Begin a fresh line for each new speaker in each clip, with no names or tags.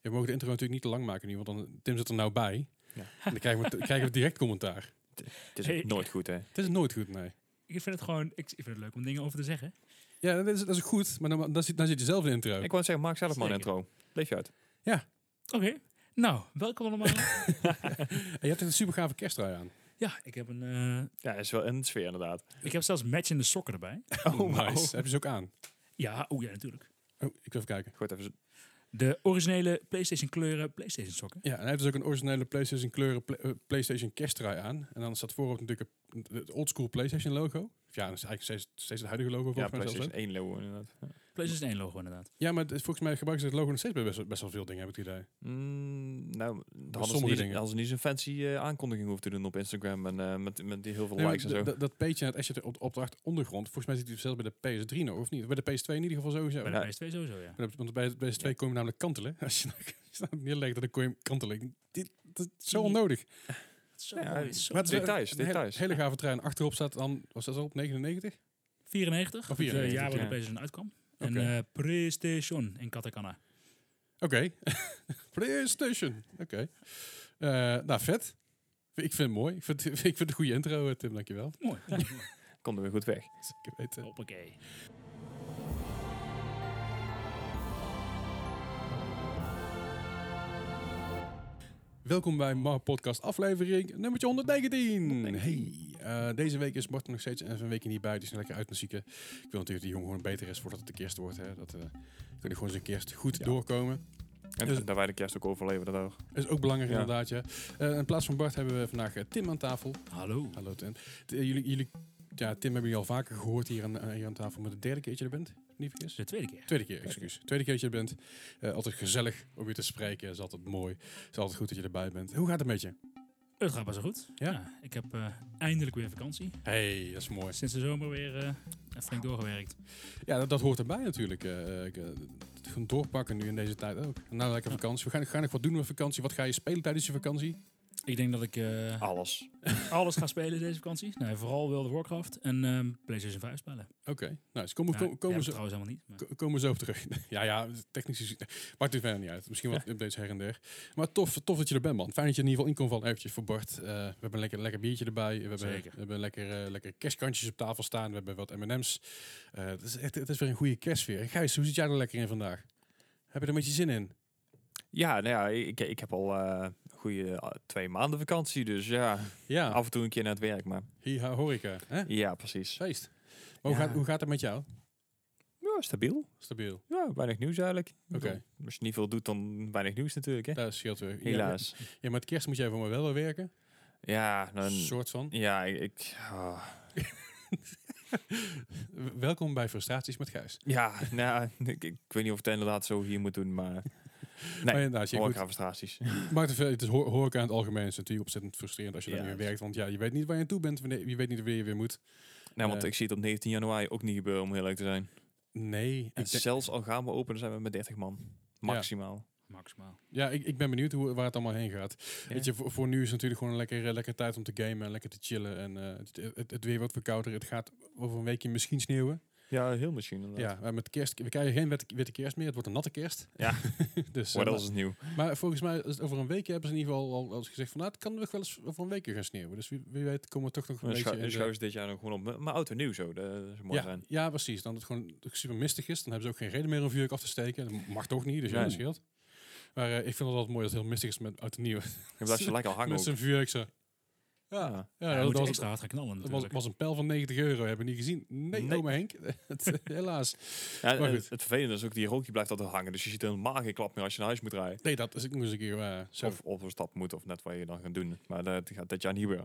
we mogen de intro natuurlijk niet te lang maken nu, want dan, Tim zit er nou bij.
Ja.
En dan krijgen we, krijgen we direct commentaar.
Het is ook
Hey.
nooit goed, hè?
Het is nooit goed, nee.
Ik vind het gewoon, ik, ik vind het leuk om dingen over te zeggen.
Ja, dat is, dat is goed, maar dan, dan, zit, dan zit je zelf in de intro.
Ik wou zeggen, maak zelf maar een
Zeker.
intro. Leef je uit.
Oké, nou, welkom allemaal.
En je hebt een super gave kerstdraai aan.
ja, ik heb, een, eh,
Ja, is wel in de sfeer inderdaad.
ik heb zelfs matchende sokken erbij.
Oh, wauw.
Oh, nice. Heb je ze ook aan?
Ja, oh ja, natuurlijk.
Oh, ik wil even kijken.
Goed, even zo-
De originele PlayStation kleuren PlayStation sokken.
Ja, en hij heeft dus ook een originele PlayStation kleuren pla- eh, PlayStation kerstdraai aan. En dan staat voorop natuurlijk een- het oldschool PlayStation logo. Of ja, dat is eigenlijk steeds, steeds het huidige logo
Ja,
volgens mij zelfs
PlayStation
ook.
1 logo inderdaad. Ja.
PlayStation 1 logo inderdaad.
Ja, maar het is- volgens mij gebruiken ze het logo nog steeds bij best, best wel veel dingen, heb ik het idee.
Mm, nou, dan hadden ze,
sommige
niet,
dingen.
hadden ze niet zo'n fancy eh, aankondiging hoeven te doen op Instagram. En eh, met, met die heel veel
Nee, maar
likes en zo.
d- d- dat peetje en het esje op, op de achtergrond, volgens mij zit hij zelfs bij de PS3 nog, nou, of niet? Bij de PS2 in ieder geval sowieso.
Bij
Maar
de
Ja.
PS2 sowieso, ja.
dat- Want bij de PS2 kom je namelijk kantelen. Als je dat neerlegt, dan kom je hem kantelen. Dit, dat is zo
Ja.
onnodig.
Zo
Ja,
mooi, zo
Maar het is wel
Details,
een hele-
details.
Hele, gave trein. Achterop staat dan, was dat op 99?
94,
Of
het eh,
94,
jaar waar de
ja.
PlayStation uitkwam. En
Oké.
eh, PlayStation in katakana.
Oké. PlayStation. Oké. Eh, nou, vet. Ik vind het mooi. Ik vind, ik vind het een goede intro, eh, Tim. Dankjewel.
Mooi.
Konden we goed weg.
Zeker weten.
Hoppakee.
Welkom bij Mar Podcast aflevering nummertje 119.
119.
Hey, eh, deze week is Martin nog steeds even een weekje niet bij. Die is nog lekker uit met zieken. Ik wil natuurlijk dat die jongen gewoon beter is voordat het de kerst wordt. Hè. Dat eh dat hij gewoon zijn kerst goed
Ja.
doorkomen.
En
Dus-
dat wij de kerst ook overleven daardoor.
Dat is ook belangrijk
Ja.
inderdaad. Ja. Eh, in plaats van Bart hebben we vandaag eh, Tim aan tafel.
Hallo.
Hallo Tim. T- eh, jullie, jullie, ja, Tim hebben jullie al vaker gehoord hier aan, eh, hier aan tafel. Maar de derde keer dat je er bent, niet vergis.
De tweede keer.
Tweede keer, excuus. Tweede keer dat je er bent. Eh, altijd gezellig om je te spreken. is altijd mooi. is altijd goed dat je erbij bent. Hoe gaat het met je?
Het gaat best wel goed.
Ja?
ik heb eh, eindelijk weer vakantie.
hey, dat is mooi.
Sinds de zomer weer eh flink doorgewerkt.
Ja, dat, dat hoort erbij natuurlijk. eh, ik, eh, het gewoon doorpakken nu in deze tijd ook. Nou, lekker
Ja.
vakantie. We gaan, gaan nog wat doen met vakantie. Wat ga je spelen tijdens je vakantie?
Ik denk dat ik eh,
Alles.
alles ga spelen deze vakantie. Nee, vooral World of Warcraft en ehm, PlayStation 5 spelen.
Oké, nou, dus komen,
Ja,
kom-
die
komen,
heb ik
ze,
trouwens helemaal niet. maar-
ko- komen we zo op terug. ja, ja, technisch gezien. Maakt het verder niet uit. Misschien wat updates her en der. Maar tof, tof dat je er bent, man. Fijn dat je in ieder geval in kon vallen eventjes voor Bart. Eh, we hebben een lekker, lekker biertje erbij. We hebben,
Zeker.
we hebben lekker, eh, lekker kerstkantjes op tafel staan. We hebben wat M&M's. Eh, het, is echt, het is weer een goede kerstsfeer. Gijs, hoe zit jij er lekker in vandaag? Heb je er een beetje zin in?
Ja, nou ja, ik, ik heb al eh, een goede eh, twee maanden vakantie. Dus ja,
Ja,
af en toe een keer naar het werk. Maar
Hiha horeca. Hè?
ja, precies.
Feest. Maar hoe,
Ja.
gaat, hoe gaat het met jou?
Ja, stabiel.
Stabiel.
Ja, weinig nieuws eigenlijk.
Oké.
Als je niet veel doet, dan weinig nieuws natuurlijk, hè.
Dat scheelt weer.
Helaas.
Ja, maar- ja, maar het kerst moet jij voor me wel weer werken.
Ja,
Een
dan...
soort van.
Ja, ik... ik- ah.
W- Welkom bij Frustraties met Gijs.
Ja, nou, ik, ik weet niet of het inderdaad zo hier moet doen, maar... Nee,
maar inderdaad, je goed,
Horecafrustraties.
maar het, het is ho- horeca in het algemeen is natuurlijk ontzettend frustrerend als je
Ja,
daar niet meer
dat
werkt. Want ja, je weet niet waar je aan toe bent. Wanneer, je weet niet wanneer je weer moet.
nou, want
Eh.
ik zie het op 19 januari ook niet gebeuren, om heel leuk te zijn.
Nee. ik
En
denk-
zelfs al gaan we open, dan zijn we met 30 man. Maximaal.
Maximaal.
ja, ik, ik ben benieuwd hoe, waar het allemaal heen gaat.
Ja.
Weet je, voor, voor nu is het natuurlijk gewoon een lekkere, lekkere tijd om te gamen en lekker te chillen. En eh, het, het, het weer wordt verkouder. Het gaat over een weekje misschien sneeuwen.
Ja, heel misschien inderdaad.
Ja, maar met kerst, we krijgen geen wet- witte kerst meer. Het wordt een natte kerst.
Ja.
dus, eh,
Wat else is nieuw?
Maar volgens mij, is het over een weekje hebben ze in ieder geval al, al gezegd van... Nou, het kan nog wel eens over een weekje gaan sneeuwen. Dus wie, wie weet komen we toch nog een
Dan
beetje...
schou-
in de-
dan schuiven ze dit jaar nog gewoon op. Maar auto nieuw zo, dat is mooi
ja,
zijn.
ja, precies. Dan het gewoon super mistig is. Dan hebben ze ook geen reden meer om vuurwerk af te steken. Dat mag toch niet, dus ja,
Nee.
dat scheelt. Maar eh, ik vind het altijd mooi dat het heel mistig is met oud en nieuw.
Dan blijft ze lekker hangen
met
ook.
zijn vuurwerk zo. Ja,
Ja.
ja,
Ja,
dat,
moet
was,
extra hard gaan knallen
dat was,
natuurlijk.
was een pijl van 90 euro. Hebben we niet gezien? Nee,
Nee.
oma Henk. Het- Helaas.
Ja, en
Maar goed.
het, het vervelende is ook, die rookje blijft altijd hangen. Dus je ziet helemaal geen klap meer als je naar huis moet rijden.
Nee, dat is ik moest een keer... eh, zo.
Of op een stap moet, of net wat je dan gaat doen. Maar dat gaat dit jaar niet weer.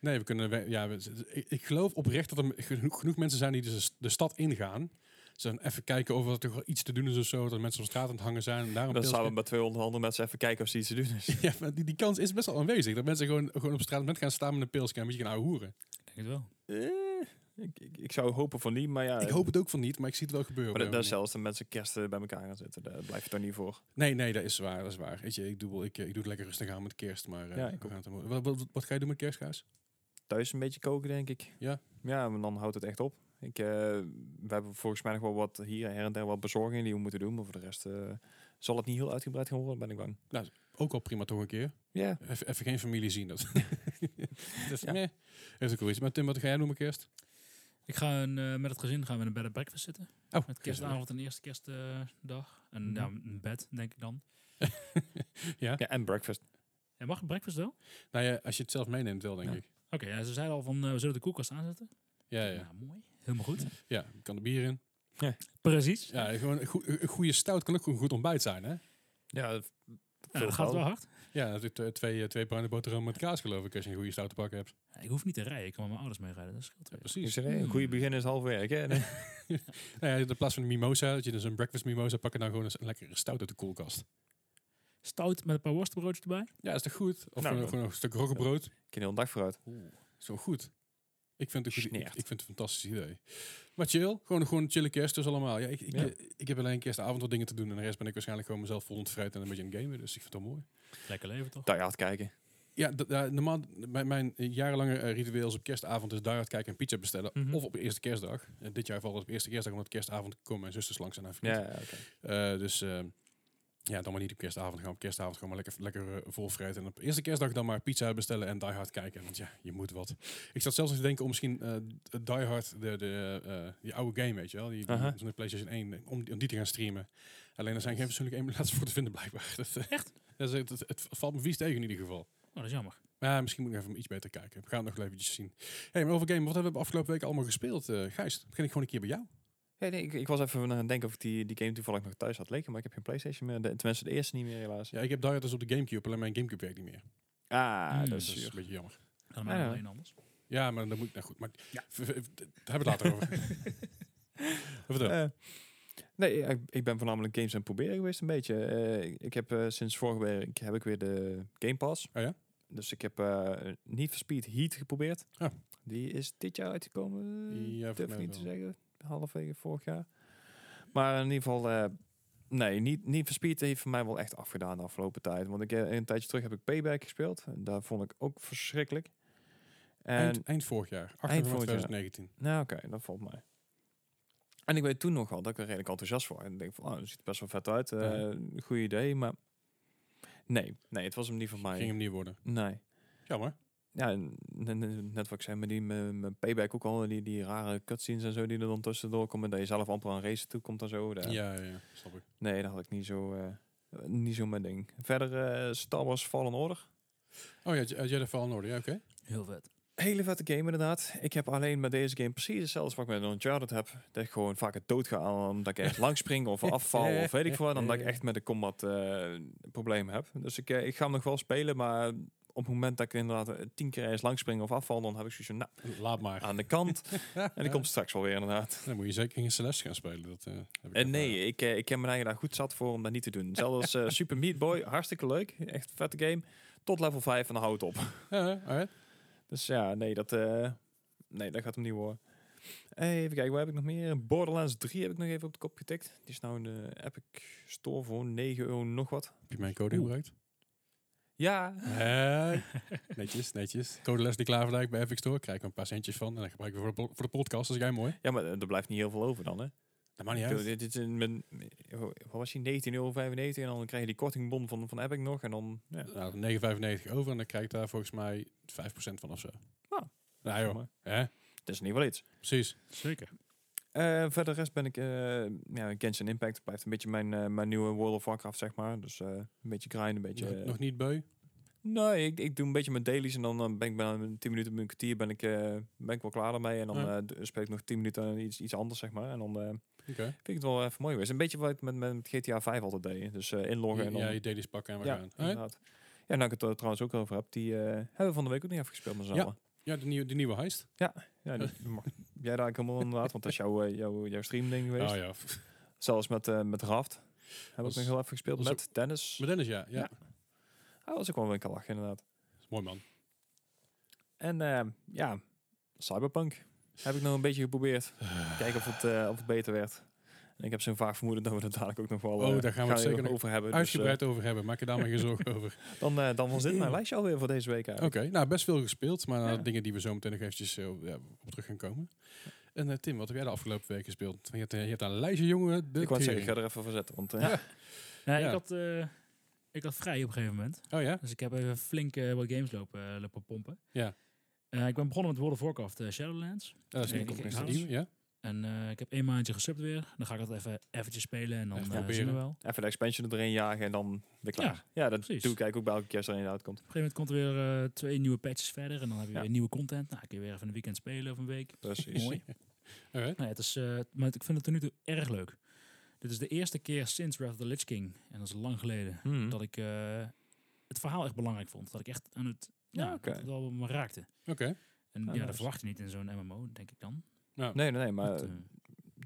Nee, we kunnen. we- ja, we- ik, ik geloof oprecht dat er genoeg, genoeg mensen zijn die dus de stad ingaan. Ze dan even kijken of er toch wel iets te doen is of zo. Dat mensen op straat aan het hangen zijn. En daarom
Dan staan we met 200 andere mensen even kijken of ze iets te doen is.
ja, maar die, die kans is best wel aanwezig. Dat mensen gewoon, gewoon op straat met gaan staan met een pilsje en een beetje gaan ouwe hoeren.
Ik denk het wel.
Eh, ik, ik, ik zou hopen van niet, maar Ah, ja.
Ik hoop het ook van niet, maar ik zie het wel gebeuren.
Maar
op een
dat, dat
manier.
zelfs de mensen kerst eh, bij elkaar gaan zitten. Daar blijf je toch niet voor.
Nee, nee, dat is waar. Dat is waar. Weet je, ik, doe, wel- ik, eh, ik doe het lekker rustig aan met kerst. Maar eh,
Ja,
we
ik ook.
gaan het allemaal- wat, wat, wat ga je doen met kerstgaas?
Thuis een beetje koken, denk ik.
Ja.
Ja, maar dan houdt het echt op. Ik, eh, we hebben volgens mij nog wel wat hier her en der wat bezorgingen die we moeten doen. Maar voor de rest eh, Zal het niet heel uitgebreid gaan worden, ben ik bang.
Ook al prima toch een keer.
Ja.
Even, even geen familie zien. Dat dus,
Ja.
meh. Is ook wel iets. Maar Tim, wat ga jij doen met kerst?
Ik ga een, eh, met het gezin gaan we in een bed and breakfast zitten.
Oh,
Met kerstavond en eerste kerstdag. En
Mhm.
ja, een bed, denk ik dan.
ja, en breakfast.
En mag breakfast wel?
Nou ja, als je het zelf meeneemt wel, denk
Ja.
ik.
Oké, ja, ze zeiden al van, eh, we zullen de koelkast aanzetten.
Ja, ja.
Nou, mooi. Helemaal goed.
ja, kan er bier in.
Precies. Ja,
Ja, gewoon een, goe- een goede stout kan ook een goed ontbijt zijn, hè?
Ja, v- veel
dat gaat wel
wel.
hard.
Ja, natuurlijk eh, twee, eh, twee bruine boterhammen met kaas, geloof ik, als je een goede stout te pakken hebt.
Ja, ik hoef niet te rijden, ik kan met mijn ouders meerijden. Dat scheelt
Ja,
weer.
precies.
Ik zeg, hey, een goede begin is half werk. Hè? Nee.
Nou ja, in plaats van een mimosa, dat je dus een breakfast mimosa pakt, en dan gewoon eens een lekkere stout uit de koelkast.
Stout met een paar worstenbroodjes erbij.
Ja, is toch goed? Of
Nou,
gewoon,
dat-
gewoon een stuk roggebrood.
Ik kan heel een dag vooruit.
Zo goed. Ik vind het een, goed, ik, ik
Sneert.
vind het een fantastisch idee. Maar chill. Gewoon, gewoon een chille kerst dus allemaal. Ja, ik, ik,
Ja.
ik heb alleen kerstavond wat dingen te doen. En de rest ben ik waarschijnlijk gewoon mezelf vol ontvrijd en een beetje aan het gamen. Dus ik vind het wel mooi.
Lekker leven toch?
Die hard kijken.
Ja, d- ja, normaal, mijn, mijn eh, jarenlange eh, ritueel is op kerstavond is daaruit kijken en pizza bestellen.
Mhm.
Of op eerste kerstdag. En dit jaar valt het op eerste kerstdag, omdat kerstavond komen mijn zusters langs en haar vriend.
Ja, ja, oké.
Eh, dus eh, ja, dan maar niet op kerstavond gaan. Op kerstavond gewoon maar lekker, lekker eh, vol fruit. En op eerste kerstdag dan maar pizza bestellen en Die Hard kijken. Want ja, je moet wat. Ik zat zelfs nog te denken om misschien eh Die Hard, de, de, eh, die oude game, weet je wel. Die, die
Aha.
zo'n PlayStation 1, om, die- om die te gaan streamen. Alleen er zijn geen persoonlijke emulaties voor te vinden blijkbaar. Dat, eh,
Echt?
dat is, het, het- het valt me vies tegen in ieder geval.
Oh, dat is jammer.
Maar ja, misschien moet ik even iets beter kijken. We gaan het nog eventjes zien. hey, maar over game, wat hebben we afgelopen week allemaal gespeeld? eh Gijs, begin ik gewoon een keer bij jou.
Ja, nee, ik, ik was even aan het denken of ik die, die game toevallig nog thuis had liggen, maar ik heb geen PlayStation meer. De, tenminste, de eerste niet meer helaas.
Ja, ik heb Die Hard dus op de Gamecube, alleen mijn Gamecube werkt niet meer.
Ah,
Hmm.
dat
Dus
is
dat is
zuur.
een beetje jammer.
Dan
Ja,
maar
ja.
alleen anders.
Ja, maar dan moet ik... Nou goed, maar
Ja.
v- v- v- daar hebben we het later over. Vertel.
Eh, nee, ja, ik, ik ben voornamelijk games aan het proberen geweest een beetje. Eh, ik- ik heb eh, sinds vorige week heb ik weer de Game Pass.
Oh ja?
Dus ik heb niet Need for Speed Heat geprobeerd.
Oh.
Die is dit jaar uitgekomen.
Ja,
Ja,
volgens
durf ik
mij
niet te
wel.
zeggen. Halverwege vorig jaar. Maar in ieder geval, eh, nee, niet, niet for Speed heeft voor mij wel echt afgedaan de afgelopen tijd. Want ik, eh, een tijdje terug heb ik Payback gespeeld. En daar vond ik ook verschrikkelijk. En
eind, eind vorig jaar. 8
Eh, Eind
november
vorig jaar.
2019.
nou, oké, dat valt mij. En ik weet toen nog wel dat ik er redelijk enthousiast voor was. En ik denk van, oh, dat ziet er best wel vet uit. eh
Ja.
Goed idee, maar... Nee, nee, het was hem niet van mij.
Ging hem niet worden.
Nee.
Jammer.
Ja, en ne- ne- net wat ik zei, met die mijn mijn payback ook al. Die, die rare cutscenes en zo die er dan tussendoor komen. Dat je zelf amper aan race toe komt en zo.
Ja,
daar-
ja, ja, snap ik.
Nee, dat had ik niet zo... eh, niet zo mijn ding. Verder eh Star Wars Fallen Order.
Oh ja, J- eh, Jedi Fallen Order, ja, oké.
Heel vet.
Hele vette game inderdaad. Ik heb alleen met deze game precies hetzelfde wat ik met Uncharted heb. Dat ik gewoon vaak het dood ga aan omdat ik echt lang spring of afval of weet ik veel wat. Dan dat ik echt met de combat eh probleem heb. Dus ik, eh, ik ga hem nog wel spelen, maar op het moment dat ik inderdaad eh, tien keer eens lang spring of afval, dan heb ik zoiets van, nou,
Laat maar.
aan de kant. en die komt straks wel weer inderdaad.
Dan moet je zeker geen Celeste gaan spelen. Dat, eh, heb ik
En
ervaren.
nee, ik, eh, ik heb mijn eigen daar goed zat voor om dat niet te doen. Zelfs als eh, Super Meat Boy, hartstikke leuk. Echt vette game. Tot level 5 en dan houdt het op.
Ja, ja, alright.
Dus ja, nee, dat, eh, nee, dat gaat hem niet worden. Even kijken, waar heb ik nog meer? Borderlands 3 heb ik nog even op de kop getikt. Die is nou in de Epic Store voor 9 euro nog wat.
Heb je mijn code
Oeh.
gebruikt?
Ja.
Eh, netjes, netjes. Code Leslie Klaverdijk bij Epic Store. Krijg er een paar centjes van. En dan gebruiken we voor de, po- voor de podcast. Dat is jij mooi.
Ja, maar eh, er blijft niet heel veel over dan, hè?
Dat maakt niet
Ik bedoel,
uit.
dit, dit is een- mijn- wat was die? 19,95 euro. En dan krijg je die kortingbon van, van Epic nog. En dan, ja.
Nou, 9,95 over. En dan krijg ik daar volgens mij 5% van of zo.
Ah.
Nou joh. Hè?
Het is niet wel iets.
Precies.
Zeker.
Eh, verder rest ben ik... eh ja, Genshin Impact blijft een beetje mijn, eh, mijn nieuwe World of Warcraft, zeg maar. Dus eh, een beetje grind, een beetje...
Nog,
eh,
nog niet beu?
Nee, ik, ik doe een beetje mijn dailies en dan, eh, ben ik bijna een 10 minuten, een kwartier ben ik, eh, ben ik wel klaar ermee. En dan
Ja.
eh, d- speel ik nog 10 minuten aan iets, iets anders, zeg maar. En dan eh,
Oké.
vind ik het wel even mooi geweest. Een beetje wat ik met, met GTA 5 altijd deed. Dus eh, inloggen en dan...
Ja, je dailies pakken en we
ja,
gaan. Alright.
inderdaad. Ja, en ik het er trouwens ook over heb, die eh, hebben we van de week ook niet afgespeeld met z'n
Ja.
allen.
Ja, de nieuwe, de nieuwe heist.
Ja, die mag jij daar helemaal inderdaad, want dat is jouw, eh, jouw, jouw streamding geweest.
Oh ja.
Zelfs met, eh, met Raft hebben
Was-
we ook nog heel even gespeeld.
was
Met tennis.
Maar Dennis, ja. ja.
Ja. Hij was ook wel een winkel lachen, inderdaad.
Is Mooi man.
En eh, ja, Cyberpunk heb ik nog een beetje geprobeerd. Kijken of het, eh, of het beter werd. En ik heb zo'n vaag vermoeden dat we er dadelijk ook nog wel
Oh,
eh,
daar gaan we het zeker nog
over hebben. Dus,
Uitgebreid Hmm. over hebben. Maak je daar maar geen zorgen over.
eh, dan, eh, dan was dit mijn lijstje alweer voor deze week
Oké.
eigenlijk.
Nou, best veel gespeeld. Maar
Ja.
dingen die we zo meteen nog eventjes eh, op- ja, op terug gaan komen. En eh, Tim, wat heb jij de afgelopen week gespeeld? Je hebt, eh, je hebt een lijstje, jongen. De
Ik wou het zeggen,
tering.
ik ga er even voor zetten. Want eh,
Ja.
Nee,
Ja.
ik, had, eh, ik had vrij op een gegeven moment.
Oh ja?
Dus ik heb even flink eh, wat games lopen, eh, lopen pompen.
Ja.
Eh, ik ben begonnen met World of Warcraft eh, Shadowlands.
Dat is
Nee,
een
ik- ik
complexie
hou-
nieuw, ja?
En eh, ik heb één maandje gesubt weer. Dan ga ik dat even eventjes spelen en dan
Even
eh, zien we
proberen.
wel. Op een
Even de expansion erin jagen en dan weer klaar. Ja, dat
precies.
doe ik eigenlijk ook bij elke keer als er een uitkomt.
gegeven moment komt er weer eh, twee nieuwe patches verder. En dan heb je
Ja.
weer nieuwe content. Nou, kun je weer even een weekend spelen of een week.
Precies.
Mooi.
Alright.
Nee, het is, eh, maar ik vind het tot nu toe erg leuk. Dit is de eerste keer sinds Wrath of the Lich King, en dat is lang geleden,
Hmm.
dat ik eh, het verhaal echt belangrijk vond. Dat ik echt aan het, ja,
Ja, oké.
dat het wel me raakte.
Oké.
En
Ah,
ja, dat
nice.
verwacht je niet in zo'n MMO, denk ik dan.
Nou,
Nee, nee, nee, maar
Dat, eh,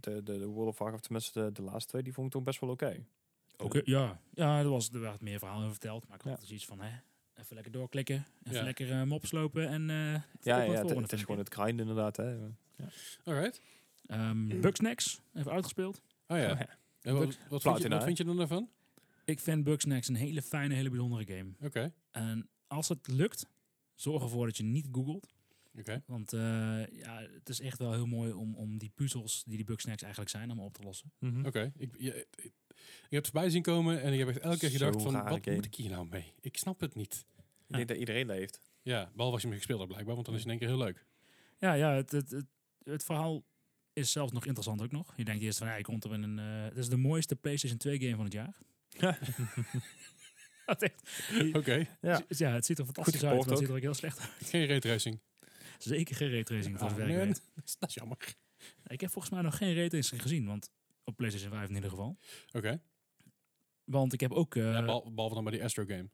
de, de, de World of Warcraft, tenminste de, de laatste twee, die vond ik toen best wel oké.
oké, eh, ja, ja er, was, er werd meer verhaal over verteld, maar ik had
Ja.
dus iets van, hè, even lekker doorklikken, even
Ja.
lekker eh, mop slopen en eh,
Ja,
op
ja,
naar
het,
het
het is gewoon
volgende
het grind inderdaad. Hè.
Oh, alright.
Ehm Bugsnax, even uitgespeeld.
Oh ja. En wat, wat, vind je,
Platina,
wat
hè?
vind je dan daarvan?
Ik vind Bugsnax een hele fijne, hele bijzondere game.
Oké.
En als het lukt, zorg ervoor dat je niet googelt.
Oké.
Want eh, ja, het is echt wel heel mooi om, om die puzzels die die Bugsnacks eigenlijk zijn, allemaal op te lossen.
Mhm.
Oké. Ik, ja, ik ik heb het voorbij zien komen en ik heb echt elke keer
Zo'n
gedacht van,
rare
wat
game.
moet ik hier nou mee? Ik snap het niet.
Ik denk dat iedereen leeft.
Ja, behalve als je hem gespeeld hebt blijkbaar, want dan is het in één keer heel leuk.
Ja, ja het, het, het, het verhaal is zelfs nog interessant ook nog. Je denkt eerst van, ja, je komt er in een... eh, het is de mooiste PlayStation 2 game van het jaar. Het echt-
Oké.
Ja.
z- ja, het ziet er fantastisch
geport
uit, maar het
ook.
ziet er ook heel slecht uit.
Geen raytracing.
Zeker geen raytracing, dat
Ah,
werk
man.
weet.
Dat is jammer.
Ik heb volgens mij nog geen raytracing gezien, want op PlayStation 5 in ieder geval.
Oké.
Eh. Want ik heb ook... eh,
Ja, behal- behalve dan bij die Astro game.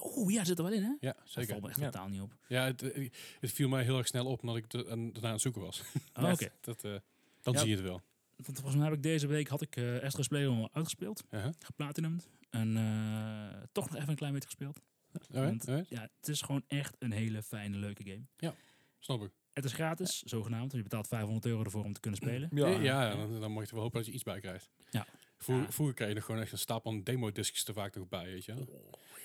oh ja, zit er wel in, hè?
Ja,
Dat
zeker.
valt me echt
Ja.
totaal niet op.
Ja, het, eh, het viel mij heel erg snel op omdat ik de- en daarna aan het zoeken was.
Oh, Oké.
Dat, eh, dan
Ja.
zie je het wel.
Want volgens mij heb ik deze week had ik eh Astro's Playroom al uitgespeeld,
Uh-huh.
geplatinumd. En eh, toch nog even een klein beetje gespeeld.
Alright,
Want-
alright.
Ja, het is gewoon echt een hele fijne, leuke game.
Snap ik.
Het is gratis, zogenaamd. want Je betaalt 500 euro ervoor om te kunnen spelen.
Ja, ja dan, dan moet je wel hopen dat je iets bij krijgt.
Ja.
Vroeger,
Ja.
vroeger kreeg je nog gewoon echt een stapel aan demo-discs er vaak nog bij, weet je wel.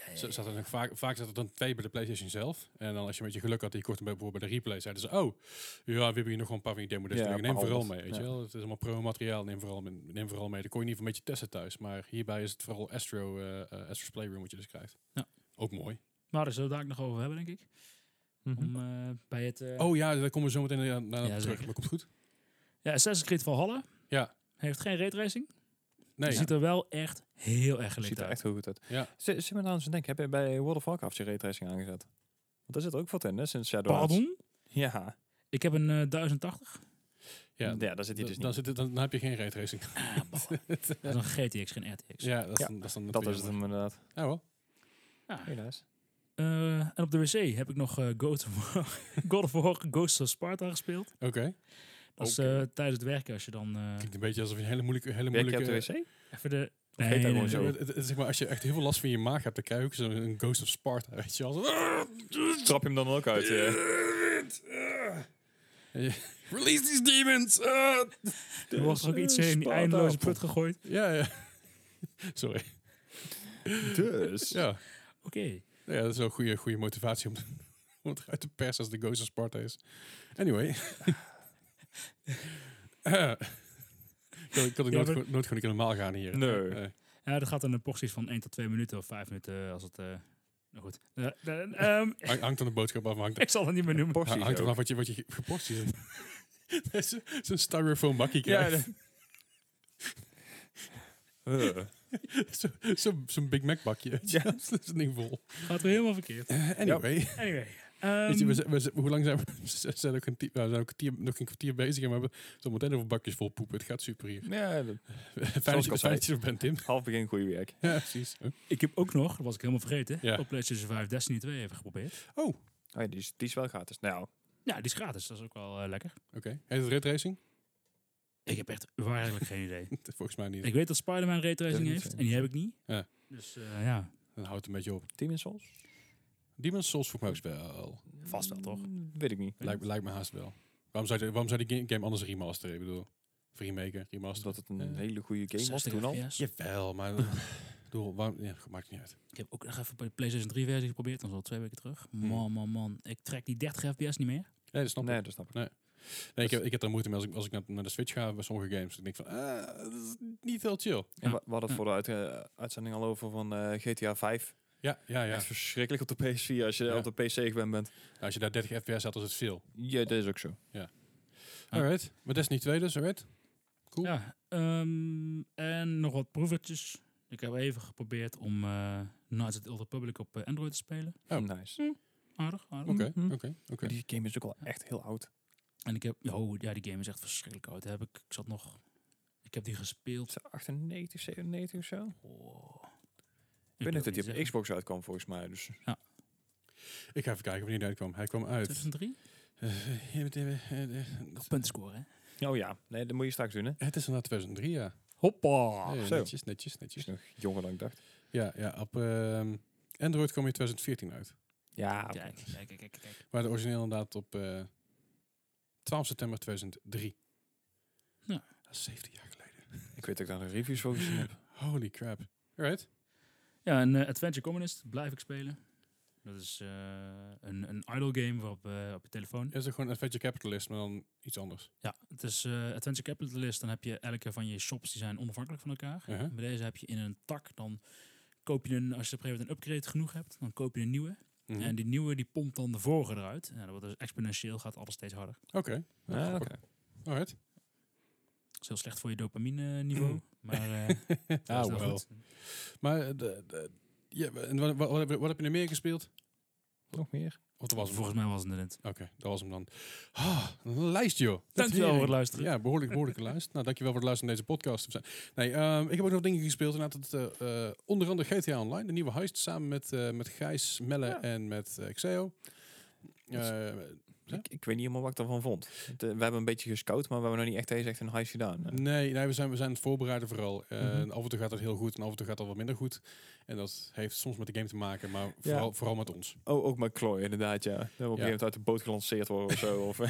Eh.
Z- Zat er nog vaak, vaak zat er dan twee bij de PlayStation zelf. En dan als je een beetje geluk had, die korting bij bijvoorbeeld bij de replay, zeiden ze, oh, ja, we hebben hier nog wel een paar van die demo-discs.
Ja,
liggen.
een
neem
paar
vooral mee,
honderd.
weet je
Ja.
wel. Het is allemaal pro-materiaal, neem vooral, mee- neem vooral mee. Dan kon je niet voor een beetje testen thuis. Maar hierbij is het vooral Astro, eh, eh, Astro's Playroom wat je dus krijgt.
Ja.
Ook mooi.
Maar daar zullen we het daar nog over hebben, denk ik.
Hm?
Mm.
Om, eh, bij het, eh,
Oh ja, daar komen we zo meteen eh, naar
Ja,
terug.
zeker.
Maar komt goed.
ja, Assassin's Creed Valhalla.
Ja.
Heeft geen raytracing.
Nee,
Ziet er wel echt heel erg
Ziet
gelikt
er
uit.
echt heel goed uit.
Ja.
Zit, zit me nou eens te denken, heb je bij World of Warcraft je raytracing aangezet? Want daar zit ook wat in, hè, sinds Shadowlands.
Pardon?
Ja.
Ik heb een eh, 1080.
ja,
ja, daar zit hij
dan,
dus
dan
niet.
zit het- dan- dan heb je geen raytracing.
Ah, Dat is een GTX, geen RTX.
Ja, dat is,
Ah, Ja,
dan, dat is dan
Dat
natuurlijk
is het
jammer.
hem inderdaad.
Ja, wel.
Ja.
Heel nice.
Eh, en op de wc heb ik nog eh, God, of War, God of War Ghosts of Sparta gespeeld.
Oké.
Dat is
Oké.
eh, tijdens het werken als je dan... eh,
Klinkt een beetje alsof je een hele moeilijke... Hele
Werk je
moeilijke
op de wc?
even de...
heet dat gewoon
Ja,
zo?
maar het- het- zeg maar, als je echt heel veel last van je maag hebt, dan krijg je ook zo'n een Ghost of Sparta, weet je wel. Zo-
Trap je hem dan ook uit? eh?
Release these demons! ah!
Er wordt er ook iets eh, in
Dus
die
Sparta.
eindeloze put gegooid.
Ja, ja. Sorry.
Dus.
Ja.
Oké.
ja, dat is wel een goede, goede motivatie om, om het uit te persen als de Ghost of Sparta is. Anyway. Eh, Ik kan- ik kan ook
Ja,
nooit,
maar-
gewoon- nooit gewoon een keer normaal gaan hier.
Nee.
Eh,
Ja, dat gaat dan in porties van 1 tot 2 minuten of 5 minuten als het... eh, nou goed. Eh, eh, ehm,
hang- hangt aan de boodschap af, hangt,
ik zal het niet meer noemen.
Porties
hangt
ook.
ervan wat je, wat je ge- geporst is. Dat is een- Zo'n styrofoam makkie krijgt.
Eh.
Zo- zo- Zo'n Big Mac bakje. weet je wel. Dat is een ding vol.
Gaat weer helemaal verkeerd.
Eh, anyway.
Anyway.
Weet je, we
Um,
ehm,
zijn- we zijn- hoe lang zijn we? We zijn ook een, tie- we zijn ook een kwartier, nog een kwartier bezig en we hebben zo meteen over bakjes vol poepen. Het gaat super hier.
Ja, dat-
Fijn dat
ik
je-
al
fijn
zei.
dat je er bent, Tim.
half begin goede werk.
Ja, precies. Oh,
ik heb ook nog, dat was ik helemaal vergeten,
Ja.
op PlayStation 5 Destiny 2 even geprobeerd.
Oh, oké.
Oh ja, die, is, die is wel gratis. Nou,
Ja, die is gratis. Dat is ook wel eh, lekker.
Heet het Red Racing?
Ik heb echt waarlijk geen idee.
Volgens mij niet.
Ik weet dat Spider-Man
Dat
raytracing
niet
heeft.
zo.
En die heb ik niet.
Ja.
Dus eh, ja,
Dan houdt het een beetje op.
Demon's Souls?
Demon's Souls volgens mij ook wel.
vast wel toch?
Mm, Weet ik niet.
Lijkt, lijkt me haast wel. Waarom zou, je- waarom zou die ga- game anders remasteren? Ik bedoel, of remaken, remasteren.
Dat het een
Eh,
hele goede game was
60
toen al.
FPS.
Jawel, maar... Ik bedoel, waarom, ja, goed, maakt niet uit.
Ik heb ook nog even bij de PlayStation 3 versie geprobeerd, dan zo twee weken terug.
Hmm.
Man, man, man. Ik trek die 30 fps niet meer.
Nee, dat snap ik.
Nee, dat snap ik.
Nee. Nee, ik, heb, ik heb daar moeite mee als ik, als ik naar, naar de Switch ga bij sommige games. Dan denk ik van, eh, dat is niet heel chill.
En
Ja.
we we hadden het voor de uit- eh, uitzending al over van eh, GTA 5.
Ja, ja, ja.
Echt verschrikkelijk op de PS4 als je
Ja.
op de PC gewend bent.
Nou, als je daar 30 fps had, was het veel.
Ja, dat is ook zo.
Ja.
Alright. Maar Destiny 2 dus, alright. Cool.
Ja, ehm, en nog wat proevertjes. Ik heb even geprobeerd om eh Knights of the Old Republic op eh, Android te spelen.
Oh.
Nice.
Aardig, aardig.
Oké,
Mhm.
oké, oké.
Maar Die game is ook al echt heel oud.
En ik heb, oh, ja, die game is echt verschrikkelijk oud. Daar Heb ik, ik zat nog, ik heb die gespeeld.
Is dat 98, 97 of zo? Ik,
Oh.
weet niet dat
durf niet
die
te
op
zeggen.
Xbox uitkwam volgens mij. Dus
Ik ga even kijken wanneer hij uitkwam. Hij kwam uit.
2003?
Eh,
Nog punten scoren, hè?
Oh ja, nee, dat moet je straks doen, hè?
Het is inderdaad 2003, ja.
Hoppa!
Nee,
Ah, zo.
netjes, netjes,
Is
netjes.
nog jonger dan ik dacht.
Ja, ja op ehm, Android kwam in 2014 uit.
Ja,
Kijk, kijk, kijk, kijk, kijk.
Maar de origineel inderdaad op eh 12 september 2003.
Ja.
Dat is 17 jaar geleden.
ik weet dat ik daar de reviews voor gezien heb.
Holy crap. Alright.
Ja, en eh, Adventure Communist blijf ik spelen. Dat is eh, een, een idle game voor op, eh, op je telefoon.
Is er gewoon Adventure Capitalist, maar dan iets anders.
Ja, het is eh, Adventure Capitalist. Dan heb je elke van je shops die zijn onafhankelijk van elkaar.
Uh
Bij deze heb je in een tak, dan koop je een, als je op een gegeven moment een upgrade genoeg hebt, dan koop je een nieuwe.
Uh-huh. Mhm.
En die nieuwe die pompt dan de vorige eruit. En dat wordt dus exponentieel, gaat alles steeds harder.
Oké.
Ah, oké.
Alright.
Dat is heel slecht voor je dopamine niveau. maar eh, dat is
Mm. Ah,
wel
wel.
goed.
Maar eh, de, de, ja, en wat, wat, wat heb je- wat heb je er meer gespeeld?
Nog meer?
Wat was hem?
Volgens mij was het net.
Oké, dat was hem dan. Ah, een lijst joh.
Dankjewel voor het luisteren.
Ja, behoorlijk, behoorlijke lijst. Nou, dankjewel voor het luisteren naar deze podcast. Nee, ehm, ik heb ook nog dingen gespeeld. Inderdaad, het, eh, eh, onder andere GTA Online, de nieuwe heist, samen met, eh, met Gijs, Melle
Ja.
en met eh, Xeo.
Dus-
Eh, Ja?
Ik, ik weet niet helemaal wat ik daarvan vond. Het, eh, we hebben een beetje gescout, maar we hebben nog niet echt eens echt een heist gedaan. Eh,
nee, nee we, zijn, we zijn het voorbereiden vooral. Eh,
Mhm.
en Af en toe gaat het heel goed en af en toe gaat het wat minder goed. En dat heeft soms met de game te maken, maar vooral, vooral met ons.
Oh, ook McCloy, inderdaad, ja. Dat we op een gegeven moment uit de boot gelanceerd worden of zo. Of, eh,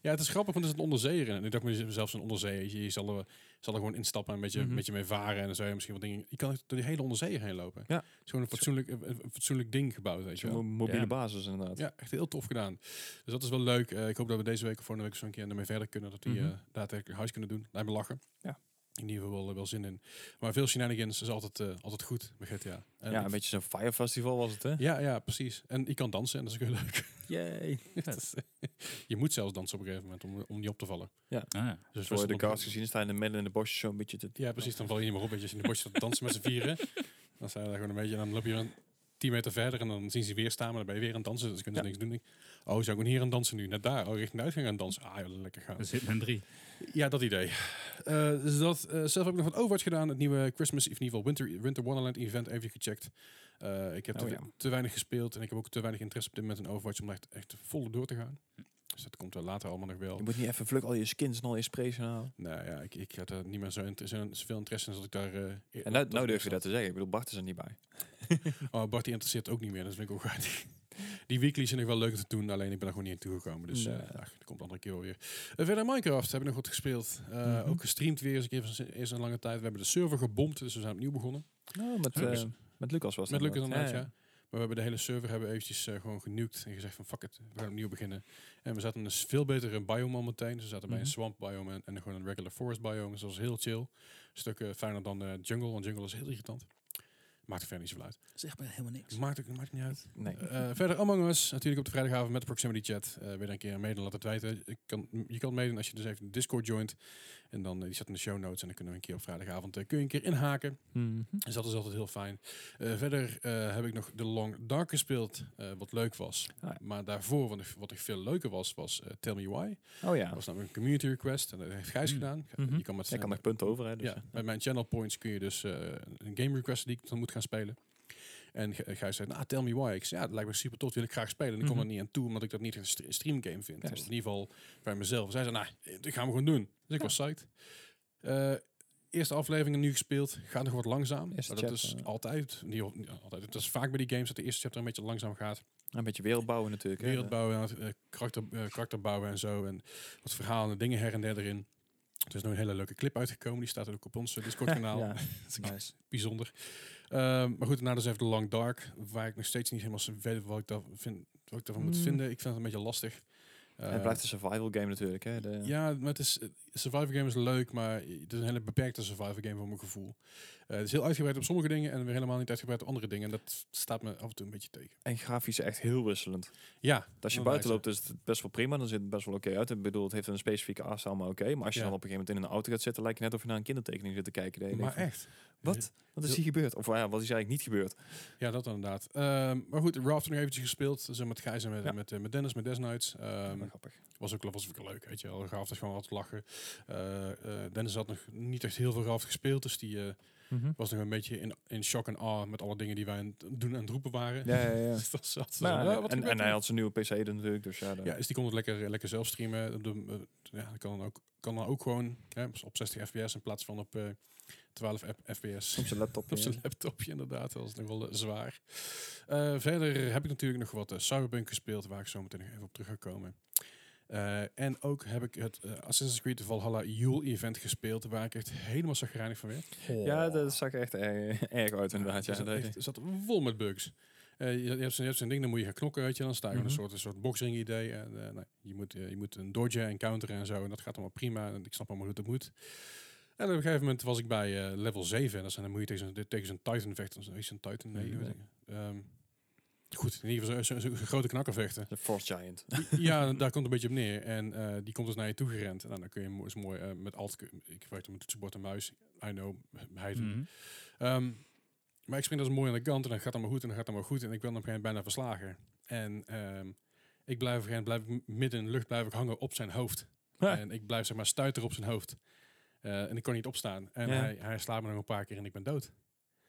Ja, het is grappig, want er zit een onderzeeër in. En ik dacht me zelfs een onderzeeër. Je, je zal, er, zal er gewoon instappen en met je,
Mhm.
met je mee varen. En dan zou je misschien wat dingen... Je kan door die hele onderzeeër heen lopen.
Ja.
Het is gewoon een fatsoenlijk, een een fatsoenlijk ding gebouwd, weet je
mo-
wel.
eh, mobiele
Ja.
basis, inderdaad.
Ja, echt heel tof gedaan. Dus dat is wel leuk. Eh, ik hoop dat we deze week of volgende week zo'n keer ermee verder kunnen. Dat we
Mhm.
eh, daadwerkelijk huis kunnen doen. Lijkt me lachen.
Ja.
In ieder geval wel, eh, wel zin in. Maar veel shenanigans is altijd, eh, altijd goed bij GTA. En
Ja,
ik-
een beetje zo'n Fire Festival was het, hè?
ja, ja, precies. En je kan dansen en dat is ook heel leuk.
Yay.
Dat is- je moet zelfs dansen op een gegeven moment om, om niet op te vallen.
Ah, ja.
Dus was
Zo je de
het nog-
cast gezien, staan in de midden in de bosjes zo'n beetje te...
Ja, precies. Dan val je niet meer op. Weet je, als je in de bosjes staat te dansen met z'n vieren, dan sta je daar gewoon een beetje. En dan loop je een 10 meter verder en dan zien ze je weer staan, maar dan ben je weer aan het dansen. Dus dan kunnen ze niks doen. Ik, oh, zou ik hier aan dansen nu? Net daar. Oh, richting de uitgang aan het dansen. Ah, joh, lekker gaan.
Dat
Dus-
zit men drie.
Ja, dat idee. Eh, dus dat, eh, zelf heb ik nog wat Overwatch gedaan. Het nieuwe Christmas, of in ieder geval Winter, Winter Wonderland event even gecheckt. Eh, ik heb
Oh
te,
ja.
te weinig gespeeld en ik heb ook te weinig interesse op dit moment in Overwatch om echt, echt vol door te gaan. Dus dat komt wel later allemaal nog wel.
Je moet niet even vlug al je skins en al je sprays gaan halen.
Nou ja, ik, ik had er niet meer zo inter- zo- zoveel interesse in als ik daar... eh, eer-
En nou,
ik
nou durf je
zat.
dat te zeggen. Ik bedoel, Bart is er niet bij.
Oh, Bart die interesseert ook niet meer, dat vind ik ook aardig. Die weekly zijn nog wel leuk te doen, alleen ik ben er gewoon niet aan toegekomen. Dus eh
Nee.
ach, dat komt een andere keer wel weer. Eh, verder Minecraft hebben we nog wat gespeeld. Eh,
Mhm.
Ook gestreamd weer eens een keer, sinds- eerst een lange tijd. We hebben de server gebomd, dus we zijn opnieuw begonnen.
Nou, met,
Lucas.
eh, met Lucas was
Met
dat
Lucas
inderdaad.
inderdaad, ja. Maar we hebben de hele server hebben we eventjes eh, gewoon genukt en gezegd van fuck it, we gaan opnieuw beginnen. En we zaten in een s- veel betere biome al meteen. Dus we zaten bij een
Mhm.
swamp biome en, en gewoon een regular forest biome. Dus dat was heel chill. Een stuk eh, fijner dan eh, jungle, want jungle is heel irritant. Maakt er verder niet zoveel uit.
Dat is echt bij helemaal niks.
Maakt ook maakt niet uit.
Nee.
Eh, verder Among Us, natuurlijk op de vrijdagavond met de Proximity Chat. Eh, weer een keer meedoen, laat het weten. Je kan, je kan meedoen als je dus even de Discord joint. En dan, eh, die staat in de show notes en dan kunnen we een keer op vrijdagavond eh, kun je een keer inhaken.
Mhm.
Dus dat is altijd heel fijn. Eh, verder eh, heb ik nog The Long Dark gespeeld, eh, wat leuk was.
Ah, ja.
Maar daarvoor, wat, ik- wat ik veel leuker was, was eh, Tell Me Why.
Oh ja.
Dat was namelijk een community request en dat heeft Gijs
Mm.
gedaan.
Mhm.
Je kan met
Ik kan nog punten over, hè. Dus.
ja, met mijn channel points kun je dus eh, een game request die ik dan moet gaan spelen. En G- Gijs zei, nou, tell me why. Ik zei, ja, het lijkt me super tof, wil ik graag spelen. En ik kom
Mhm.
er niet aan toe, omdat ik dat niet een stre- stream game vind.
Juist.
Of in ieder geval bij mezelf. Zij zei, nou, eh, dat gaan we gewoon doen. Dus ik was psyched. Eh, eerste aflevering nu gespeeld. Gaat nog wat langzaam. Maar dat
Eerste
is
chapter, ja.
altijd, niet, al- niet altijd. Het is vaak bij die games dat de eerste chapter een beetje langzaam gaat.
Een beetje wereld bouwen natuurlijk. hè.
Wereld bouwen, eh, karakter, eh, karakter bouwen en zo. En wat verhalen en dingen her en der erin. Er is nog een hele leuke clip uitgekomen. Die staat ook op ons eh, Discord-kanaal.
Ja.
Nice.
bijzonder. Ehm, maar goed, daarna dus even de Long Dark, waar ik nog steeds niet helemaal weet wat ik, daar vind, wat ik daarvan moet
Mm.
vinden. Ik vind het een beetje lastig. Eh,
het blijft een survival game natuurlijk. Hè? De,
Ja, maar het is, eh, survivor game is leuk, maar het is een hele beperkte survivor game voor mijn gevoel. Eh, het is heel uitgebreid op sommige dingen en weer helemaal niet uitgebreid op andere dingen. En dat staat me af en toe een beetje tegen.
En grafisch echt heel wisselend.
Ja,
Als je
Oh,
buiten
nice.
loopt is het best wel prima. Dan zit het best wel oké uit. Ik bedoel, het heeft een specifieke afstaal, maar oké. Maar als je
Ja.
dan op een gegeven moment in een auto gaat zitten... lijkt het net of je naar een kindertekening zit te kijken. Dan denk je
maar
van,
echt.
Wat? Wat is hier gebeurd? Of ah ja, wat is eigenlijk niet gebeurd?
Ja, dat inderdaad. Ehm, maar goed, Raft nog eventjes gespeeld. Zo met Gijs en met,
Ja.
met, eh, met Dennis, met Death Knights. Ehm,
Maar grappig.
was, ook, was ook leuk, weet je wel. Raft is gewoon wat lachen. Eh, eh, Dennis had nog niet echt heel veel Raft gespeeld, dus die eh, was nog een beetje in, in shock en awe met alle dingen die wij aan het doen en het roepen waren.
Ja, ja, ja.
Dus dat zat zo,
Nou,
"Ah, wat
en,
gebeurt
en
er?"
hij had zijn nieuwe PC er natuurlijk, dus ja. dan-
Ja, dus die kon het lekker, lekker zelf streamen. Op de, eh, ja, dat kan dan ook, kan dan ook gewoon hè, op 60 fps in plaats van op eh 12 f- fps.
Op zijn laptop.
Op
ja.
zijn laptopje, inderdaad. Dat was nog wel eh, zwaar. Eh, verder heb ik natuurlijk nog wat eh, Cyberpunk gespeeld, waar ik zo meteen nog even op terug ga komen. Eh, en ook heb ik het eh, Assassin's Creed Valhalla Yule Event gespeeld, waar ik echt helemaal zagrijnig van werd.
Ja, dat zag er echt erg, erg uit inderdaad. Ja,
Het zat,
dat-
echt, het zat vol met bugs. Eh, je, je hebt zo'n je hebt zo'n ding, dan moet je gaan knokken, weet je. Dan sta je gewoon
Mhm.
een soort, een soort boxring idee. En, eh, nou, je, moet, eh, je moet een dodgen en counteren en zo. En dat gaat allemaal prima. En ik snap allemaal hoe dat moet. En op een gegeven moment was ik bij eh, level 7. En dat zijn, dan moet je tegen zo'n tegen zo'n titan vechten. Zo'n- Is het een titan? Nee.
Nee,
weet
nee.
ik niet. Ehm, goed, in ieder geval zo'n zo, zo'n grote knakker vechten.
De Force Giant.
ja, daar komt het een beetje op neer. En eh, die komt dus naar je toe gerend. Nou, dan kun je mo- is mooi eh, met alt... Ik weet het, met toetsenbord en muis. I know, hij
Mhm.
Ehm, maar ik spring dus mooi aan de kant en dan gaat het maar goed en dan gaat het maar goed. En ik ben op een gegeven moment bijna verslagen. En ehm, ik blijf op een gegeven moment blijf ik m- midden in de lucht blijf ik hangen op zijn hoofd.
Ha.
En ik blijf zeg maar stuiter op zijn hoofd. Eh, en ik kon niet opstaan. En
Ja.
hij, hij slaat me nog een paar keer en ik ben dood.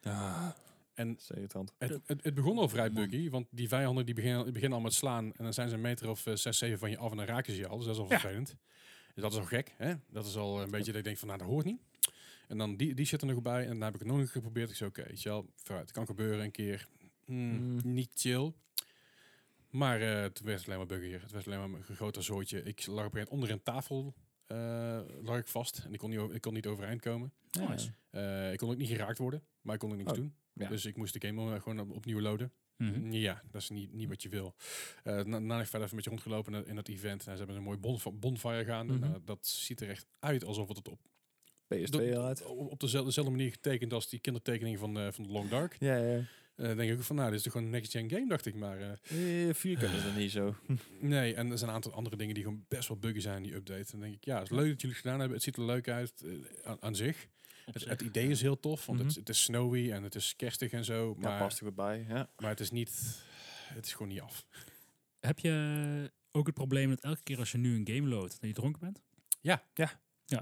Ah,
En
zeker het hand.
het,
Ja.
het, het begon al vrij
Man.
buggy, want die vijanden die beginnen, die beginnen al met slaan. En dan zijn ze een meter of eh, zes, zeven van je af en dan raken ze je al. Dus dat is al
Ja.
vervelend. Dus dat is al gek. Hè? Dat is al een beetje dat ik denk van, nou dat hoort niet. En dan die, die zit er nog bij. En dan heb ik het nog een keer geprobeerd. Ik zei, oké, weet je wel, vooruit. Kan gebeuren een keer. Hmm,
Mm.
Niet chill. Maar eh, het werd alleen maar buggier. Het werd alleen maar een groter zoortje. Ik lag op een gegeven moment onder een tafel eh, lag ik vast. En ik kon niet, o- ik kon niet overeind komen.
Nice.
Eh, ik kon ook niet geraakt worden, maar ik kon ook niks
Oh,
doen.
ja.
Dus ik moest de game eh, gewoon op- opnieuw loaden.
Mhm.
Ja, dat is niet, niet wat je wil. Eh na, daarna heb ik verder even een beetje rondgelopen in, dat- in dat event. Nou, ze hebben een mooi bonf- bonfire gaan.
Mhm.
Nou, dat ziet er echt uit alsof het op,
PS2 al uit.
op, op dezelfde, dezelfde manier getekend als die kindertekening van, eh, van The Long Dark.
Ja, ja.
Eh, dan denk ik ook van, nou, dit is toch gewoon een next-gen game, dacht ik. Maar eh,
Eh, Vier kan het dan niet zo.
nee, en er zijn een aantal andere dingen die gewoon best wel buggy zijn in die update. En dan denk ik, ja, het is leuk dat jullie het gedaan hebben. Het ziet er leuk uit eh, aan, aan zich.
Op
Het,
zich.
het idee is heel tof, want het-
Mhm.
het, is snowy en het is kerstig en zo.
Maar
Maar,
past er goed bij. Ja.
maar het is niet... Het is gewoon niet af.
Heb je ook het probleem dat elke keer als je nu een game loodt, dat je dronken bent? Ja.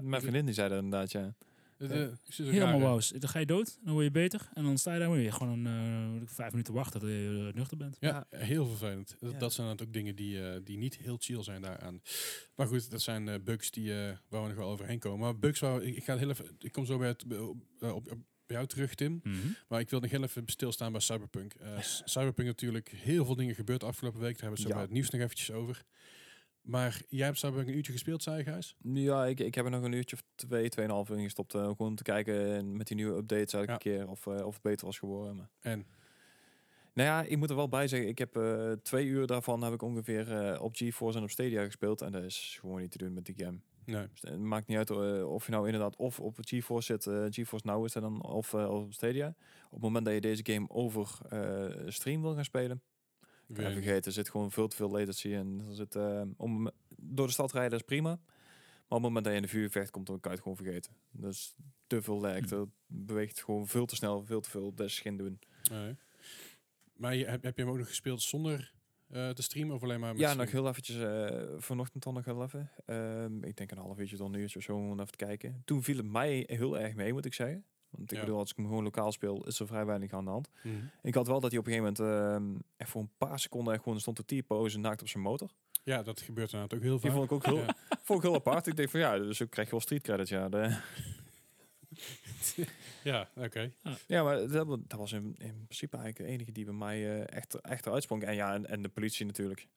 Mijn vriendin die zei dat inderdaad, ja.
Het,
Ja.
eh, ik zit er
Helemaal
raar in.
wauw. Dan ga je dood, dan word je beter. En dan sta je daar moet je gewoon een, eh, vijf minuten wachten tot je eh, nuchter bent.
Ja, heel vervelend. Dat,
Ja.
dat zijn natuurlijk ook dingen die, eh, die niet heel chill zijn daaraan. Maar goed, dat zijn eh, bugs die, eh, waar we nog wel overheen komen. Maar bugs waar we- ik, ik ga heel even, ik kom zo bij, het, eh, op, op- op jou terug, Tim.
Mhm.
Maar ik wil nog heel even stilstaan bij Cyberpunk. Eh, s- Cyberpunk natuurlijk, heel veel dingen gebeurd de afgelopen week. Daar hebben we het zo
Ja.
bij het nieuws nog eventjes over. Maar jij hebt Cyberpunk een uurtje gespeeld, zei je, Gijs?
Ja, ik, ik heb er nog een uurtje of twee, tweeënhalf uur in gestopt. eh, ook om te kijken en met die nieuwe updates elke
Ja.
keer of, eh, of het beter was geworden. Maar.
En
Nou ja, ik moet er wel bij zeggen, ik heb eh, twee uur daarvan heb ik ongeveer eh, op GeForce en op Stadia gespeeld. En dat is gewoon niet te doen met die game.
nee.
Dus Het maakt niet uit eh, of je nou inderdaad of op GeForce zit, eh, GeForce Now is er dan, of, eh, of op Stadia. Op het moment dat je deze game over eh, stream wil gaan spelen,
Weer
ja,
niet.
vergeten, er zit gewoon veel te veel latency en er zit, eh, om, door de stad rijden is prima. Maar op het moment dat je in de vuurvecht komt, dan kan je het gewoon vergeten. Dus te veel lag,
Hm.
dat beweegt gewoon veel te snel, veel te veel, dat is geen doen.
Nee. Maar je, heb, heb je hem ook nog gespeeld zonder eh, te streamen of alleen maar met
Ja,
streamen?
nog heel eventjes, eh, vanochtend dan nog heel even. Ehm, ik denk een half uurtje tot een uurtje of zo, om even te kijken. Toen viel het mij heel erg mee, moet ik zeggen. Want ik
Ja.
bedoel, als ik hem gewoon lokaal speel, is er vrij weinig aan de hand.
Mhm.
Ik had wel dat hij op een gegeven moment ehm, echt voor een paar seconden echt gewoon stond te T-pose naakt op zijn motor.
Ja, dat gebeurt inderdaad ook heel
Die
vaak.
vond ik ook heel,
Ja.
vond ik heel apart. Ik denk van ja, dus ook krijg je wel street credit. Ja, De-
ja, oké.
Ja, maar dat, wa- dat was in, in principe eigenlijk de enige die bij mij eh, echt, echt eruit sprong. En ja, en, en de politie natuurlijk.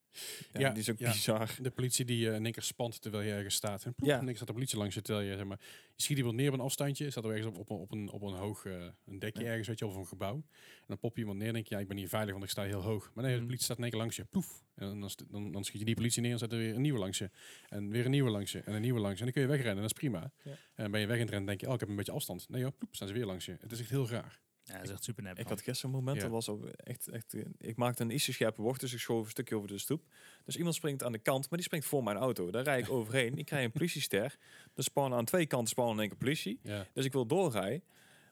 Ja,
Ja,
die is ook
ja.
bizar.
De politie die eh, in één keer spant terwijl je ergens staat. En ploep,
Ja.
in één keer staat de politie langs je terwijl je, zeg maar, je schiet iemand neer op een afstandje. Staat er ergens op, op, een, op, een, op een hoog eh, een dekje
Ja.
ergens, weet je, of een gebouw. En dan pop je iemand neer en denk je, ja, ik ben hier veilig, want ik sta heel hoog. Maar nee, de
Mhm.
politie staat in één keer langs je. Ploef. En dan, st- dan, dan schiet je die politie neer en staat er weer een nieuwe langs je. En weer een nieuwe langs je. En een nieuwe langs je. En dan kun je wegrennen, dat is prima.
Ja.
En ben je weg in het rennen, denk je, oh, ik heb een beetje afstand. Nee joh, ploep, staan ze weer langs je. Het is echt heel raar.
Ja, dat is echt super nep.
Ik had gisteren een moment,
Ja.
dat was op echt, echt... eh, Ik maakte een ietsje scherpe bocht, dus ik schoof een stukje over de stoep. Dus iemand springt aan de kant, maar die springt voor mijn auto. Daar rijd ik overheen, ik krijg een politiester. Er spawnen aan twee kanten spawnen in één keer politie.
Ja.
Dus ik wil doorrijden.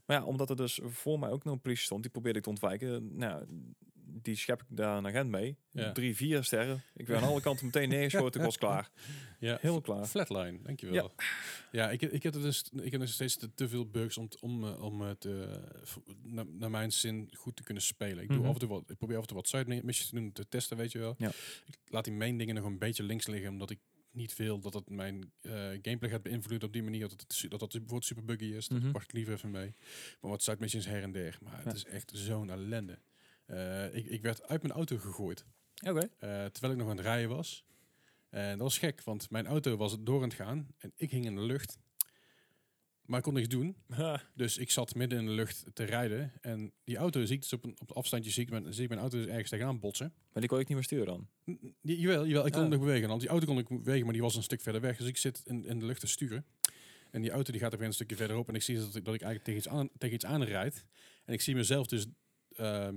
Maar ja, omdat er dus voor mij ook nog een politie stond, die probeerde ik te ontwijken. Nou, die schep ik daar een agent mee.
Ja.
Drie, vier sterren. Ik werd aan alle kanten meteen neergeschoten, ik was klaar.
ja.
Heel klaar.
Flatline, dankjewel. Ja, ja ik, ik, heb er dus, ik heb nog steeds te, te veel bugs om, t- om, eh, om het naar, naar mijn zin goed te kunnen spelen. Ik, doe
Mhm.
af en toe wat, ik probeer af en toe wat side missions te doen, te testen, weet je wel.
Ja.
Ik laat die main dingen nog een beetje links liggen, omdat ik niet wil dat het mijn eh, gameplay gaat beïnvloeden op die manier. Dat het, su- dat, dat bijvoorbeeld super buggy is, dat
Mhm.
wacht ik liever even mee. Maar wat side missions her en der. Maar het
Ja.
is echt zo'n ellende. Eh, ik, ik werd uit mijn auto gegooid.
Oké.
Eh, terwijl ik nog aan het rijden was. En dat was gek, want mijn auto was door aan het gaan en ik hing in de lucht. Maar ik kon niks doen, dus ik zat midden in de lucht te rijden. En die auto zie ik dus op een op een afstandje, zie ik mijn, zie ik mijn auto dus ergens tegenaan botsen.
Maar die kon ik niet meer sturen dan.
N- n- Jawel, jawel, ik kon
Ah.
nog bewegen. Want die auto kon ik bewegen, maar die was een stuk verder weg. Dus ik zit in, in de lucht te sturen. En die auto die gaat er weer een stukje verderop. En ik zie dat ik, dat ik eigenlijk tegen iets, aan, tegen iets aanrijd. En ik zie mezelf dus ehm,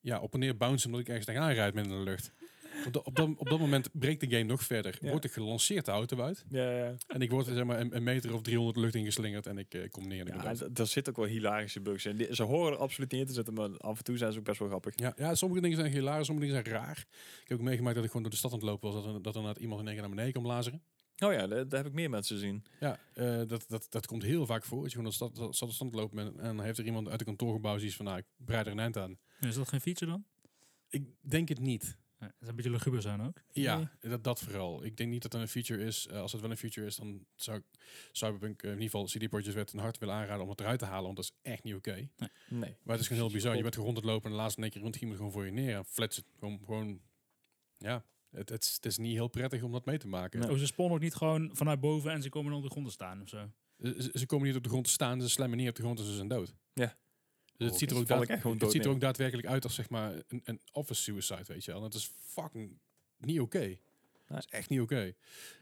ja, op en neer bouncen omdat ik ergens tegenaan rijd midden in de lucht. Op, da- op, dat, op dat moment breekt de game nog verder.
Ja.
Wordt ik gelanceerd de auto uit.
Ja, ja.
En ik word zeg maar, een, een meter of 300 lucht ingeslingerd. En ik eh, kom neer en ik ben
ja
dood.
d- daar zit ook wel hilarische bugs in. Die- ze horen er absoluut niet in te zitten, maar af en toe zijn ze ook best wel grappig.
Ja, ja, sommige dingen zijn hilarisch, sommige dingen zijn raar. Ik heb ook meegemaakt dat ik gewoon door de stad aan het lopen was. Dat er, dat er inderdaad iemand in één keer naar beneden kwam lazeren.
Oh ja, daar, daar heb ik meer mensen zien.
Ja, eh, dat, dat, dat komt heel vaak voor. Dat je gewoon de stad, dat- stad de stand loopt en, en dan heeft er iemand uit een kantoorgebouw die is van, nou, ik breid er een eind aan.
Is dat geen feature dan?
Ik denk het niet.
Ja, dat is een beetje luguber zijn ook.
Ja,
Nee.
dat, dat vooral. Ik denk niet dat het een feature is. Eh, als het wel een feature is, dan zou ik Cyberpunk, eh, in ieder geval CD Projekt Red, een hart willen aanraden om het eruit te halen, want dat is echt niet oké.
Nee.
Maar het is gewoon heel bizar. Je bent gewoon rond het lopen en de laatste keer iemand iemand gewoon voor je neer en flatsen. Gewoon, gewoon ja, het, het, is, het is niet heel prettig om dat mee te maken.
Nee.
Oh, ze spawnen ook niet gewoon vanuit boven en ze komen dan op de grond te staan of zo.
Ze, ze- ze komen niet op de grond te staan, ze slammen niet op de grond en ze zijn dood.
Ja.
Dus het ziet er ook
val
daad,
ik echt gewoon
Het
dood
ziet er
neer.
ook daadwerkelijk uit als zeg maar een, een office suicide, weet je wel. En dat is fucking niet oké. Dat is echt niet oké.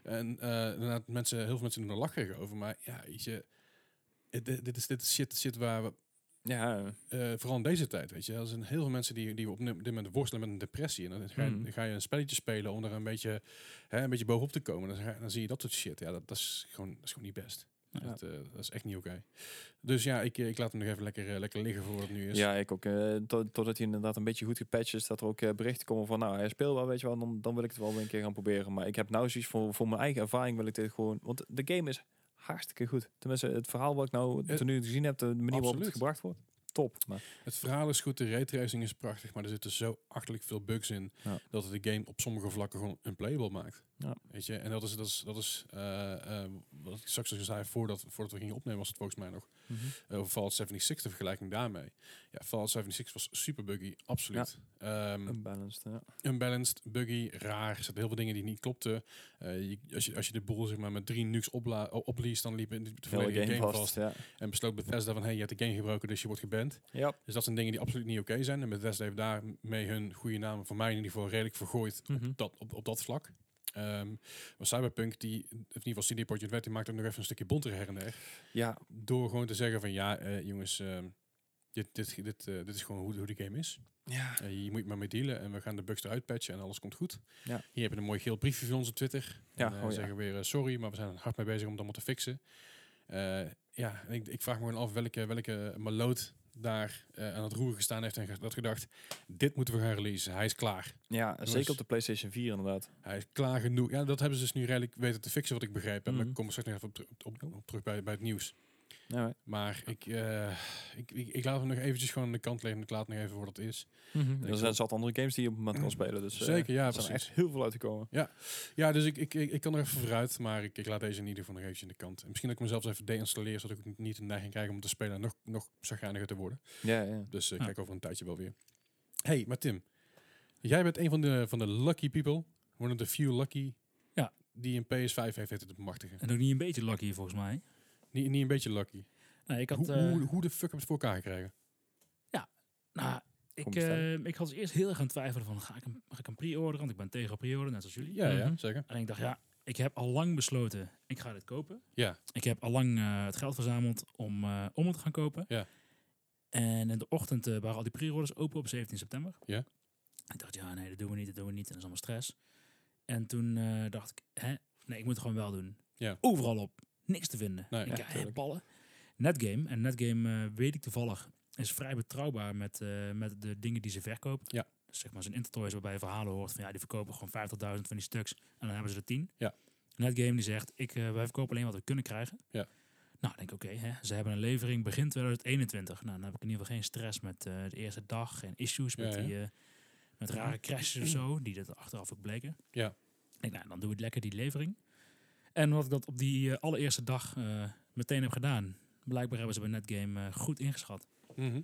En eh, inderdaad, mensen, heel veel mensen doen er lacherig over, maar ja, weet je, het- dit, dit is dit is shit, shit waar we,
Ja,
eh, vooral in deze tijd, weet je, wel. er zijn heel veel mensen die, die op dit moment worstelen met een depressie. En dan ga je,
Mhm.
ga je een spelletje spelen om er een beetje, hè, een beetje bovenop te komen. Dan, ga- dan zie je dat soort shit. Ja, dat, dat, is, gewoon, dat is gewoon niet best.
Ja.
Dat, eh, dat is echt niet oké. Dus ja, ik, eh, ik laat hem nog even lekker, eh, lekker liggen voor wat het nu is.
ja ik ook. eh, tot, totdat hij inderdaad een beetje goed gepatcht is, dat er ook eh, berichten komen van, nou, hij is speelbaar, weet je wel, dan, dan wil ik het wel weer een keer gaan proberen. Maar ik heb nou zoiets voor, voor mijn eigen ervaring, wil ik dit gewoon... Want de game is hartstikke goed. Tenminste, het verhaal wat ik nou
Eh,
tot nu toe gezien heb, de manier waarop
absoluut.
het gebracht wordt, top. Maar,
Het verhaal is goed, de raytracing is prachtig, maar er zitten zo achterlijk veel bugs in
Ja.
dat het de game op sommige vlakken gewoon unplayable maakt.
Ja.
Weet je, en dat is, dat is, dat is eh, eh, wat ik straks al zei voordat, voordat we gingen opnemen, was het volgens mij nog
Mhm.
eh, over Fallout 76 de vergelijking daarmee. Ja, Fallout 76 was super buggy, absoluut. Ehm,
Unbalanced, ja.
unbalanced, buggy, raar. Er zaten heel veel dingen die niet klopten. Eh, je- als, je, als je de boel zeg maar, met drie nukes opla- o- opliest, dan liep de
Hele
volledige game, vast.
Ja.
En besloot Bethesda van, hey, je hebt de game gebroken, dus je wordt geband.
Ja.
Dus dat zijn dingen die absoluut niet oké zijn. En Bethesda heeft daarmee hun goede naam, voor mij in ieder geval, redelijk vergooid
Mhm.
dat, op, op dat vlak. Ehm, maar Cyberpunk, die, of in ieder geval CD Projekt Red, die maakt ook nog even een stukje bonter her en der.
ja,
Door gewoon te zeggen van, ja eh, jongens, ehm, dit, dit, dit, eh, dit is gewoon hoe, de- hoe de game is.
ja.
Eh, hier moet je maar mee dealen en we gaan de bugs eruit patchen en alles komt goed.
Ja.
Hier heb je een mooi geel briefje van ons op Twitter.
Ja,
en, eh,
oh
we
ja.
zeggen weer eh, sorry, maar we zijn er hard mee bezig om dat allemaal te fixen. Eh, ja, en ik, ik vraag me gewoon af welke, welke maloot daar eh, aan het roer gestaan heeft en ge- dat gedacht, dit moeten we gaan releasen. Hij is klaar.
Ja,
Jongens.
zeker op de PlayStation 4 inderdaad.
Hij is klaar genoeg. Ja, dat hebben ze dus nu redelijk weten te fixen, wat ik begrijp. En we
Mhm.
komen straks nog even op, ter- op, op, op terug bij, bij het nieuws.
Alright.
Maar ik, eh, ik, ik, ik laat hem nog eventjes gewoon aan de kant liggen. Ik laat het nog even voor wat het is.
Er zijn zat andere games die je op het moment kan spelen. Dus, eh,
Mhm. Zeker, ja,
Er zijn
precies.
echt heel veel uitgekomen.
Ja, dus ik, ik, ik, ik kan er even vooruit, maar ik, ik laat deze in ieder geval nog even in de kant. En misschien dat ik mezelf even deinstalleer, zodat ik niet de neiging krijg om te spelen en nog, nog zagrijniger te worden.
Ja, ja.
Dus eh, ik
Ja.
kijk over een tijdje wel weer. Hey, maar Tim, jij bent een van de, van de lucky people, one of the few lucky,
Ja.
die een PS5 heeft weten te bemachtigen.
En ook niet een beetje lucky volgens mij.
Niet, niet een beetje lucky.
Nee, ik had,
hoe,
eh,
hoe, hoe de fuck heb je het voor elkaar gekregen?
nou,
Kom
ik,
bestellen.
eh, ik had dus eerst heel erg aan het twijfelen van ga ik hem, ga ik hem pre-orderen? Want ik ben tegen pre-orderen, net als jullie.
Ja, ja,
Mhm.
zeker.
En ik dacht, ja, ik heb al lang besloten, ik ga dit kopen.
Ja.
Ik heb al lang eh, het geld verzameld om, eh, om het te gaan kopen.
Ja.
En in de ochtend eh, waren al die pre-orders open op 17 september.
Ja.
Ik dacht, ja, nee, dat doen we niet, dat doen we niet. En dat is allemaal stress. En toen eh, dacht ik, hè, nee, ik moet het gewoon wel doen.
Ja.
Overal op. Niks te vinden.
Nee,
ik
ja,
dacht, hè,
tuurlijk.
ballen. Netgame, en Netgame eh, weet ik toevallig, is vrij betrouwbaar met, eh, met de dingen die ze verkoopt.
Ja.
Dus zeg maar zijn intertoys waarbij je verhalen hoort van ja, die verkopen gewoon 50.000 van die stuks en dan hebben ze er 10.
Ja.
Netgame die zegt, ik, eh, wij verkopen alleen wat we kunnen krijgen.
Ja.
Nou, ik denk oké, hè, ze hebben een levering begin 2021. Nou, dan heb ik in ieder geval geen stress met eh, de eerste dag en issues met,
Ja, ja.
Die, eh, met rare crashes of zo, die dat achteraf ook bleken.
Ja.
Ik denk, nou, dan doe ik lekker die levering. En wat ik dat op die eh, allereerste dag eh, meteen heb gedaan, blijkbaar hebben ze bij Netgame eh, goed ingeschat.
Mhm.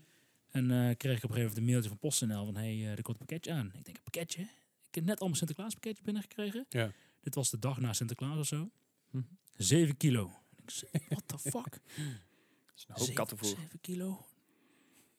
En eh, kreeg ik op een gegeven moment een mailtje van PostNL van... hey, eh, er komt een pakketje aan. Ik denk, een pakketje? Ik heb net al mijn Sinterklaas pakketje binnengekregen.
Ja.
Dit was de dag na Sinterklaas of zo.
Mhm.
Zeven kilo. Ik zeg, What the fuck?
Dat is een hoop kattenvoer.
Zeven kilo?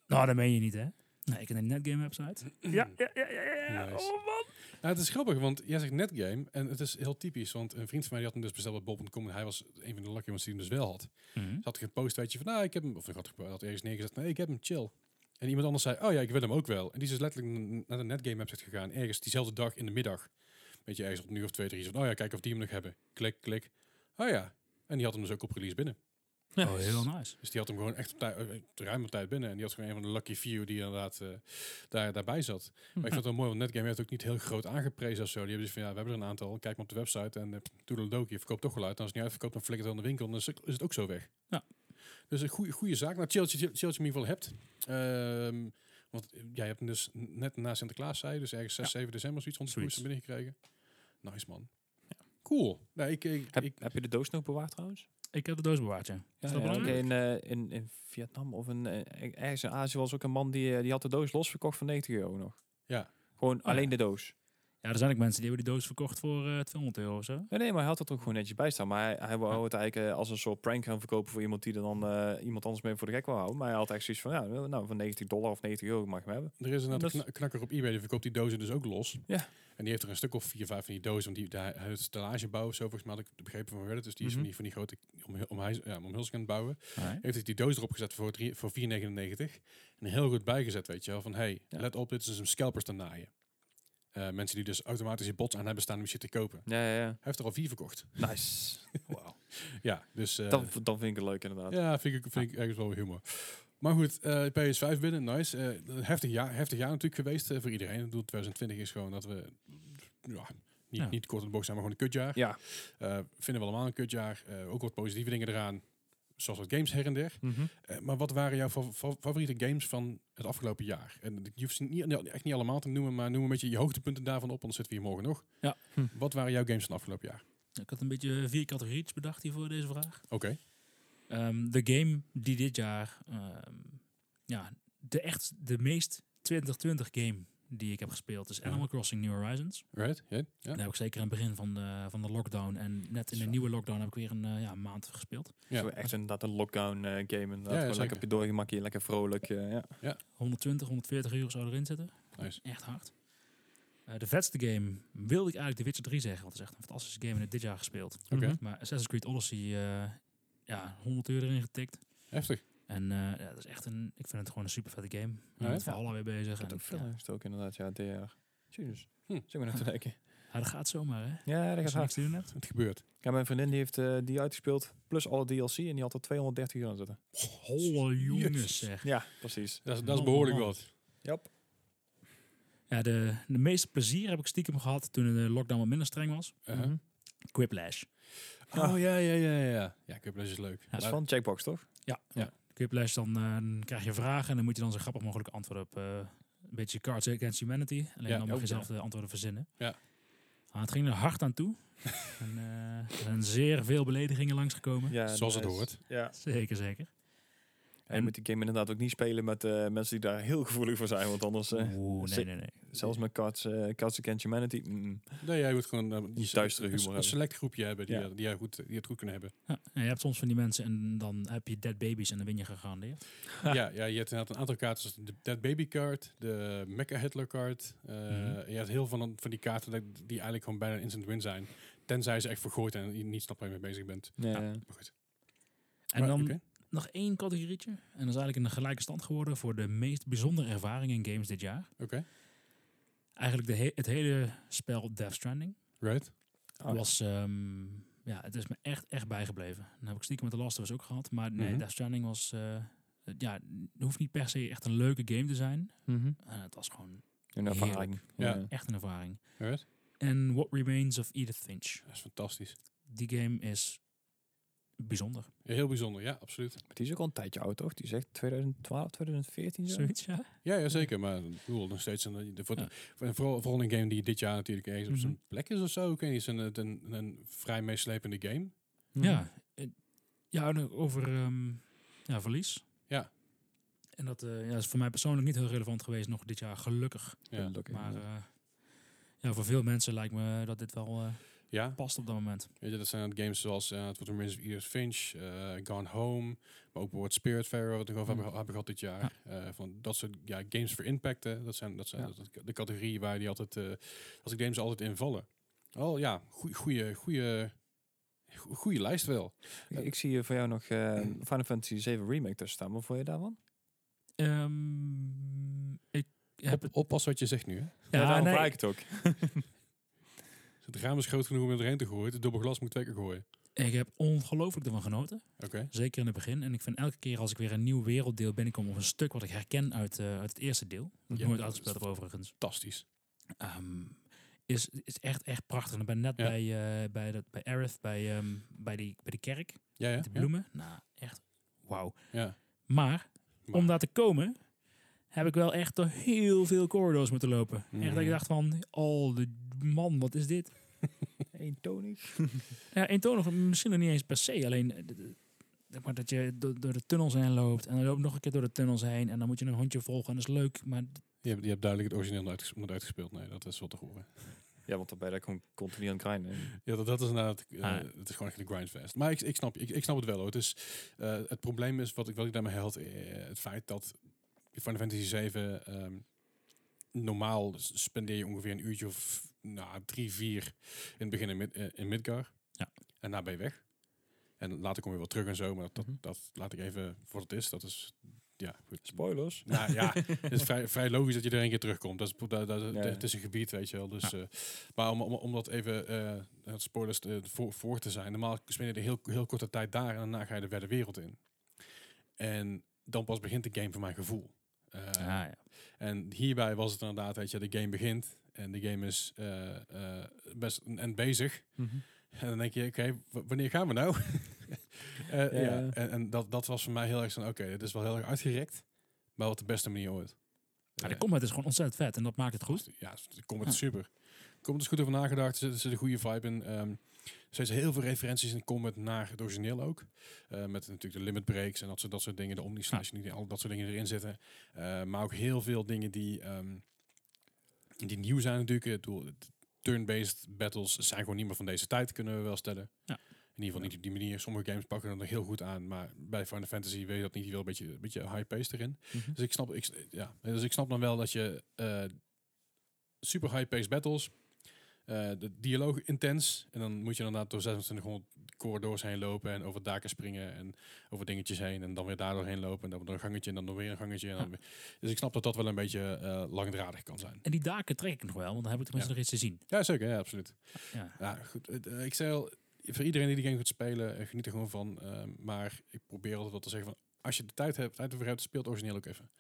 Nou, dat meen je niet, hè? Nee, ik heb een Netgame website. Ja, ja, ja, ja, ja.
Nice.
Oh, man.
Nou, het is grappig, want jij zegt netgame. En het is heel typisch, want een vriend van mij die had hem dus besteld bij bol.com. En hij was een van de lucky ones die hem dus wel had.
Mhm.
Dus had ik gepost, weet je, van nou, ik heb hem, of ik had, ik had ergens neergezet, nee, ik heb hem, chill. En iemand anders zei, oh ja, ik wil hem ook wel. En die is dus letterlijk n- naar de netgame website gegaan, ergens diezelfde dag in de middag. Weet je, ergens op een uur of twee, drie, zo van, oh ja, kijk of die hem nog hebben. Klik, klik. Oh ja. En die had hem dus ook op release binnen.
Oh, heel nice.
Dus die had hem gewoon echt op, tij- eh, eh, ruim op tijd binnen. En die had gewoon een van de lucky few die inderdaad eh, daar, daarbij zat. Maar ik vond het wel mooi, want Netgame heeft ook niet heel groot aangeprezen of zo. Die hebben dus van, ja, we hebben er een aantal. Kijk maar op de website en uh, toedeledokie. Je verkoopt toch wel uit. En als het niet uitverkoopt, dan flikkert het aan de winkel. En dan is het, is het ook zo weg.
Ja.
Dus een goede, goede zaak. Nou, chill dat je chill dat je hem in ieder geval hebt. Ehm, want eh, jij hebt hem dus net na Sinterklaas, zei je, Dus ergens 6, 7 december zoiets rond de koers
Zoiets.
binnengekregen. Nice, man. Cool. Nee, ik, ik,
Heb,
ik-
heb je de doos nog bewaard trouwens?
Ik heb de doos bewaard, ja.
Ja,
Is dat
ja,
belangrijk?
in, eh, in, in Vietnam of in, eh, ergens in Azië was ook een man die, eh, die had de doos losverkocht voor 90 euro nog.
Ja.
Gewoon alleen
ja.
de doos.
Ja, er zijn ook mensen die hebben die doos verkocht voor eh 200 euro of zo.
Nee, nee, maar hij had het er ook gewoon netjes bij staan. Maar hij, hij wou het eigenlijk eh, als een soort prank gaan verkopen voor iemand die er dan eh, iemand anders mee voor de gek wil houden. Maar hij had echt zoiets van, ja, nou, van 90 dollar of 90 euro mag je hem hebben.
Er is inderdaad een
Dat-
kna- knakker op eBay, die verkoopt die dozen dus ook los.
Ja.
En die heeft er een stuk of vier, vijf van die dozen. Want die, daar, het stellagebouw of zo, volgens mij had ik begrepen van Reddit. Dus die is van
Mhm.
die, van die grote omhe- omhuis- ja, omhulsing aan het bouwen. Heeft hij die doos erop gezet voor, drie- voor 4,99. En er heel goed bijgezet, weet je wel. Van, hey,
Ja.
let op, dit is een scalpers te naaien. Eh, mensen die dus automatisch je bots aan hebben staan om shit te kopen.
Ja, ja, ja.
Hij heeft er al vier verkocht.
Nice.
Wauw. ja, dus... eh,
Dan, dan vind ik het leuk inderdaad.
ja, vind ik, vind ik ergens wel weer humor. Maar goed, eh, PS5 binnen, nice. Eh, een heftig, jaar, heftig jaar natuurlijk geweest eh, voor iedereen. Ik bedoel, 2020 is gewoon dat we... Ja, niet,
Ja.
niet kort in de bocht zijn, maar gewoon een kutjaar.
Ja.
Eh, vinden we allemaal een kutjaar. Eh, ook wat positieve dingen eraan. Zoals wat games her en der.
Mhm.
Eh, maar wat waren jouw fa- fa- favoriete games van het afgelopen jaar? En je hoeft ze niet, niet- echt niet allemaal te noemen, maar noem een beetje je hoogtepunten daarvan op, anders zitten we hier morgen nog.
Ja.
Hm.
Wat waren jouw games van het afgelopen jaar?
Ik had een beetje eh, vier categorieën bedacht hier voor deze vraag.
Oké.
Ehm, de game die dit jaar, ehm, ja, de echt de meest 2020 game die ik heb gespeeld is
Ja.
Animal Crossing New Horizons.
Right? Ja. Ja.
Daar heb ik zeker aan het begin van de, van de lockdown en net in de
Zo.
nieuwe lockdown heb ik weer een eh, ja, maand gespeeld.
Ja.
Zo Dus echt inderdaad een lockdown eh, game. Inderdaad.
Ja,
Gewoon
zeker.
lekker op je doorgemakje, lekker vrolijk. eh, ja.
120, 140 uur zou erin zitten.
Nice.
Echt hard. Eh, de vetste game wilde ik eigenlijk The Witcher 3 zeggen, want het is echt een fantastische game en het dit jaar gespeeld.
Oké.
Mhm.
Maar Assassin's Creed Odyssey, eh, ja, 100 uur erin getikt.
Heftig.
En eh, ja, dat is echt een, ik vind het gewoon een super vette game.
Ja,
Ja,
hè?
het verhaal alweer bezig.
Ik heb
en,
ook veel
ja.
eh, ook inderdaad, ja, eh, DR. Jezus.
Hm.
Zullen we nog te denken?
Ja, dat gaat zomaar, hè?
Ja, dat
Als
gaat
je niks
hard.
te doen hebt.
Het gebeurt.
Ja, mijn vriendin die heeft eh, die uitgespeeld, plus alle DLC, en die had er 230 uur aan zitten.
Holle
Jezus.
jongens, zeg.
Ja, precies.
Dat is, dat is
Man,
behoorlijk
man, man.
wat.
Yep.
Ja, de, de meeste plezier heb ik stiekem gehad toen de lockdown wat minder streng was.
Uh-huh.
Quiplash.
Ja.
Oh ja, ja, ja, ja. Ja, Quiplash is leuk.
Dat is
Maar-
van Checkbox, toch?
Ja,
Ja.
ja. Quiplash, dan eh, krijg je vragen en dan moet je dan zo grappig mogelijk antwoorden op eh, een beetje Cards Against Humanity. Alleen
Ja,
dan mag
ook,
je zelf
ja.
de antwoorden verzinnen.
Ja.
Ah, het ging er hard aan toe. en, eh, er zijn zeer veel beledigingen langsgekomen.
Ja,
Zoals het
nice.
hoort.
Ja.
Zeker, zeker.
En je moet die game inderdaad ook niet spelen met eh, mensen die daar heel gevoelig voor zijn. Want anders, eh,
Oeh,
ze-
nee, nee, nee.
zelfs met Cards, eh, Cards Against Humanity... mm.
Nee, jij moet gewoon eh,
Die
se-
duistere
een-
humor
Een
hebben.
select groepje hebben die,
Ja.
eh, die, jij goed, die het goed kunnen hebben.
Ja, en je hebt soms van die mensen en dan heb je dead babies en dan win je gegarandeerd.
ja, ja, je hebt inderdaad een aantal kaarten, zoals de Dead Baby kaart, de Mecha Hitler kaart. eh,
Mhm.
Je hebt heel veel van, van die kaarten dat- die eigenlijk gewoon bijna instant win zijn. Tenzij ze echt vergooid en je niet snapt waar je mee bezig bent.
Ja.
Maar goed.
En
Maar,
dan
oké.
nog één categorietje. En dat is eigenlijk een gelijke stand geworden voor de meest bijzondere ervaring in games dit jaar.
Oké.
Eigenlijk de he- het hele spel Death Stranding.
Right? Oh,
Ah.
was, ehm, ja, het is me echt, echt bijgebleven. Dan heb ik stiekem met de Last of Us ook gehad. Maar nee,
Mhm.
Death Stranding was, eh, het- ja, het hoeft niet per se echt een leuke game te zijn. Eh, het was gewoon
Een Ah. ervaring.
Ja.
echt een ervaring.
Alright.
En What Remains of Edith Finch.
Dat is fantastisch.
Die game is bijzonder.
Ja, heel bijzonder, ja, absoluut.
Maar die is ook al een tijdje oud, toch? Die zegt 2012, 2014. zo?
Zoiets, ja.
Ja, ja zeker. Maar ik bedoel, nog steeds. Een, eh, de- voor de-
Ja.
voor- vooral, vooral een game die dit jaar natuurlijk eens op zijn
Mhm.
plek is of zo. Ik weet niet, is een, een, een vrij meeslepende game.
Mhm.
Ja, eh, ja en over ehm, ja, verlies.
Ja.
En dat eh, ja, is voor mij persoonlijk niet heel relevant geweest nog dit jaar, gelukkig.
Ja.
Gelukkig,
Maar
ja.
eh, ja, voor veel mensen lijkt me dat dit wel eh,
ja,
past op dat moment.
Weet je, dat zijn games zoals eh het wordt Remains of Edith Finch, eh, Gone Home, maar ook bijvoorbeeld Spiritfarer, wat we nog over
Mm.
hebben, hebben gehad dit jaar. Eh, van dat soort ja, games voor impact, hè. dat zijn, dat zijn
Ja.
dat is de categorie waar die altijd, eh als ik games altijd invallen. Oh ja, goeie, goeie, goeie, goe- goeie lijst wel.
Ik, ik zie eh, voor jou nog eh, Final Fantasy 7 Remake tussen staan. Wat vond je daarvan?
Ehm, ik heb het.
Op, oppas wat je zegt nu. Hè.
daarom
nee,
vraag ik het ook.
Het raam is groot genoeg om het erheen te gooien, het dubbel glas moet twee keer gooien.
ik heb ongelooflijk ervan genoten.
Oké,
Zeker in het begin. En ik vind elke keer als ik weer een nieuw werelddeel binnenkom of een stuk wat ik herken uit, eh, uit het eerste deel.
Ja,
nooit
dat
uitgespeeld
is-
heb overigens.
fantastisch.
ehm, is, is echt, echt prachtig. En ik ben net
Ja.
bij, eh, bij, dat, bij Aerith, bij, ehm, bij, die, bij die kerk,
Ja, ja.
de
ja,
bloemen. Nou, echt wauw.
ja.
Maar,
Maar-
om daar te komen, heb ik wel echt door heel veel corridors moeten lopen. Echt dat ik
Mhm.
dacht van, oh de man, wat is dit?
Eentonig.
Ja, eentonig misschien nog niet eens per se. Alleen eh, d- d- zeg maar dat je do- door de tunnels heen loopt. En dan loop je nog een keer door de tunnels heen. En dan moet je een hondje volgen. En dat is leuk. Maar d-
Je, hebt, je hebt duidelijk het origineel nooit, ges- nooit uitgespeeld. Nee, dat is wat te horen.
Ja, want dan ben je gewoon continu aan het grinden.
Ja, dat, dat is inderdaad. eh,
Ah.
Het is gewoon echt een grindfest. Maar ik, ik, snap, ik, ik snap het wel hoor. Het, is, eh, het probleem is, wat ik, wat ik daarmee held, eh, het feit dat Final Fantasy 7 ehm, normaal s- spendeer je ongeveer een uurtje of nou, drie, vier in het begin in, Mid, eh, in Midgar.
Ja.
En daarna ben je weg. En later kom je wel terug en zo, maar dat, dat,
Mhm.
dat laat ik even voor wat het is. Dat is, ja, goed.
Spoilers.
Nou ja, het is vrij, vrij logisch dat je er een keer terugkomt. Dat is, dat, dat,
Ja.
Het is een gebied, weet je wel. Dus, eh, maar om, om, om dat even, eh het spoilers eh, voor, voor te zijn. Normaal speel je de heel, heel korte tijd daar en daarna ga je de verre wereld in. En dan pas begint de game voor mijn gevoel. Eh,
ja.
En hierbij was het inderdaad, weet je, de game begint. En de game is eh, eh, best een, en bezig.
Mhm.
En dan denk je, oké, w- wanneer gaan we nou? Eh,
Ja,
ja,
ja.
En, en dat, dat was voor mij heel erg zo'n, oké, dit is wel heel erg uitgerekt, maar op de beste manier ooit.
Ja, de
Eh,
combat is gewoon ontzettend vet. En dat maakt het goed. Ah.
Ja, de combat is
Ja.
super. De combat is goed over nagedacht, er zit- er zit een goede vibe in. Ehm, er steeds heel veel referenties in de combat naar het origineel ook. Eh, met natuurlijk de limit breaks en dat soort, dat soort dingen, de omnislash en die- al dat soort dingen erin zitten. Eh, maar ook heel veel dingen die, ehm, die nieuw zijn natuurlijk. Ik bedoel, t- Turn-based battles zijn gewoon niet meer van deze tijd, kunnen we wel stellen.
Ja.
In ieder geval niet op die manier. Sommige games pakken dat er heel goed aan, maar bij Final Fantasy weet je dat niet. Je wil een beetje, een beetje high-paced erin.
Mhm.
Mhm.
Dus ik snap, ik, s- ja. dus ik snap dan wel dat je eh, super high-paced battles, eh, de dialoog intens, en dan moet je inderdaad door 2600 corridors heen lopen en over daken springen en over dingetjes heen en dan weer daardoor heen lopen en dan door een gangetje en dan door weer een gangetje. En dan
Ja.
weer- Dus ik snap dat dat wel een beetje eh, langdradig kan zijn.
En die daken trek ik nog wel. Want dan heb ik tenminste nog iets te zien.
Ja, zeker, ja, absoluut.
Ja.
Ja, goed. het, eh, ik zei al, voor iedereen die die game gaat spelen, eh, geniet er gewoon van. eh, maar ik probeer altijd wel te zeggen van, als je de tijd hebt, tijd ervoor hebt, speel het origineel ook even.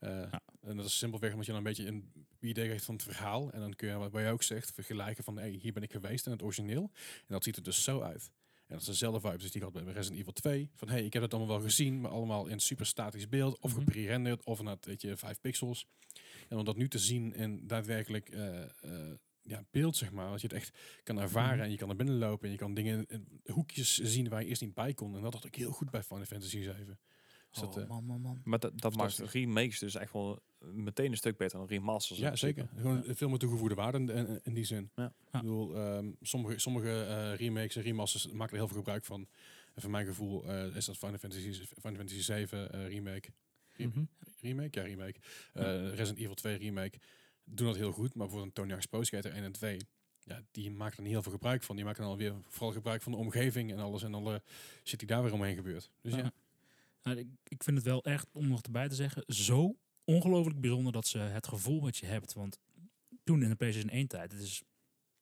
Eh, En dat is simpelweg omdat je dan een beetje een idee krijgt van het verhaal. En dan kun je, wat jij ook zegt, vergelijken van hey, hier ben ik geweest en het origineel. En dat ziet er dus zo uit. En dat is dezelfde vibe dus die ik had bij Resident Evil 2. Van hey, ik heb het allemaal wel gezien, maar allemaal in super statisch beeld. Of
Mhm.
geprerenderd, of inderdaad, weet je, 5 pixels. En om dat nu te zien en daadwerkelijk eh, eh, ja, beeld, zeg maar. Dat je het echt kan ervaren
Mhm.
en je kan naar binnen lopen. En je kan dingen, in hoekjes zien waar je eerst niet bij kon. En dat had ik heel goed bij Final Fantasy 7. Dus dat,
oh,
eh,
man, man, man.
Maar dat, dat maakt
Fantastisch.
remakes dus echt wel meteen een stuk beter dan remasters. in
Ja,
principe.
zeker. Gewoon veel meer toegevoegde waarde in, in- in die zin.
Ja.
Ja.
Ik bedoel, ehm, sommige, sommige eh, remakes en remasters maken er heel veel gebruik van. En van mijn gevoel eh, is dat Final Fantasy, Final Fantasy 7 eh, remake.
Mhm.
Remake? Ja, remake. Eh, Resident Evil 2 remake doen dat heel goed. Maar bijvoorbeeld een Tony Hawk's Pro Skater 1 en 2... Ja, die maken er niet heel veel gebruik van. Die maken dan alweer vooral gebruik van de omgeving en alles. En alle shit die daar weer omheen gebeurt. Dus ja.
Ja. Nou, ik, ik vind het wel echt, om nog erbij te zeggen, zo ongelooflijk bijzonder dat ze het gevoel wat je hebt. Want toen in de PlayStation 1 tijd, het is,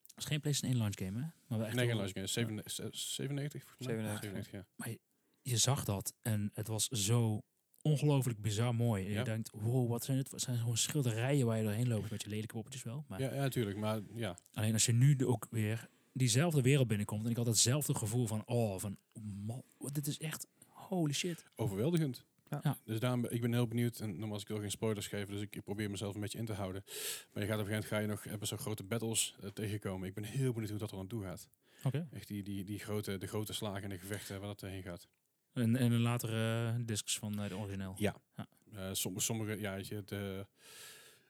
het is geen PlayStation 1 launch game hè? Maar wel echt
Nee, geen
wel-
luisteren. 97? volgens mij.
97,
ja.
je zag dat en het was zo ongelooflijk bizar mooi. En
Ja.
je denkt, wow, wat zijn dit? Wat zijn gewoon schilderijen waar je doorheen loopt met je lelijke poppetjes wel. Maar
Ja, ja, natuurlijk. Maar ja,
alleen als je nu de- ook weer diezelfde wereld binnenkomt en ik had datzelfde gevoel van, oh, van, man, wat, dit is echt, holy shit.
overweldigend.
Ja.
Ja.
Dus daarom, ben- ik ben heel benieuwd. En nogmaals, ik wil geen spoilers geven, dus ik ik probeer mezelf een beetje in te houden. Maar je gaat op een gegeven moment ga je nog hebben zo'n grote battles eh, tegenkomen. Ik ben heel benieuwd hoe dat er aan toe gaat.
Oké.
Echt die, die, die grote, de grote slagen en de gevechten waar dat heen gaat.
En, en de latere discs van eh, de origineel.
Ja. Eh sommige, sommige, ja, weet je, de,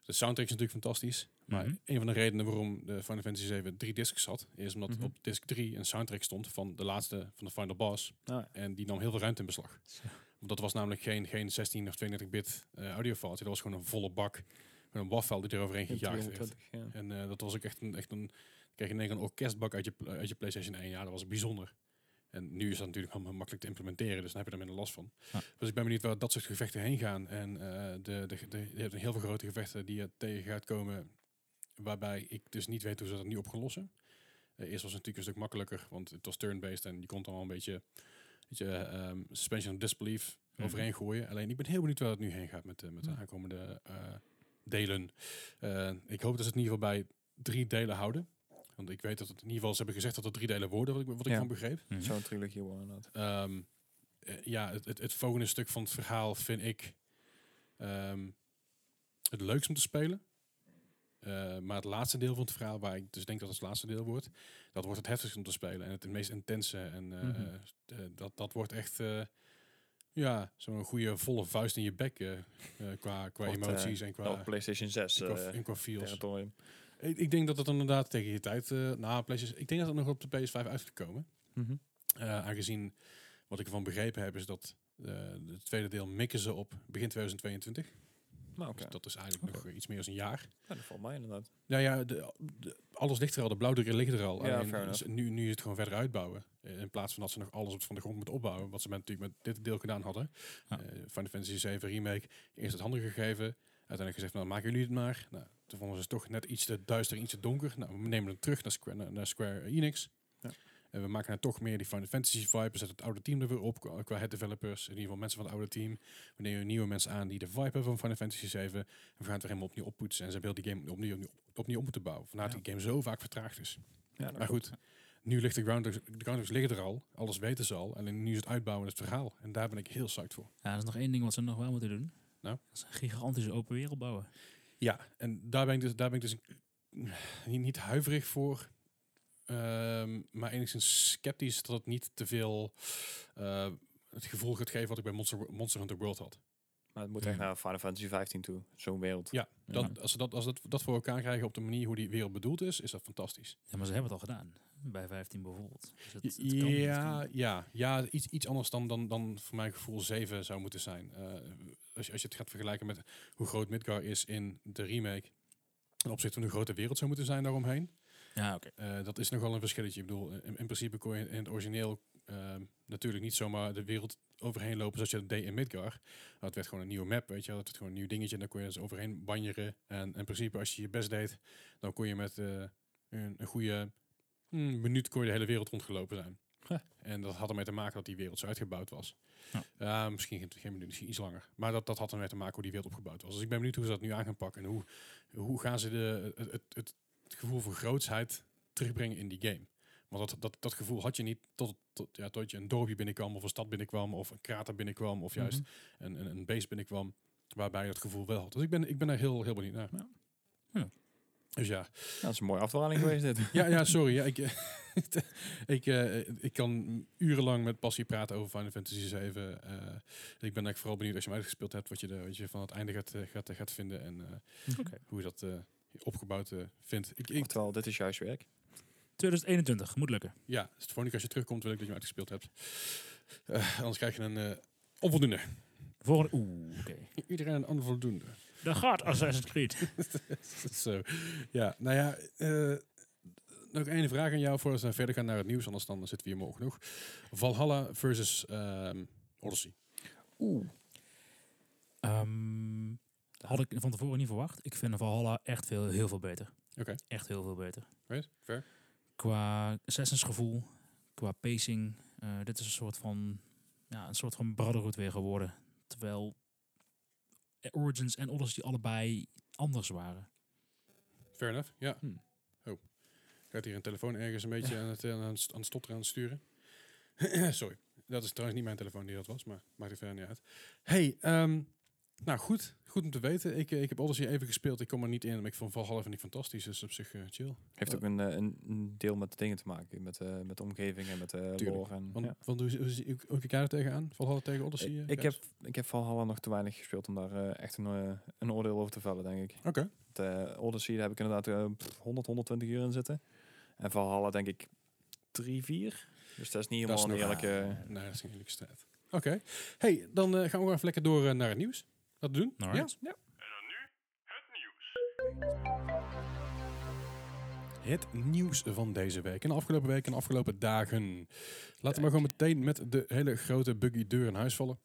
de soundtrack is natuurlijk fantastisch. Maar
Mhm.
een van de redenen waarom de Final Fantasy 7 drie discs had, is omdat
Mhm.
op disc 3 een soundtrack stond van de laatste van de Final Boss.
Ah,
En die nam heel veel ruimte in beslag.
Zo.
Want dat was namelijk geen, geen 16 of 32-bit eh audiofile. Dat was gewoon een volle bak. Met een waffel die eroverheen gejaagd werd.
320, ja.
En eh, dat was ook echt een... Echt een kreeg je in één keer een orkestbak uit je, pl- uit je PlayStation 1. Ja, dat was bijzonder. En nu is dat natuurlijk helemaal makkelijk te implementeren. Dus dan heb je er minder last van.
Ja.
Dus ik ben benieuwd waar dat soort gevechten heen gaan. En eh, de, de, de, je hebt heel veel grote gevechten die je tegen gaat komen. Waarbij ik dus niet weet hoe ze dat nu op gaan lossen. Eh, eerst was het natuurlijk een stuk makkelijker. Want het was turn-based. En je kon dan wel een beetje... Weet je, ehm, suspension of disbelief
Mhm.
overheen gooien. Alleen ik ben heel benieuwd waar het nu heen gaat met, de- met de
Ja.
aankomende eh, delen. Eh, ik hoop dat ze het in ieder geval bij drie delen houden. Want ik weet dat het in ieder geval, ze hebben gezegd dat er drie delen worden, wat ik, wat ik
Ja.
van begreep.
Mhm.
Zo'n trilogie wel inderdaad.
Ehm, eh, ja, het, het, het volgende stuk van het verhaal vind ik ehm, het leukst om te spelen. Eh, maar het laatste deel van het verhaal, waar ik dus denk dat het het laatste deel wordt, dat wordt het heftigst om te spelen en het meest intense. En eh,
Mhm.
eh, dat, dat wordt echt eh, ja, zo'n goede volle vuist in je bek eh, eh, qua, qua
Wordt, eh,
emoties en
Nou,
qua,
PlayStation 6
en qua,
eh,
en qua feels.
territorium.
Ik, ik denk dat het inderdaad tegen je tijd, eh na PlayStation, ik denk dat het nog op de PS5 uit gaat komen.
Mhm.
Eh, aangezien wat ik ervan begrepen heb is dat eh, het tweede deel mikken ze op begin 2022.
Nou, oké.
Dus dat is eigenlijk nog eh, iets meer dan een jaar.
Ja, dat valt mij inderdaad.
Nou ja, de, de- alles ligt er al, de blauwdrukken liggen er al.
Ja,
Alleen,
fair
eh,
enough.
nu, nu is het gewoon verder uitbouwen. Eh, In plaats van dat ze nog alles op- van de grond moeten opbouwen. Wat ze met, natuurlijk met dit deel gedaan hadden.
Ja.
Eh, Final Fantasy 7 Remake. Eerst het handen gegeven. Uiteindelijk gezegd, nou maken jullie het maar. Nou, toen vonden ze het toch net iets te duister, iets te donker. Nou, we nemen het terug naar Square, naar, naar Square Enix.
Ja.
En we maken er toch meer die Final Fantasy vibe. We zetten het oude team er weer op qua- qua head developers. In ieder geval mensen van het oude team. We nemen nieuwe mensen aan die de vibe hebben van Final Fantasy 7. En we gaan het weer helemaal opnieuw oppoetsen. En ze hebben heel die game opnieuw, opnieuw, opnieuw op moeten bouwen. Vandaar dat die game zo vaak vertraagd is.
Ja,
Maar goed, nu ligt de grounders, de grounders liggen er al. Alles weten ze al. En nu is het uitbouwen en het verhaal. En daar ben ik heel psyched voor.
Ja, dat is nog één ding wat ze nog wel moeten doen.
Nou?
Dat is een gigantische open wereld bouwen.
Ja, en daar ben ik dus, daar ben ik dus een- niet, niet huiverig voor. ehm, maar enigszins sceptisch dat het niet te veel eh, het gevoel gaat geven wat ik bij Monster, Monster Hunter World had.
Maar het moet echt
Mhm.
Hmm.
naar Final Fantasy 15 toe. Zo'n wereld.
Ja,
Ja.
dat, als ze dat, als dat, dat voor elkaar krijgen op de manier hoe die wereld bedoeld is, is dat fantastisch.
Ja, maar ze hebben het al gedaan. Bij 15 bijvoorbeeld. Dus het, het kan, het
Ja,
kan.
ja, ja iets, iets anders dan, dan, dan voor mijn gevoel 7 zou moeten zijn. Eh, als, je, als je het gaat vergelijken met hoe groot Midgar is in de remake. Ten opzichte van hoe groot de wereld zou moeten zijn daaromheen.
Ja, oké.
Eh, dat is nogal een verschilletje. Ik bedoel, in, in principe kon je in het origineel ehm, natuurlijk niet zomaar de wereld overheen lopen zoals je dat deed in Midgar. Maar het werd gewoon een nieuwe map, weet je wel. Het werd gewoon een nieuw dingetje en daar kon je dus overheen banjeren. En in principe, als je je best deed, hmm, dan kon je met eh, een, een goede hm, minuut kon je de hele wereld rondgelopen zijn. En dat had ermee te maken dat die wereld zo uitgebouwd was.
Ja.
Eh, misschien, geen, geen minuut, misschien iets langer. Maar dat, dat had ermee te maken hoe die wereld opgebouwd was. Dus ik ben benieuwd hoe ze dat nu aan gaan pakken. En hoe, hoe gaan ze de, het, het, het gevoel van grootsheid terugbrengen in die game. Want dat, dat, dat gevoel had je niet tot, tot, ja, tot je een dorpje binnenkwam of een stad binnenkwam of een krater binnenkwam of juist een, een, een base binnenkwam. Waarbij je dat gevoel wel had. Dus ik ben, ik ben daar heel, heel benieuwd naar.
Ja. Ja.
Dus ja,
Ja, dat is een mooie afdwaling geweest dit.
ja, ja, sorry. Ja, ik, eh, ik, eh, ik kan urenlang met passie praten over Final Fantasy VII. eh. ik ben eigenlijk vooral benieuwd als je hem uitgespeeld hebt, wat je, er, wat je van het einde gaat, eh, gaat, gaat vinden en eh,
Mhm. Oké.
hoe je dat eh, opgebouwd eh, vindt. Ik, ik,
Oftewel, dit is juist werk.
2021, moet lukken.
ja, dus de volgende keer als je terugkomt wil ik dat je hem uitgespeeld hebt. Eh, anders krijg je een eh, onvoldoende.
Volgende, oeh, oké.
Iedereen een onvoldoende.
Daar gaat Assassin's Creed.
Zo. Ja, nou ja. eh, nog één vraag aan jou voordat we verder gaan naar het nieuws. Anders dan zitten we hier morgen nog. Valhalla versus ehm, Odyssey.
Oeh.
Ehm, had ik van tevoren niet verwacht. Ik vind Valhalla echt veel, heel veel beter.
Oké.
Echt heel veel beter.
Right? Fair?
qua Assassin's gevoel, qua pacing. eh, dit is een soort van, ja, een soort van Brotherhood weer geworden. Terwijl Origins en Odyssey allebei anders waren.
Fair enough, ja.
Hmm.
Oh. Gaat hier een telefoon ergens een beetje aan het, eh, aan het, st- aan het stotteren, aan het sturen? Sorry. Dat is trouwens niet mijn telefoon die dat was, maar maakt het verder niet uit. Hey, ehm, nou goed. Goed om te weten. Ik, eh, ik heb Odyssey even gespeeld. Ik kom er niet in, maar ik vond Valhalla vind ik fantastisch. Dus op zich eh, chill.
Heeft ook een, eh, een- een deel met dingen te maken. Met, eh, met de omgeving en met eh
Tuurlijk.
lore. En,
Want,
ja.
want hoe, hoe, hoe, hoe kijk jij er tegenaan? Valhalla tegen Odyssey? eh,
ik, ik
Gijs?
heb, ik heb Valhalla nog te weinig gespeeld om daar eh, echt een, eh, een oordeel over te vellen, denk ik.
Oké.
Het, eh, Odyssey daar heb ik inderdaad eh, pff, 100, 120 uur in zitten. En Valhalla denk ik 3, 4. Dus dat is niet
Dat is
helemaal een
nog-
eerlijke...
Nee, dat is geen eerlijke strijd. Oké. Hey, dan eh, gaan we gewoon even lekker door eh, naar het nieuws. Dat doen?
Alright.
Ja? Het nieuws van deze week. En de afgelopen week en de afgelopen dagen. Laten we maar gewoon meteen met de hele grote buggy deur in huis vallen.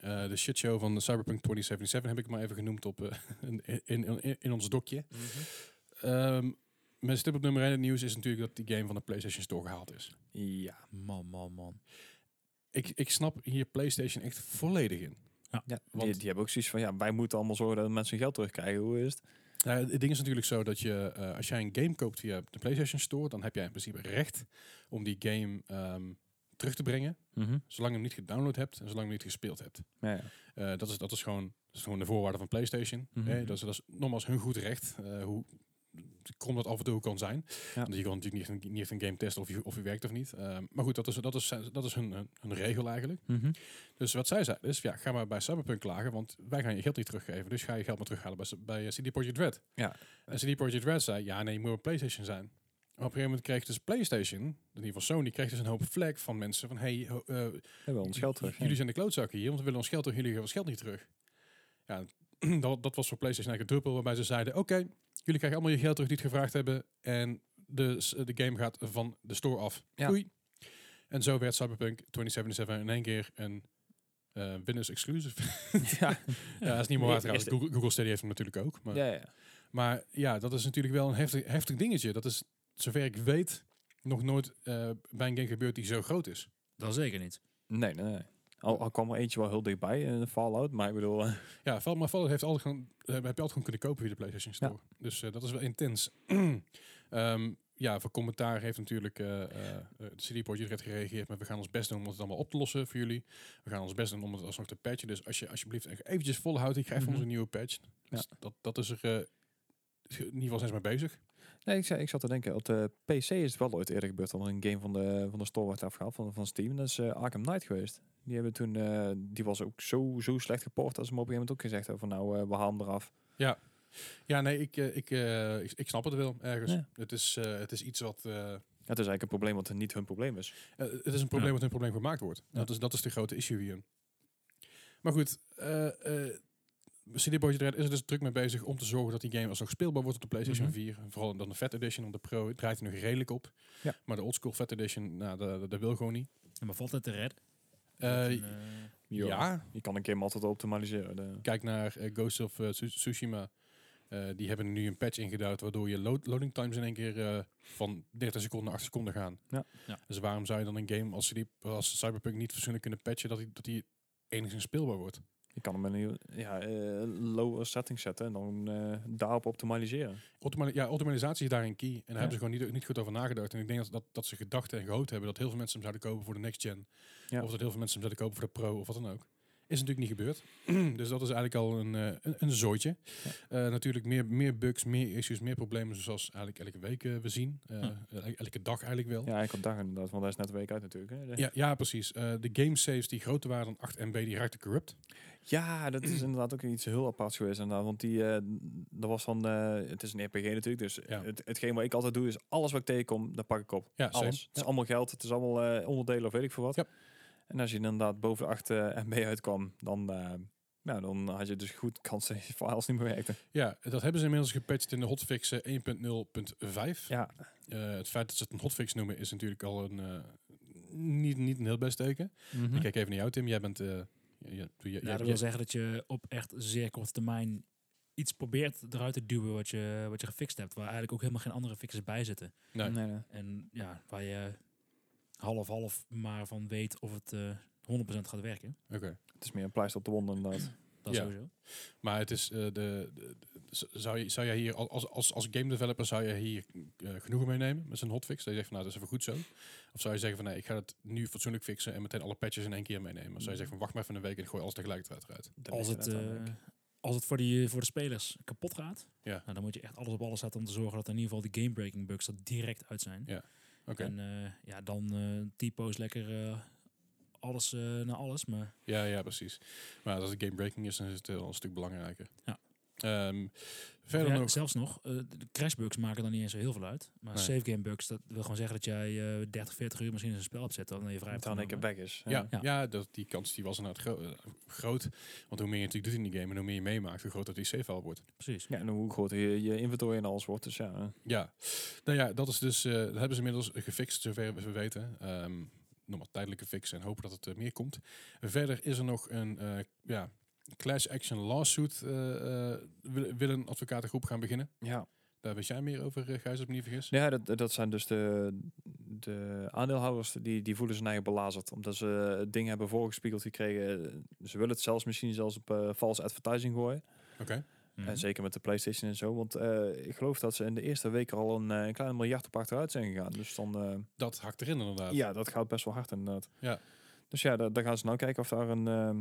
Eh, de shitshow van Cyberpunk 2077 heb ik maar even genoemd op, eh, in, in, in, in ons dokje.
Mhm.
Ehm mijn stip op nummer 1 het nieuws is natuurlijk dat die game van de PlayStation Store gehaald is.
Ja.
Man, man, man.
Ik, ik snap hier PlayStation echt volledig in.
ja
Want-
die, die hebben ook zoiets van, ja, wij moeten allemaal zorgen dat mensen hun geld terugkrijgen. Hoe is het?
Nou, het ding is natuurlijk zo dat je, eh, als jij een game koopt via de PlayStation Store, dan heb jij in principe recht om die game ehm, terug te brengen, zolang je hem niet gedownload hebt en zolang je hem niet gespeeld hebt.
Ja, ja.
Eh, dat, is, dat, is gewoon, dat is gewoon de voorwaarde van PlayStation.
Mhm.
Eh, dat, is, dat is nogmaals hun goed recht, eh, hoe krom dat af en toe kan zijn.
Ja.
Want je kan natuurlijk niet, echt een- niet echt een game testen of je, of je werkt of niet. Eh, maar goed, dat is, dat is, dat is hun, hun, hun regel eigenlijk.
Mhm.
Dus wat zij zei is, ja, ga maar bij Cyberpunk klagen, want wij gaan je geld niet teruggeven. Dus ga je geld maar terughalen bij, bij eh, CD Projekt Red.
Ja.
En CD Projekt Red zei, ja nee, je moet op PlayStation zijn. Maar op een gegeven moment kreeg dus PlayStation, in ieder geval Sony, kreeg dus een hoop vlek van mensen van, hey, ho- eh,
Hebben we ons geld terug.
jullie zijn de klootzakken hier, want we willen ons geld terug, jullie geven ons geld niet terug. Ja, dat, dat was voor PlayStation eigenlijk een druppel waarbij ze zeiden, oké, jullie krijgen allemaal je geld terug die het gevraagd hebben en de, s- de game gaat van de store af.
Ja.
Doei. En zo werd Cyberpunk 2077 in één keer een eh, Windows exclusive.
ja.
ja, dat is niet meer waar
Eerst-
trouwens.
eerst-
Google, Google Stadia heeft hem natuurlijk ook. Maar
Ja, ja.
maar ja, dat is natuurlijk wel een heftig, heftig dingetje. Dat is, zover ik weet, nog nooit eh, bij een game gebeurd die zo groot is.
Dat zeker niet.
Nee, nee, nee. Al, al kwam er eentje wel heel dichtbij, een Fallout, maar ik bedoel... eh,
Ja, Val, maar Fallout heeft altijd gewoon, eh, heb je altijd gewoon kunnen kopen via de PlayStation Store. Dus eh, dat is wel intens. Ehm, ja, voor commentaar heeft natuurlijk eh, eh, eh, de CD Projekt Red gereageerd met we gaan ons best doen om het allemaal op te lossen voor jullie. We gaan ons best doen om het alsnog te patchen. Dus als je alsjeblieft echt eventjes volhoudt, ik geef
Mhm.
ons een nieuwe patch. Dus dat, dat is er eh, in ieder geval zijn ze mee bezig.
Nee, ik, zat- ik zat te denken, op de PC is het wel ooit eerder gebeurd dat er een game van de, van de store werd afgehaald, van, van Steam. Dat is eh, Arkham Knight geweest. Die, hebben toen, eh, die was ook zo, zo slecht geport dat ze hem op een gegeven moment ook gezegd hebben van nou, eh, we halen hem eraf.
Ja, nee, ik, eh, ik, eh, ik, ik snap het wel ergens.
Ja.
Het, is, eh, het is iets wat. eh, eh,
Ja, Het is eigenlijk een probleem wat niet hun probleem is.
het is een probleem
Ja.
wat een probleem gemaakt wordt.
Ja.
Dat, is, dat is de grote issue hier. Maar goed, eh eh CD Projekt Red is er dus druk mee bezig om te zorgen dat die game alsnog speelbaar wordt op de PlayStation
Mhm.
4. Vooral dan de Fat Edition, want de Pro draait er nog redelijk op.
Ja.
Maar de oldschool Fat Edition, nou, dat, dat- dat wil gewoon niet.
En maar valt het te redden?
Eh,
Dat een, eh,
ja,
Je kan een game altijd optimaliseren. De,
kijk naar eh, Ghost of eh, Tsu- Tsushima. Eh, die hebben nu een patch ingeduwd waardoor je load- loading times in één keer eh, van 30 seconden naar 8 seconden gaan.
Ja.
Ja.
Dus waarom zou je dan een game als, ze die, als ze Cyberpunk niet verschillend kunnen patchen dat die, dat die enigszins speelbaar wordt?
Je kan hem in een heel- ja, eh, lower setting zetten en dan eh, daarop optimaliseren.
Automali- ja, automatisatie is daarin key. En daar hebben ze
Ja.
gewoon niet, niet goed over nagedacht. En ik denk dat, dat, dat ze gedacht en gehoopt hebben dat heel veel mensen hem zouden kopen voor de next gen.
Ja.
Of dat heel veel mensen hem zouden kopen voor de pro of wat dan ook. Is natuurlijk niet gebeurd. dus dat is eigenlijk al een, eh, een, een zooitje. Eh, natuurlijk meer, meer bugs, meer issues, meer problemen zoals eigenlijk elke week eh, we zien. Eh,
Hm.
el- Elke dag eigenlijk wel.
Ja, eigenlijk op dag inderdaad, want hij is net een week uit natuurlijk. Hè. De-
Ja, ja, precies. Eh, de game saves die groter waren dan 8 MB, die raakten corrupt.
Ja, dat is inderdaad ook iets heel aparts geweest. Inderdaad, want die, eh dat was dan, eh, het is een RPG natuurlijk, dus
Ja.
het, hetgeen wat ik altijd doe is alles wat ik tegenkom, dat pak ik op.
Ja, same.
alles. Het
Ja.
is allemaal geld, het is allemaal eh, onderdelen of weet ik veel wat.
Ja.
En als je inderdaad boven de 8 eh, MB uitkwam, dan, eh, nou, dan had je dus goed kans dat je files niet meer werkten.
Ja, dat hebben ze inmiddels gepatcht in de hotfix eh, 1.0.5.
Ja,
Eh, het feit dat ze het een hotfix noemen is natuurlijk al een, eh, niet, niet een heel best teken. Ik kijk even naar jou, Tim. Jij bent... eh, ja, ja, doe je-
Ja,
jij-
Nou, dat wil
jij-
zeggen dat je op echt zeer korte termijn iets probeert eruit te duwen wat je, wat je gefixt hebt. Waar eigenlijk ook helemaal geen andere fixes bij zitten.
Nee.
Nee, nee.
En ja, waar je half-half maar van weet of het eh 100% gaat werken.
Oké.
Het is meer een pleister op de wond inderdaad.
Dat
Ja.
sowieso.
Maar het is... eh, de, de- de- z- zou, je, zou jij hier al- als, als, als game developer zou je hier eh, genoegen mee nemen met zijn hotfix? Dat je zegt van nou, dat is even goed zo. Of zou je zeggen van nee, ik ga het nu fatsoenlijk fixen en meteen alle patches in één keer meenemen? Of zou
Mm.
je zeggen van wacht maar even een week en gooi alles tegelijkertijd eruit?
Dat
Als
is
het,
inderdaad
eh,
wel leuk.
als het voor, die, voor de spelers kapot gaat,
Ja.
nou, dan moet je echt alles op alles zetten om te zorgen dat in ieder geval die game-breaking bugs er direct uit zijn.
Oké.
En eh, ja, dan eh typo's lekker eh, alles eh naar alles. Maar
Ja, ja, precies. Maar als het game breaking is, dan is het wel een stuk belangrijker.
Ja.
Ehm, verder
Ja,
nog.
zelfs nog, eh, de crashbugs maken dan niet eens zo heel veel uit. Maar
Nee.
save game bugs, dat wil gewoon zeggen dat jij eh, 30, 40 uur misschien in een spel hebt zitten. Dan je vrij hebt
Dan ik er
genomen.
weg is.
Ja, ja.
Ja.
dat, die kans die was inderdaad gro- eh, groot. Want hoe meer je natuurlijk doet in die game en hoe meer je meemaakt, hoe groter die save-file wordt.
Precies.
Ja, en hoe groot je, je inventory en alles wordt. Dus ja, eh,
Ja, nou ja, dat is dus, eh, dat hebben ze inmiddels gefixt, zover we weten. Ehm nog maar tijdelijke fix en hopen dat het eh, meer komt. Verder is er nog een eh, ja, class action lawsuit. eh, eh, wil, wil een advocatengroep gaan beginnen.
ja.
Daar weet jij meer over, eh, Gijs, als ik me niet vergis.
Ja, dat, dat zijn dus de, de aandeelhouders die, die voelen zijn eigen belazerd. Omdat ze het ding hebben voorgespiegeld gekregen. Ze willen het zelfs misschien zelfs op eh false advertising gooien.
Oké,
Mhm.
En zeker met de PlayStation en zo. Want eh, ik geloof dat ze in de eerste week er al een, eh, een kleine miljard op achteruit zijn gegaan. Dus dan, eh,
dat hakt erin inderdaad.
ja, dat gaat best wel hard inderdaad.
Ja.
Dus ja, daar, daar gaan ze nou kijken of daar een, ehm,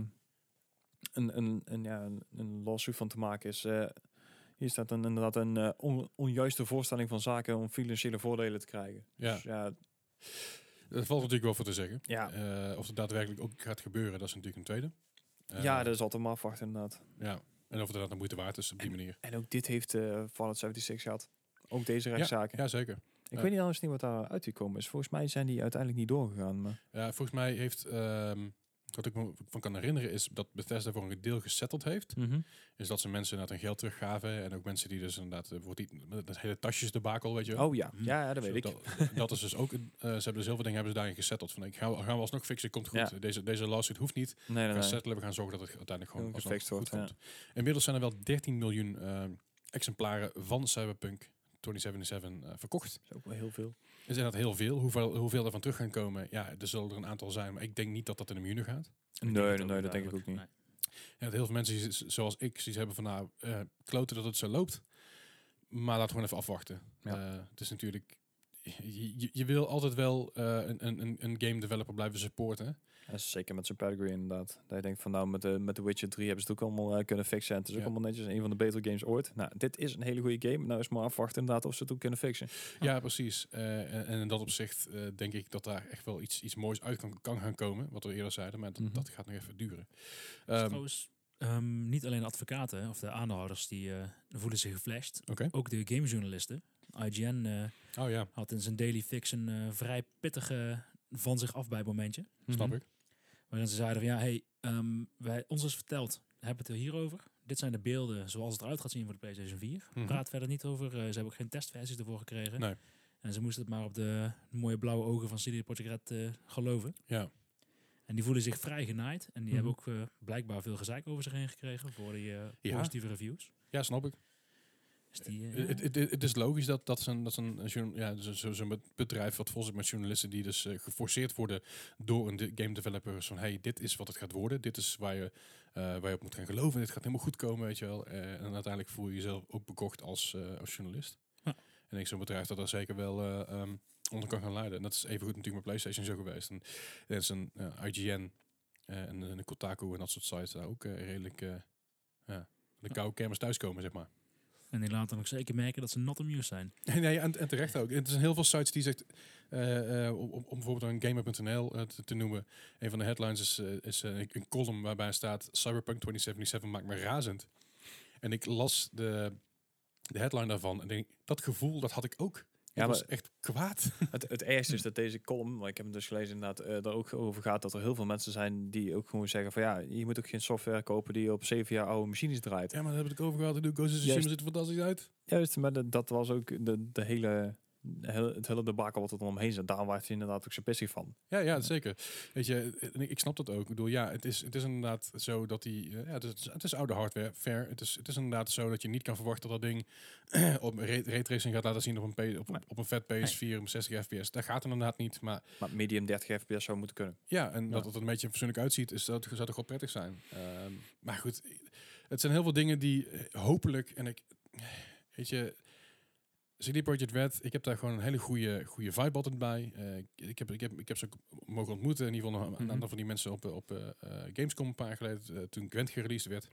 een, een, een, ja, een, een lawsuit van te maken is. Eh, hier staat dan inderdaad een eh, on- onjuiste voorstelling van zaken om financiële voordelen te krijgen.
ja.
Dus ja,
Er valt natuurlijk wel voor te zeggen.
ja.
Eh, of het daadwerkelijk ook gaat gebeuren, dat is natuurlijk een tweede. Eh,
ja, dat is altijd maar afwachten inderdaad.
ja. En of het inderdaad de moeite waard is op die manier.
En ook dit heeft eh Fallout 76 gehad. Ook deze rechtszaken.
Jazeker.
Ik
ja.
weet niet anders niet wat daar uitgekomen is. Volgens mij zijn die uiteindelijk niet doorgegaan. Maar
Ja, volgens mij heeft... ehm, wat ik me van kan herinneren is dat Bethesda voor een gedeelte gesetteld heeft.
Mhm.
Is dat ze mensen inderdaad hun geld teruggaven. En ook mensen die dus inderdaad... eh, Bijvoorbeeld die, met dat hele tasjesdebakel, weet je wel.
Oh ja.
Hm.
ja, ja, dat weet
Zo,
ik.
Mhm. Dat, dat is dus ook... een- eh, ze hebben dus heel veel dingen hebben ze daarin gesetteld. Van, ik ga, gaan we alsnog fixen, komt goed.
Ja.
Deze, deze lawsuit hoeft niet.
Nee,
We
nee,
gaan
nee.
settelen, we gaan zorgen dat het uiteindelijk gewoon
Heel
alsnog
gefixt wordt,
goed komt. Inmiddels zijn er wel 13 miljoen eh, exemplaren van Cyberpunk 2077 eh, verkocht.
Dat is ook wel heel veel.
Is inderdaad heel veel. Hoeveel, hoeveel daarvan terug gaan komen, ja, er zullen er een aantal zijn. Maar ik denk niet dat dat in de miljoenen gaat.
Nee,
Ik
nee,
het ook
nee, dat denk ik
eigenlijk.
ook niet.
Nee.
En dat heel veel mensen, die z- zoals ik, zoiets hebben van nou, eh, kloten dat het zo loopt. Maar laten we gewoon even afwachten.
Ja.
Eh, het is natuurlijk... Je, je- je wil altijd wel eh, een, een, een- een game developer blijven supporten.
Ja, zeker met zijn pedigree inderdaad. Dat je denkt van nou, met de, met de Witcher 3 hebben ze het ook allemaal eh, kunnen fixen. En het is ook
Ja.
allemaal netjes een van de betere games ooit. Nou, dit is een hele goede game. Nou is maar afwachten inderdaad of ze het ook kunnen fixen.
Ja, precies. Eh, en, en in dat opzicht eh, denk ik dat daar echt wel iets, iets moois uit kan, kan gaan komen. Wat we eerder zeiden, maar dat,
Mhm.
dat gaat nog even duren.
Dus
Ehm,
trouwens, ehm, niet alleen de advocaten hè, of de aandeelhouders die eh, voelen zich geflasht.
Oké.
Ook de gamejournalisten. IGN eh,
oh ja,
had in zijn daily fix een eh, vrij pittige van zich afbij momentje.
snap
Mhm.
ik.
Waarin ze zeiden van ja, hey, ehm, wij, ons is verteld, hebben het er hierover. Dit zijn de beelden zoals het eruit gaat zien voor de PlayStation 4.
Mhm.
Praat verder niet over. eh, ze hebben ook geen testversies ervoor gekregen.
Nee.
En ze moesten het maar op de mooie blauwe ogen van CD Projekt Red eh, geloven.
Ja.
En die voelen zich vrij genaaid. En die
Mhm.
hebben ook eh, blijkbaar veel gezeik over zich heen gekregen voor die eh,
Ja.
positieve reviews.
Ja, snap ik.
Dus die, eh,
Het- Het het- het is logisch dat, dat zo'n dat zo'n, eh, journa- ja, zo- zo- zo'n bet- bedrijf wat vol zit met journalisten die dus eh, geforceerd worden door een de- game developer. Van hey, dit is wat het gaat worden. Dit is waar je, eh, waar je op moet gaan geloven. Dit gaat helemaal goed komen, weet je wel. Eh, en uiteindelijk voel je jezelf ook bekocht als, eh, als journalist.
Ja.
En ik zo'n bedrijf dat daar zeker wel eh, ehm, onder kan gaan leiden. En dat is even goed natuurlijk met PlayStation zo geweest. En er is een eh, IGN eh, en, en de Kotaku en dat soort sites daar ook eh, redelijk eh, ja, de koude kermis thuiskomen, zeg maar.
en die laten ook zeker merken dat ze not amused zijn.
Nee, en, en terecht ook. En Er zijn heel veel sites die zegt, eh, eh, om, om om bijvoorbeeld een gamer.nl eh, te, te noemen, een van de headlines is, eh, is eh, een column waarbij staat Cyberpunk 2077 maakt me razend. En ik las de, de headline daarvan en denk, dat gevoel, dat had ik ook. Ja,
maar-
ik was echt kwaad.
Het, het ergste is dat deze column, maar ik heb hem dus gelezen inderdaad, eh, er ook over gaat dat er heel veel mensen zijn die ook gewoon zeggen van ja, je moet ook geen software kopen die op zeven jaar oude machines draait.
Ja, maar daar heb ik het over gehad. De Ghost of Tsushima
Juist.
ziet er fantastisch uit.
Juist, maar dat, dat was ook de, de hele, de hele- het hele debakel wat er omheen zat. Daar was je inderdaad ook zo pissig van.
Ja, ja, zeker. Weet je, en ik, ik snap dat ook. Ik bedoel, ja, het is, het is inderdaad zo dat die... eh, ja, het, is, het is oude hardware, fair. Het is, het is inderdaad zo dat je niet kan verwachten dat dat ding op ra- raytracing gaat laten zien op een, P- op, op, op een vet PS4 om 60 fps. Dat gaat inderdaad niet. Maar
Maar medium 30 fps zou moeten kunnen.
ja, en dat
Ja.
het er een beetje persoonlijk uitziet, is, dat zou toch wel prettig zijn. Ehm, maar goed, het zijn heel veel dingen die eh, hopelijk... En ik... Weet je... CD Projekt Red, ik heb daar gewoon een hele goede, goede vibe altijd bij. Eh, ik- ik, heb, ik, heb, ik heb ze ook mogen ontmoeten. In ieder geval nog een
Mhm.
aantal van die mensen op, eh, op eh, eh, Gamescom een paar jaar geleden, eh, toen Gwent gereleased werd.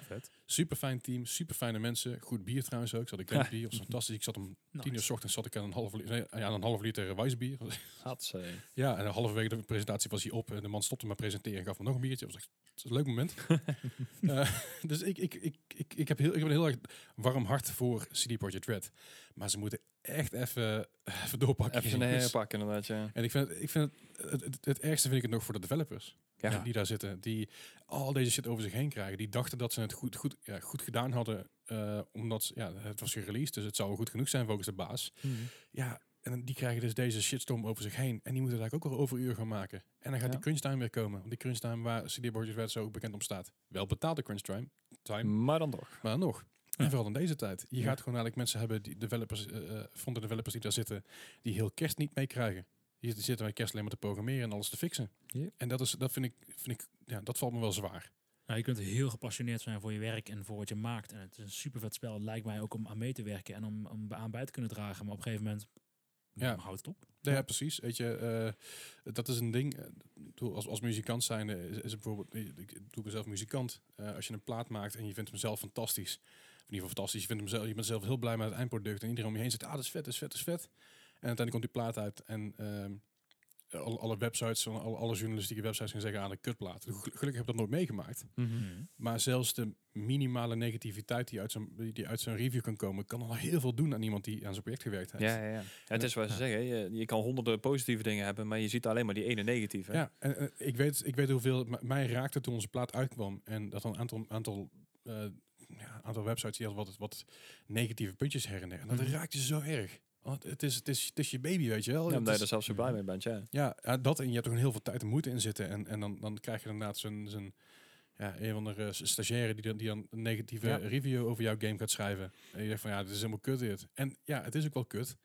Vet.
Super fijn team, super fijne mensen. Goed bier trouwens ook. Ik zat een Gwent bier, was fantastisch. Ik zat om tien uur 's ochtends zat ik aan een half liter, nee, aan een half liter wijsbier.
Had ze.
Ja, en halverwege de presentatie was hij op. En de man stopte met presenteren en gaf me nog een biertje. Dat was echt het was een leuk moment. Eh, dus ik, ik, ik, ik, ik, heb heel, ik heb een heel erg warm hart voor CD Projekt Red. Maar ze moeten echt even, even doorpakken.
Even een
jongens.
herpak inderdaad, ja.
en ik vind, het, ik vind het, het, het, het ergste vind ik het nog voor de developers
Ja,
die daar zitten. Die al deze shit over zich heen krijgen. Die dachten dat ze het goed, goed, ja, goed gedaan hadden. eh, omdat ze- ja, het was gereleased, dus het zou wel goed genoeg zijn volgens de baas. Ja, en die krijgen dus deze shitstorm over zich heen. En die moeten daar ook wel overuur gaan maken. En dan gaat
Ja.
die crunchtime weer komen. Want die crunchtime waar CD Projekt Red zo bekend om staat. Wel betaalde crunchtime, time,
Maar dan toch.
maar dan nog. En vooral in deze tijd. Je
Hm. Ja.
gaat gewoon eigenlijk mensen hebben, die developers, eh eh, frontend developers die daar zitten, die heel kerst niet meekrijgen. Die zitten- zitten bij kerst alleen maar te programmeren en alles te fixen.
Yep.
En dat, is, dat vind ik, vind ik ja, dat valt me wel zwaar.
Nou, je kunt heel gepassioneerd zijn voor je werk en voor wat je maakt. En het is een super vet spel. Het lijkt mij ook om aan mee te werken en om, om aan bij te kunnen dragen. Maar op een gegeven moment
Ja.
houdt het op.
Ja, ja, precies. Weet je, eh, dat is een ding. Eh, ik bedoel, Als, als muzikant zijn is, is het bijvoorbeeld, ik- ik doe mezelf muzikant. Eh, als je een plaat maakt en je vindt hem zelf fantastisch, of in ieder geval fantastisch, je, vindt hem zelf, je bent zelf heel blij met het eindproduct en iedereen om je heen zegt, ah, dat is vet, dat is vet, dat is vet. En uiteindelijk komt die plaat uit en ehm, alle, alle websites, van alle, alle journalistieke websites gaan zeggen, ah, een kutplaat. Gel- Gelukkig heb ik dat nooit meegemaakt.
Mhm.
Maar zelfs de minimale negativiteit die uit zo'n die uit zo'n review kan komen, kan al heel veel doen aan iemand die aan zijn project gewerkt heeft.
Ja, ja, ja. Ja, het is wat ze
Ja.
zeggen, je, je kan honderden positieve dingen hebben, maar je ziet alleen maar die ene negatieve.
Ja, en, eh, ik, weet, ik weet hoeveel het m- mij raakte toen onze plaat uitkwam. En dat er een aantal, aantal, eh, ja, aantal websites die hadden wat, wat negatieve puntjes her en der. En dat
Mhm.
raakte zo erg. Want het is, het, is, het is je baby, weet je wel.
Ja,
Het
omdat je
is-
er zelf zo blij mee bent, ja.
ja, ja, dat en je hebt er gewoon heel veel tijd en moeite in zitten. En, en dan, dan krijg je inderdaad zo'n... zo'n ja, een van de stagiaire die dan, die dan een negatieve
Ja.
review over jouw game gaat schrijven. En je denkt van, ja, dit is helemaal kut dit. En ja, het is ook wel kut.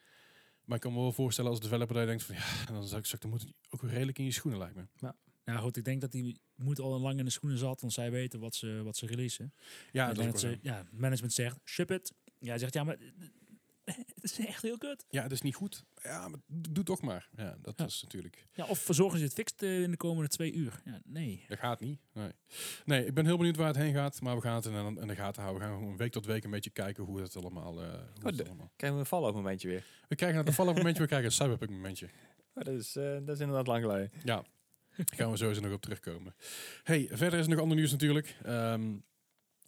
Maar ik kan me wel voorstellen als developer dat je denkt van... Ja, dan zou ik straks moet ook weer redelijk in je schoenen, lijkt me.
Nou goed, ik denk dat die moet al lang in de schoenen zat. Want zij weten wat ze, wat ze releasen.
Ja,
Ik
dat is ook
denk dat
wel
ze,
zo.
ja, management zegt, ship it. Jij zegt, ja, maar eh, het is echt heel kut.
ja, het is niet goed. Ja, maar d- doe toch maar. Ja, dat
Ja.
is natuurlijk.
Ja, of verzorgen ze het fixt eh, in de komende twee uur. Ja, nee.
Dat gaat niet. Nee. nee, ik ben heel benieuwd waar het heen gaat, maar we gaan het in, de- in de gaten houden. We gaan gewoon week tot week een beetje kijken hoe het allemaal. eh, hoe
Oh,
het
de-
allemaal.
Krijgen we een fallout momentje weer.
We krijgen het toevallig momentje, we krijgen een cyberpunk momentje.
Maar dat, is, eh, dat is inderdaad lang geleden.
Ja, daar gaan we sowieso nog op terugkomen. Hey, verder is er nog ander nieuws natuurlijk. Ehm,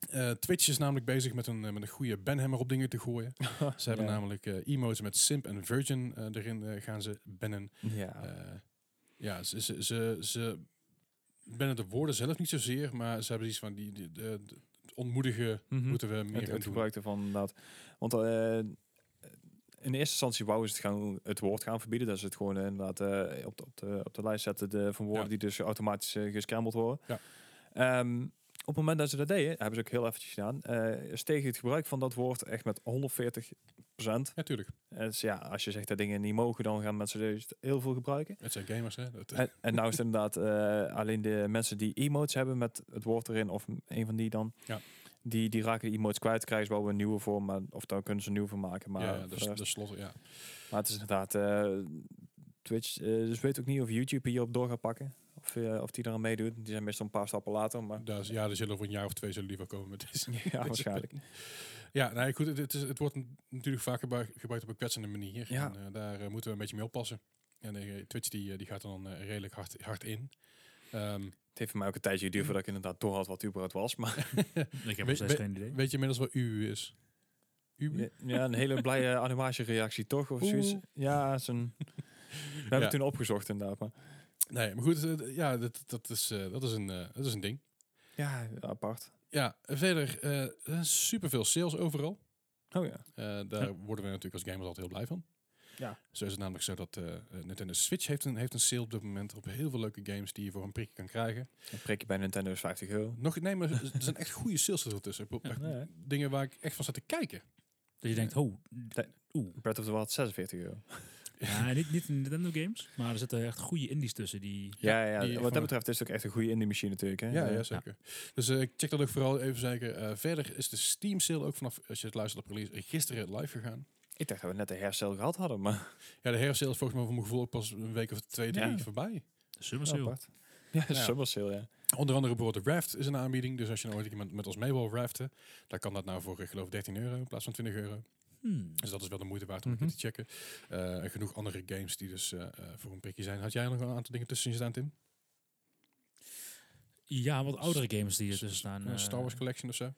eh, Twitch is namelijk bezig met een, eh, met een goede banhammer op dingen te gooien. Ze hebben
Ja.
namelijk eh, emotes met simp en virgin eh, erin eh, gaan ze bannen.
Ja.
Eh, ja, ze, ze, ze, ze ben het de woorden zelf niet zozeer, maar ze hebben iets van die, die de, de- het ontmoedigen
Mhm.
moeten we meer
het,
gaan
het
doen.
gebruik ervan inderdaad. Want eh, in eerste instantie wouden ze het, gaan, het woord gaan verbieden. Dat ze het gewoon eh, inderdaad eh, op, de, op, de, op de lijst zetten de, van woorden
Ja.
die dus automatisch eh, gescrambled worden.
Ja.
Ehm, op het moment dat ze dat deden, hebben ze ook heel eventjes gedaan, eh steeg het gebruik van dat woord echt met 140 procent.
Natuurlijk.
Dus ja, als je zegt dat dingen niet mogen, dan gaan mensen dus heel veel gebruiken.
het zijn gamers, hè? Dat,
En, en nou is het inderdaad eh, alleen de mensen die emotes hebben met het woord erin, of een van die dan,
Ja.
die, die raken de emotes kwijt, krijgen ze wel weer een nieuwe voor, maar, of dan kunnen ze een nieuwe voor maken. Maar,
ja, ja,
voor de
dus,
rest-
dus slot, ja.
maar het is inderdaad eh, Twitch, eh, dus weet ook niet of YouTube hierop door gaat pakken. Of, eh, of die eraan meedoet. Die zijn meestal een paar stappen later, maar
Daar, is- ja, er zullen over een jaar of twee zullen die wel komen met deze.
ja, waarschijnlijk.
Ja, nou ja, goed, het, het is, het wordt n- natuurlijk vaak gebruik- gebruikt op een kwetsende manier.
Ja.
En, eh, daar eh, moeten we een beetje mee oppassen. En eh, Twitch die, eh, die gaat er dan eh, redelijk hard, hard in. Ehm,
Het heeft voor mij ook een tijdje geduurd voordat ik inderdaad door had wat überhaupt was. Maar
Ik heb
we-
nog steeds
we-
geen idee.
weet je inmiddels wat UU is? UU?
ja, een hele blije animatiereactie toch? Of zoiets.
Oeh.
Ja, zo'n... We hebben
Ja.
het toen opgezocht inderdaad. Maar
Nee, maar goed, eh, d- ja, dat, dat, is, eh, dat, is een, eh, dat is een ding.
ja, apart.
Ja, eh, verder, eh, er zijn superveel sales overal.
Oh ja.
Eh, daar worden we natuurlijk als gamers altijd heel blij van.
Ja.
Zo is het namelijk zo dat eh, eh, Nintendo Switch heeft een, heeft een sale op dit moment op heel veel leuke games die je voor een prikje kan krijgen.
Een prikje bij Nintendo is 50 euro.
Nog, nee, maar er zijn echt goede sales ertussen. Ik bedoel, echt
Ja, hè?
Dingen waar ik echt van zat te kijken.
Dat je denkt, oh, oeh.
Breath of the Wild 46 euro.
Ja, niet, niet in Nintendo games, maar er zitten echt goede indies tussen die...
Ja, ja,
die
wat
van-
dat betreft is het ook echt een goede indie machine natuurlijk. Hè? Eh,
Ja, ja, zeker. Dus eh, ik check dat ook vooral even zeker. Eh, verder is de Steam sale ook vanaf, als je het luistert op release, eh, gisteren live gegaan.
Ik dacht dat we net de herstel gehad hadden, maar
Ja, de hersale is volgens mij voor mijn gevoel ook pas een week of twee, drie
Ja.
voorbij.
Summer Sale.
apart. Ja,
Ja.
Summer Sale, ja.
Onder andere bijvoorbeeld de Raft is een aanbieding. Dus als je nou ooit iemand met ons mee wil raften, dan kan dat nou voor, ik geloof, 13 euro in plaats van 20 euro.
Hmm.
Dus dat is wel de moeite waard om een keer
Mhm.
te checken. Eh, en genoeg andere games die dus eh, eh, voor een prikje zijn. Had jij nog een aantal dingen tussen je staan, Tim?
Ja, wat oudere games die er tussen
Een
staan. eh,
Star Wars Collection of zo?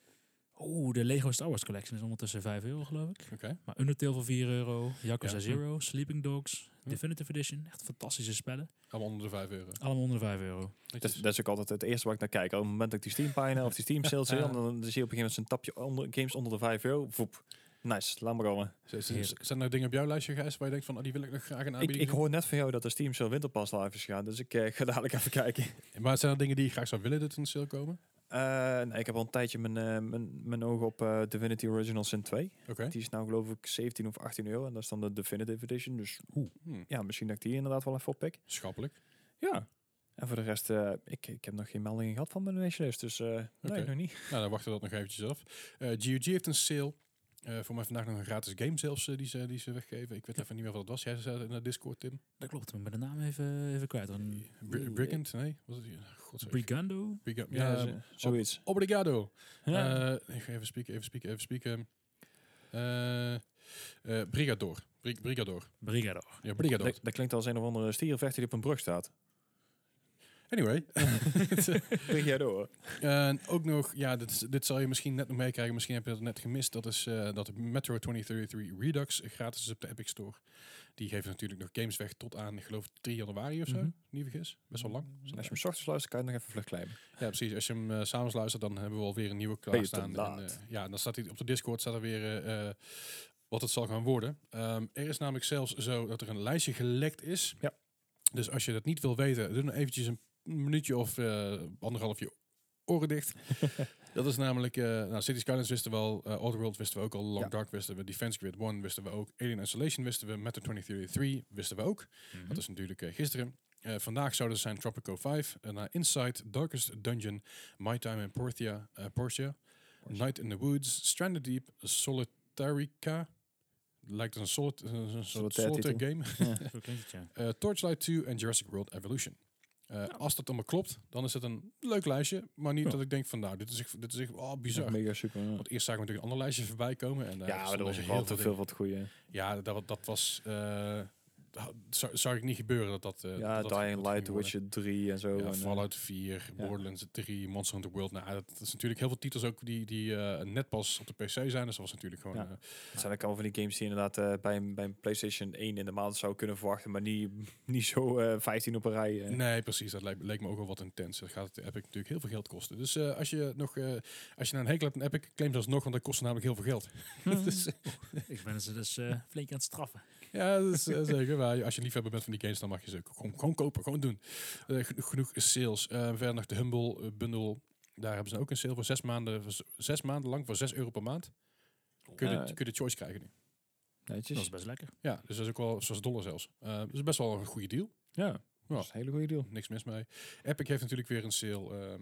Oeh, de Lego Star Wars Collection is ondertussen 5 euro, geloof ik.
Oké.
Maar Undertale voor 4 euro, Yakuza
Ja.
Zero, Sleeping Dogs,
Hm.
Definitive Edition. Echt fantastische spellen.
Allemaal onder de 5 euro.
Allemaal onder de 5 euro.
Dat, is- dat is ook altijd het eerste waar ik naar kijk. Op het moment dat ik die Steam-pagina of die Steam-sale zie, dan, dan zie je op een gegeven moment zo'n tapje onder, games onder de 5 euro. Voep. Nice, laat maar rollen.
Zijn- zijn-
heerlijk.
Zijn er dingen op jouw lijstje, Gijs, waar je denkt van, oh, die wil ik nog graag een
Ik,
aanbieding
ik hoor net van jou dat de Steam-sale Winterpass live is gegaan, dus ik eh, ga dadelijk even kijken.
doen? Maar zijn er dingen die je graag zou willen dat in de sale komen?
Eh, nee, ik heb al een tijdje mijn, eh, mijn, mijn ogen op eh, Divinity Original Sin 2.
Oké.
Die is nou geloof ik 17 of 18 euro en dat is dan de Definitive Edition. Dus
Hmm,
ja, misschien dat ik die inderdaad wel even oppik.
Schappelijk.
Ja. En voor de rest, eh, ik, ik heb nog geen meldingen gehad van mijn wishlist, dus eh,
Oké.
nee, nog niet.
Nou, dan wachten we dat nog eventjes af. Eh GOG heeft een sale. Eh, voor mij vandaag nog een gratis game zelfs eh, die, ze, die ze weggeven. Ik weet even niet meer wat dat was. Jij zei het in de Discord, Tim.
Dat klopt, ik ben de naam even, even kwijt. Dan
eh,
Bri- Brigand? Nee? Wat is het? God, zeg.
Brigando?
Brigand.
Ja,
Ja, ehm,
z- zoiets.
obrigado.
Ja.
Eh, ik ga even spieken, even spieken, even spieken. Eh, eh, Brigador. Brig- Brigador.
Brigado.
Ja, Brigador.
Dat, dat klinkt als een of andere stierenvechter die op een brug staat.
Anyway.
Vlieg jij door?
En ook nog, ja, dit, is- dit zal je misschien net nog meekrijgen. Misschien heb je dat net gemist. Dat is eh, dat Metro 2033 Redux gratis is op de Epic Store. Die geven natuurlijk nog games weg tot aan, ik geloof, 3 januari of zo.
Mhm.
Niet vergis. Best wel lang. Is dat
Als je hem 's ochtends luistert, kan je nog even vlug klimmen.
Ja, precies. Als je hem eh, s'avonds luistert, dan hebben we alweer een nieuwe
je te
klaarstaan. En,
laat?
eh, ja, en dan staat hij op de Discord staat er weer eh, eh, wat het zal gaan worden. Ehm, er is namelijk zelfs zo dat er een lijstje gelekt is.
Ja.
Dus als je dat niet wil weten, doe dan eventjes een minuutje of eh, anderhalf je oren dicht. dat is namelijk, eh nou, City Skylines wisten we al, eh Oddworld wisten we ook al, Long
Ja.
Dark wisten we, Defense Grid 1 wisten we ook, Alien Isolation wisten we, Metro 2033 wisten we ook.
Mhm.
Dat is natuurlijk eh, gisteren. Eh, vandaag zouden ze zijn Tropico 5, eh, naar Inside, Darkest Dungeon, My Time in Portia, eh, Portia, Night in the Woods, Stranded Deep, Solitarica, lijkt een, solit, een- een soort
Solitaire
solitaire game,
Zo klinkt het, ja.
Eh, Torchlight 2 en Jurassic World Evolution. Eh, Als dat allemaal klopt, dan is het een leuk lijstje, maar niet
Ja.
dat ik denk van nou, dit is echt, dit is echt oh, bizar.
Mega super. Ja,
Want eerst zagen we natuurlijk een ander lijstje voorbij komen. En, daar
ja maar
stonden
dat was
heel
wel te
dingen.
veel wat goeie.
Ja, dat, dat was... eh, dat zou, zou ik niet gebeuren dat dat... eh,
Ja,
dat dat- dat
Dying
ging
Light, The
worden.
Witcher 3 en zo.
Ja,
en, eh,
Fallout 4,
ja.
Borderlands 3, Monster Hunter World. Nou, dat is natuurlijk heel veel titels ook die, die eh, net pas op de PC zijn. Dus dat was natuurlijk gewoon...
Ja.
eh,
Het zijn ook allemaal van die games die je inderdaad eh, bij, een- bij een PlayStation 1 in de maand zou kunnen verwachten, maar niet, niet zo eh 15 op een rij. eh.
nee, precies. Dat leek, leek me ook wel wat intens. Dat gaat het Epic natuurlijk heel veel geld kosten. Dus eh, als je nog... eh, als je nou een hekel hebt aan Epic, claim ze alsnog. Want dat kost namelijk heel veel geld.
ik ben ze dus eh, flink aan het straffen.
ja, dat is eh, zeker waar. Als je liefhebber bent van die games, dan mag je ze ook gewoon, gewoon kopen. Gewoon doen. Eh, genoeg, genoeg sales. Eh, verder nog de Humble eh, Bundle. Daar hebben ze ook een sale voor zes maanden, voor z- zes maanden lang voor 6 euro per maand. Kun je,
Ja.
de, kun je de choice krijgen nu.
Netjes.
Dat is best lekker.
Ja, dus dat is ook wel 6 dollar zelfs. Eh dat is best wel een goede deal.
ja.
Ja.
Dat is een hele goede deal.
Niks mis mee. Epic heeft natuurlijk weer een sale. ehm,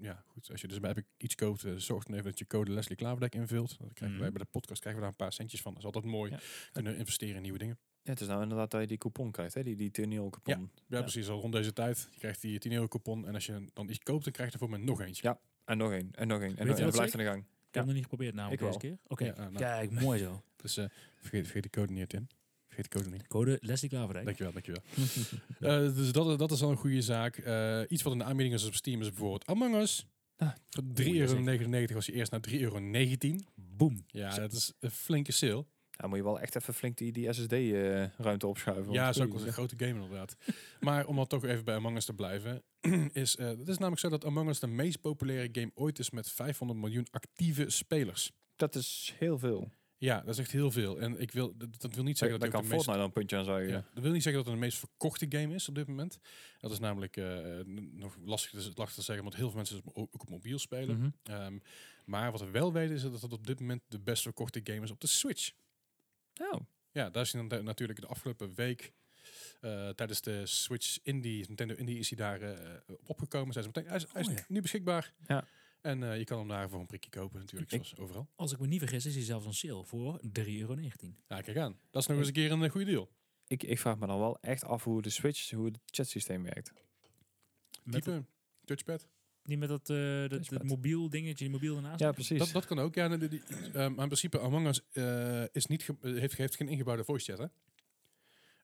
ja, goed. Als je dus bij Epic iets koopt, eh, zorg dan even dat je code Leslie Klaverdijk invult. Dan krijgen wij
Mhm.
bij de podcast krijgen we daar een paar centjes van. Dat is altijd mooi.
Ja.
Kunnen we investeren in nieuwe dingen.
Ja, het is nou inderdaad dat je die coupon krijgt, hè? Die, die 10 euro coupon.
Ja,
Ja.
precies. Al rond deze tijd. Je krijgt die 10 euro coupon. En als je dan iets koopt, dan krijg je er voor mij nog eentje.
En nog één, en nog één. En,
je
nog één.
dat
dat blijft aan de gang.
Ik heb het nog niet geprobeerd namelijk
Ik
deze
wel.
keer. Oké,
Ja, eh, nou,
kijk, mooi zo.
Dus eh, vergeet, vergeet de code niet, Tim. Vergeet de code niet.
Code Leslie Klaverdijk.
Dankjewel, dankjewel. Eh dus dat, dat is al een goede zaak. Eh, iets wat in de aanbieding is op Steam is bijvoorbeeld Among Us.
Ah,
Voor 3,99
oei, dat is
euro was je eerst naar 3,19 euro.
Boom.
Ja, dat is een flinke sale.
Dan moet je wel echt even flink die, die SSD-ruimte eh, opschuiven. want
Ja, dat is ook
oei,
wel een grote game inderdaad. maar om dan toch even bij Among Us te blijven. is, eh het is namelijk zo dat Among Us de meest populaire game ooit is met 500 miljoen actieve spelers.
Dat is heel veel.
Ja, dat is echt heel veel. En ik wil, dat, dat wil niet zeggen
Daar
dat
kan
het ook de meest
Fortnite dan een puntje aan zuigen.
Ja. Dat wil niet zeggen dat het de meest verkochte game is op dit moment. Dat is namelijk eh, n- nog lastig te, lastig te zeggen, want heel veel mensen het mo- ook op mobiel spelen.
Mhm.
Ehm, maar wat we wel weten is dat het op dit moment de best verkochte game is op de Switch.
Oh,
Ja, daar is hij dan natuurlijk de afgelopen week eh, tijdens de Switch Indie, Nintendo Indie is hij daar eh, op opgekomen. Zijn ze meteen, hij is, hij is
Oh, ja.
nu beschikbaar.
Ja.
En eh, je kan hem daar voor een prikje kopen natuurlijk,
Ik-
zoals overal.
Als ik me niet vergis, is hij zelfs een sale voor 3,19 euro.
Nou, kijk aan. Dat is nog eens een keer een eh, goede deal.
ik, ik vraag me dan wel echt af hoe de Switch, hoe het chatsysteem werkt.
Met
Type, touchpad.
Niet met dat, eh, dat, dat
Touchpad.
mobiel dingetje, die mobiel ernaast.
Ja, precies.
Dat, dat kan ook, ja. nee, die- die- ehm, maar in principe, Among Us eh, is niet ge- eh, heeft, heeft geen ingebouwde voice chat, hè?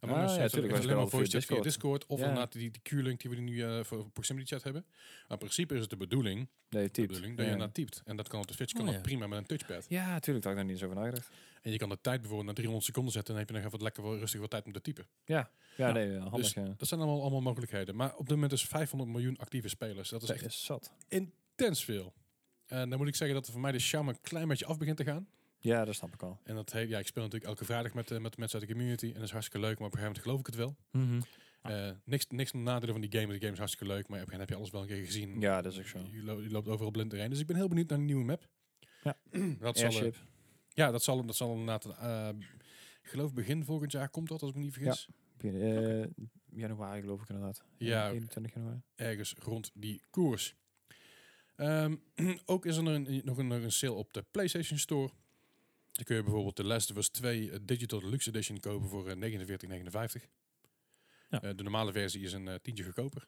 Among
Ah,
Us
ja,
heeft,
tuurlijk,
heeft
wij
alleen maar
spelen
voice
via
chat via Discord. Of
Ja.
inderdaad die, die Q-link die we nu eh, voor proximity chat hebben. Maar in principe is het de bedoeling,
Nee, je
de
typt.
bedoeling dat je
Ja.
inderdaad typt. En dat kan op de Switch
Oh,
kan dat
ja.
prima met een touchpad.
ja, tuurlijk, daar heb ik nog niet eens over nagedacht.
En je kan de tijd bijvoorbeeld naar 300 seconden zetten. En dan heb je nog even lekker wel rustig wat tijd om te typen.
Ja,
Ja.
nee, ja, handig.
Dus
ja.
dat zijn allemaal, allemaal mogelijkheden. Maar op dit moment is 500 miljoen actieve spelers. Dat is
Dat
echt
is zat.
intens veel. En dan moet ik zeggen dat er voor mij de charme een klein beetje af begint te gaan.
Ja, dat snap ik al.
En dat heet, ja, ik speel natuurlijk elke vrijdag met, eh, met de mensen uit de community. En dat is hartstikke leuk, maar op een gegeven moment geloof ik het wel.
Ah.
Eh, niks, niks nadelen van die game. want Die game is hartstikke leuk, maar op een gegeven moment heb je alles wel een keer gezien.
Ja, dat is ook zo.
Je, lo- je loopt overal blind doorheen. Dus ik ben heel benieuwd naar die nieuwe map.
Ja.
dat zal, eh,
Airship.
ja, dat zal, dat zal inderdaad... eh, ik geloof begin volgend jaar komt dat, als ik me niet vergis.
Eh, Januari geloof ik inderdaad.
Ja.
21 januari.
Ergens rond die koers. Ehm, ook is er een, nog een, nog een sale op de PlayStation Store. Dan kun je bijvoorbeeld de Last of Us 2 eh, Digital Deluxe Edition kopen voor eh, 49,59.
Ja.
Eh, de normale versie is een eh, tientje goedkoper.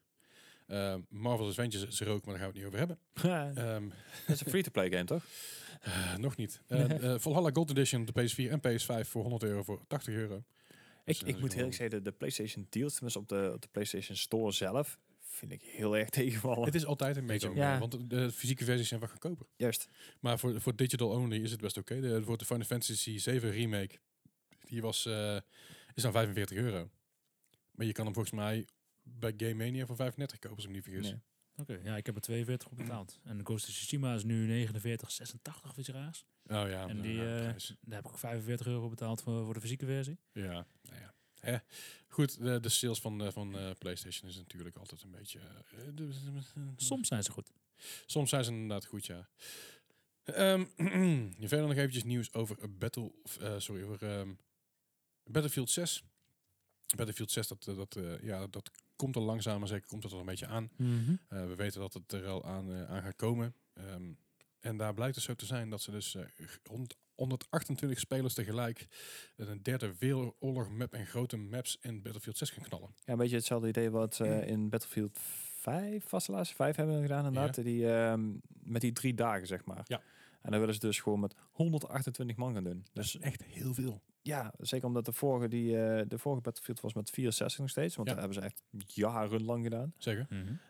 Eh, Marvel's Adventures is er ook, maar daar gaan we het niet over hebben. Ehm,
Dat is een free-to-play game, toch?
eh, nog niet. Eh eh, Valhalla Gold Edition op de PS4 en PS5 voor 100 euro voor 80 euro.
Ik,
eh,
ik
dat is
moet heel
wel-
erg zeggen, de, de PlayStation deals, tenminste op de, op de PlayStation Store zelf, vind ik heel erg tegenvallen.
Het is altijd een beetje,
Ja.
eh, want de, de fysieke versies zijn wat goedkoper.
Juist.
Maar voor, voor digital only is het best oké. De- Voor de Final Fantasy 7 remake, die was, eh, is dan 45 euro. Maar je kan hem volgens mij bij Game Mania voor 35 kopen, als ik me niet vergis.
Nee.
Oké, ja, ik heb er 42 op betaald.
Mm.
En Ghost of Tsushima is nu 49,86 of iets raars.
Oh ja,
En
nou,
die,
ja,
eh,
prijs.
Daar heb ik ook 45 euro betaald voor, voor de fysieke versie.
ja. Nou ja. Hè? Goed, de, de sales van, eh, van eh, PlayStation is natuurlijk altijd een beetje... eh, de-
Soms zijn ze goed.
Soms zijn ze inderdaad goed, ja. Ehm, verder nog eventjes nieuws over eh, Battle, eh, sorry, over ehm, Battlefield 6. Battlefield 6, dat, eh, dat, eh, ja, dat komt er langzaam maar zeker komt dat er een beetje aan. Eh, we weten dat het er al aan, eh, aan gaat komen. Ehm, en daar blijkt het zo te zijn dat ze dus eh, hond- 128 spelers tegelijk een derde wereldoorlog map en grote maps in Battlefield 6 gaan knallen.
Ja, een beetje hetzelfde idee wat
Mm.
eh, in Battlefield 5, was de laatste 5 hebben we gedaan inderdaad. Die, ehm, met die drie dagen, zeg maar.
Ja.
En dan willen ze dus gewoon met 128 man gaan doen.
Dat
Dus
is echt heel veel.
ja, zeker omdat de vorige, die, eh, de vorige Battlefield was met 64 nog steeds. Want
Ja.
dat hebben ze echt jarenlang gedaan.
Zeker.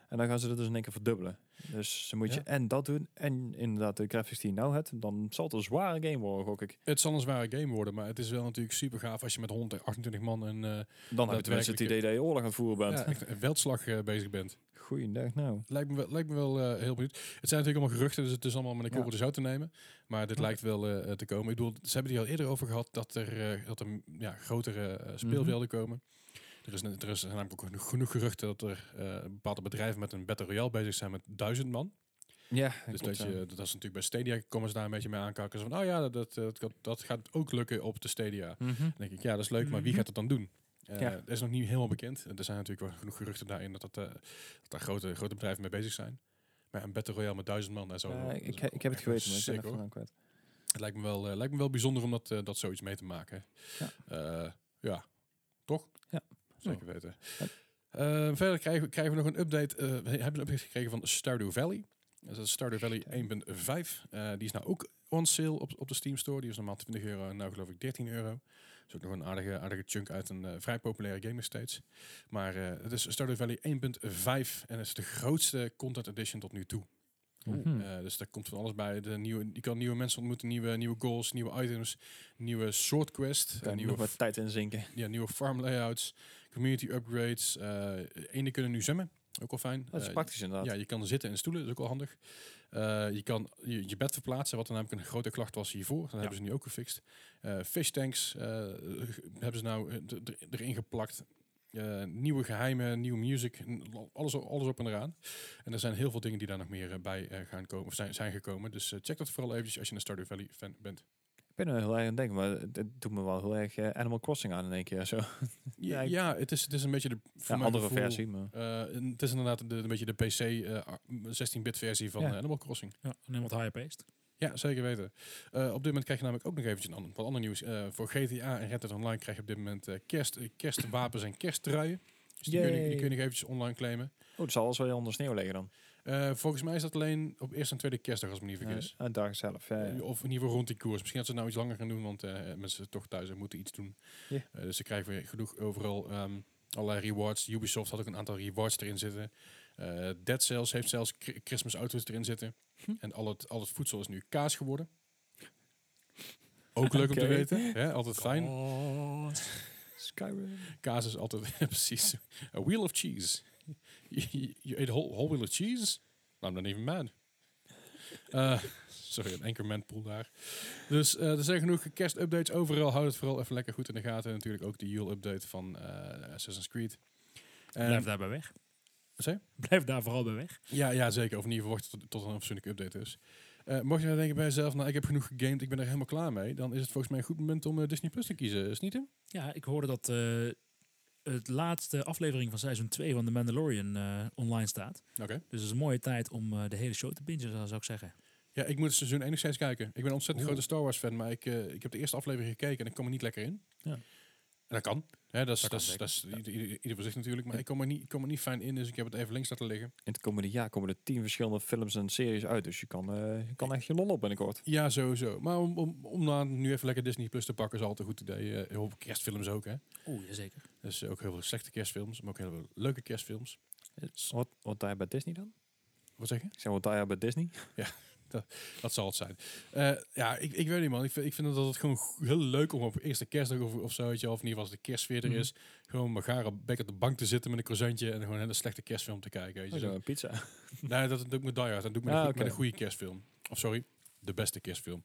En dan gaan ze dat dus in één keer verdubbelen. Dus ze moet
Ja.
je en dat doen. En inderdaad de graphics die je nou hebt. Dan zal het een zware game worden, gok ik.
Het zal een zware game worden, maar het is wel natuurlijk super gaaf als je met 128 man een, eh,
Dan heb je tenminste
Daadwerkelijk.
het idee dat je oorlog aan het voeren bent.
ja, echt een veldslag eh, bezig bent.
Goeiedag nou.
Lijkt me wel, lijkt me wel eh, heel benieuwd. Het zijn natuurlijk allemaal geruchten, dus het is allemaal met een
Ja.
korrel de zout te nemen. Maar dit lijkt wel eh, te komen. Ik bedoel, ze hebben het hier al eerder over gehad dat er, eh, dat er mm, ja, grotere
Mhm.
eh, speelvelden komen. Er, is, er is namelijk ook genoeg, genoeg geruchten dat er eh, bepaalde bedrijven met een Battle Royale bezig zijn met duizend man.
Ja,
Dus
klopt,
dat,
ja.
je, dat is natuurlijk bij Stadia komen ze daar een beetje mee aankakken. Zo van, oh ja, dat, dat, dat, kan- dat gaat ook lukken op de Stadia. Dan
Mhm.
denk ik, ja, dat is leuk, maar wie
Mhm.
gaat dat dan doen? Eh,
Ja.
Dat is nog niet helemaal bekend. Er zijn natuurlijk wel genoeg geruchten daarin dat, dat, eh, dat daar grote, grote bedrijven mee bezig zijn. Maar een Battle Royale met duizend man en zo.
Ja,
dat is
Eh, ik,
ook
ik heb het
echt wel
geweten, maar ik
sick,
ben het
hoor.
vandaan kwijt.
Het lijkt me wel, eh, lijkt me wel bijzonder om dat, eh, dat zoiets mee te maken.
Ja.
Eh, ja. toch?
Ja.
Zeker weten.
Ja.
Eh, verder krijgen, we- krijgen we nog een update. eh, we hebben een update gekregen van Stardew Valley. Dat is Stardew Valley 1.5. Eh, die is nou ook on sale op, op de Steam Store. Die is normaal 20 euro en nou geloof ik 13 euro. Dat is ook nog een aardige, aardige chunk uit een eh, vrij populaire game nog steeds. Maar eh, het is Stardew Valley 1.5 en het is de grootste content edition tot nu toe.
Mhm.
Eh, dus daar komt van alles bij. De nieuwe, je kan nieuwe mensen ontmoeten, nieuwe, nieuwe goals, nieuwe items, nieuwe soort quest, eh,
kan je nog
nieuwe,
wat tijd in zinken.
f- ja, nieuwe farm layouts, community upgrades. eh Eenden kunnen nu zwemmen, ook al fijn.
Dat is
Eh,
praktisch inderdaad.
ja, je kan zitten in stoelen, dat is ook wel handig. Eh, je kan je, je bed verplaatsen, wat er namelijk een grote klacht was hiervoor. Dat hebben ze nu ook gefixt. Eh fish tanks eh, hebben ze nou eh, d- d- erin geplakt. Eh, nieuwe geheimen, nieuwe music, n- alles, o- alles op en eraan. En er zijn heel veel dingen die daar nog meer eh, bij eh, gaan komen, of zijn, zijn gekomen. Dus eh, check dat vooral eventjes als je een Stardew Valley fan bent.
Ik ben er heel erg aan het denken, maar het- het doet me wel heel erg eh, Animal Crossing aan in één keer. Zo.
Ja,
Ja, ik-
ja het, is, het is een beetje de voor
Ja,
mijn
andere
gevoel,
versie, maar...
eh, een- het is inderdaad de, een beetje de PC eh, a- 16-bit versie van
Ja.
eh, Animal Crossing.
Ja, neem wat higher paced.
Ja, zeker weten. Eh, op dit moment krijg je namelijk ook nog eventjes een ander, wat ander nieuws. Eh, voor GTA en Red Dead Online krijg je op dit moment eh, kerst, eh, kerstwapens en kersttruien. Dus die kun, je, die
Yay.
kun je nog eventjes online claimen.
Oh, het zal alles wel onder sneeuw liggen dan.
Eh, volgens mij is dat alleen op eerste en tweede kerstdag, als ik me niet
Ja,
vergis.
Eh, een dag zelf, ja, ja.
Eh, Of in ieder geval rond die koers. Misschien dat ze het nou iets langer gaan doen, want eh, mensen toch thuis en moeten iets doen.
Ja.
Eh, dus ze krijgen weer genoeg overal ehm, allerlei rewards. Ubisoft had ook een aantal rewards erin zitten. Eh, Dead Cells heeft zelfs cri- Christmas auto's erin zitten.
Hm.
En al het, al het voedsel is nu kaas geworden. Ook leuk om
Oké.
te weten. Hè? Altijd fijn.
Oh.
Ehm,
Skyrim.
Kaas is altijd precies. A wheel of cheese. you you ate a whole, whole wheel of cheese? I'm not even mad. Eh, sorry, een anchorman pool daar. Dus eh, er zijn genoeg kerstupdates overal. Houd het vooral even lekker goed in de gaten. En natuurlijk ook de Yule-update van eh, Assassin's Creed. En-
Blijf daarbij weg.
Wat zei je?
Blijf daar vooral bij weg.
ja, ja, zeker. Of in ieder geval wachten tot, tot er een fatsoenlijke update is. Eh, mocht je nou denken bij jezelf, nou ik heb genoeg gegamed, ik ben er helemaal klaar mee. Dan is het volgens mij een goed moment om eh, Disney Plus te kiezen, is het niet hè?
Ja, ik hoorde dat eh, het laatste aflevering van seizoen 2 van The Mandalorian eh, online staat.
Oké.
Dus het is een mooie tijd om eh, de hele show te bingen, zou zou ik zeggen.
Ja, ik moet seizoen 1 nog steeds kijken. Ik ben een ontzettend
Oeh.
grote Star Wars fan, maar ik, eh, ik heb de eerste aflevering gekeken en ik kom er niet lekker in.
Ja.
En dat kan. Hè, dat is, dat
Dat kan
is,
zeker.
dat is ieder, ieder, ieder voor zich natuurlijk. Maar ik kom, er niet, ik kom er niet fijn in, dus ik heb het even links laten liggen.
In het komende jaar komen er tien verschillende films en series uit, dus je kan, eh, je kan echt je lol op binnenkort.
Ja, sowieso. Maar om, om, om dan nu even lekker Disney Plus te pakken is altijd een goed idee. Eh, heel veel kerstfilms ook, hè.
Oeh, jazeker.
Dus ook heel veel slechte kerstfilms, maar ook heel veel leuke kerstfilms.
Wat, wat daar bij Disney dan?
Wat zeg je?
Ik zeg, wat daar bij Disney?
Dat zal het zijn. Eh, ja, ik, ik weet niet man. Ik vind, ik vind dat het gewoon go- heel leuk om op eerste kerstdag of, of zo, weet je, wel, of in ieder geval als de kerstsfeer er
Mhm.
is, gewoon mijn gare bek op de bank te zitten met een croissantje en gewoon een hele slechte kerstfilm te kijken. Weet je.
Oh, Zo,
zo.
een pizza.
Nee, dat doe ik met Die Hard. Dat doe ik met, een
Ah,
goe- met
oké.
een goede kerstfilm. Of sorry, de beste kerstfilm.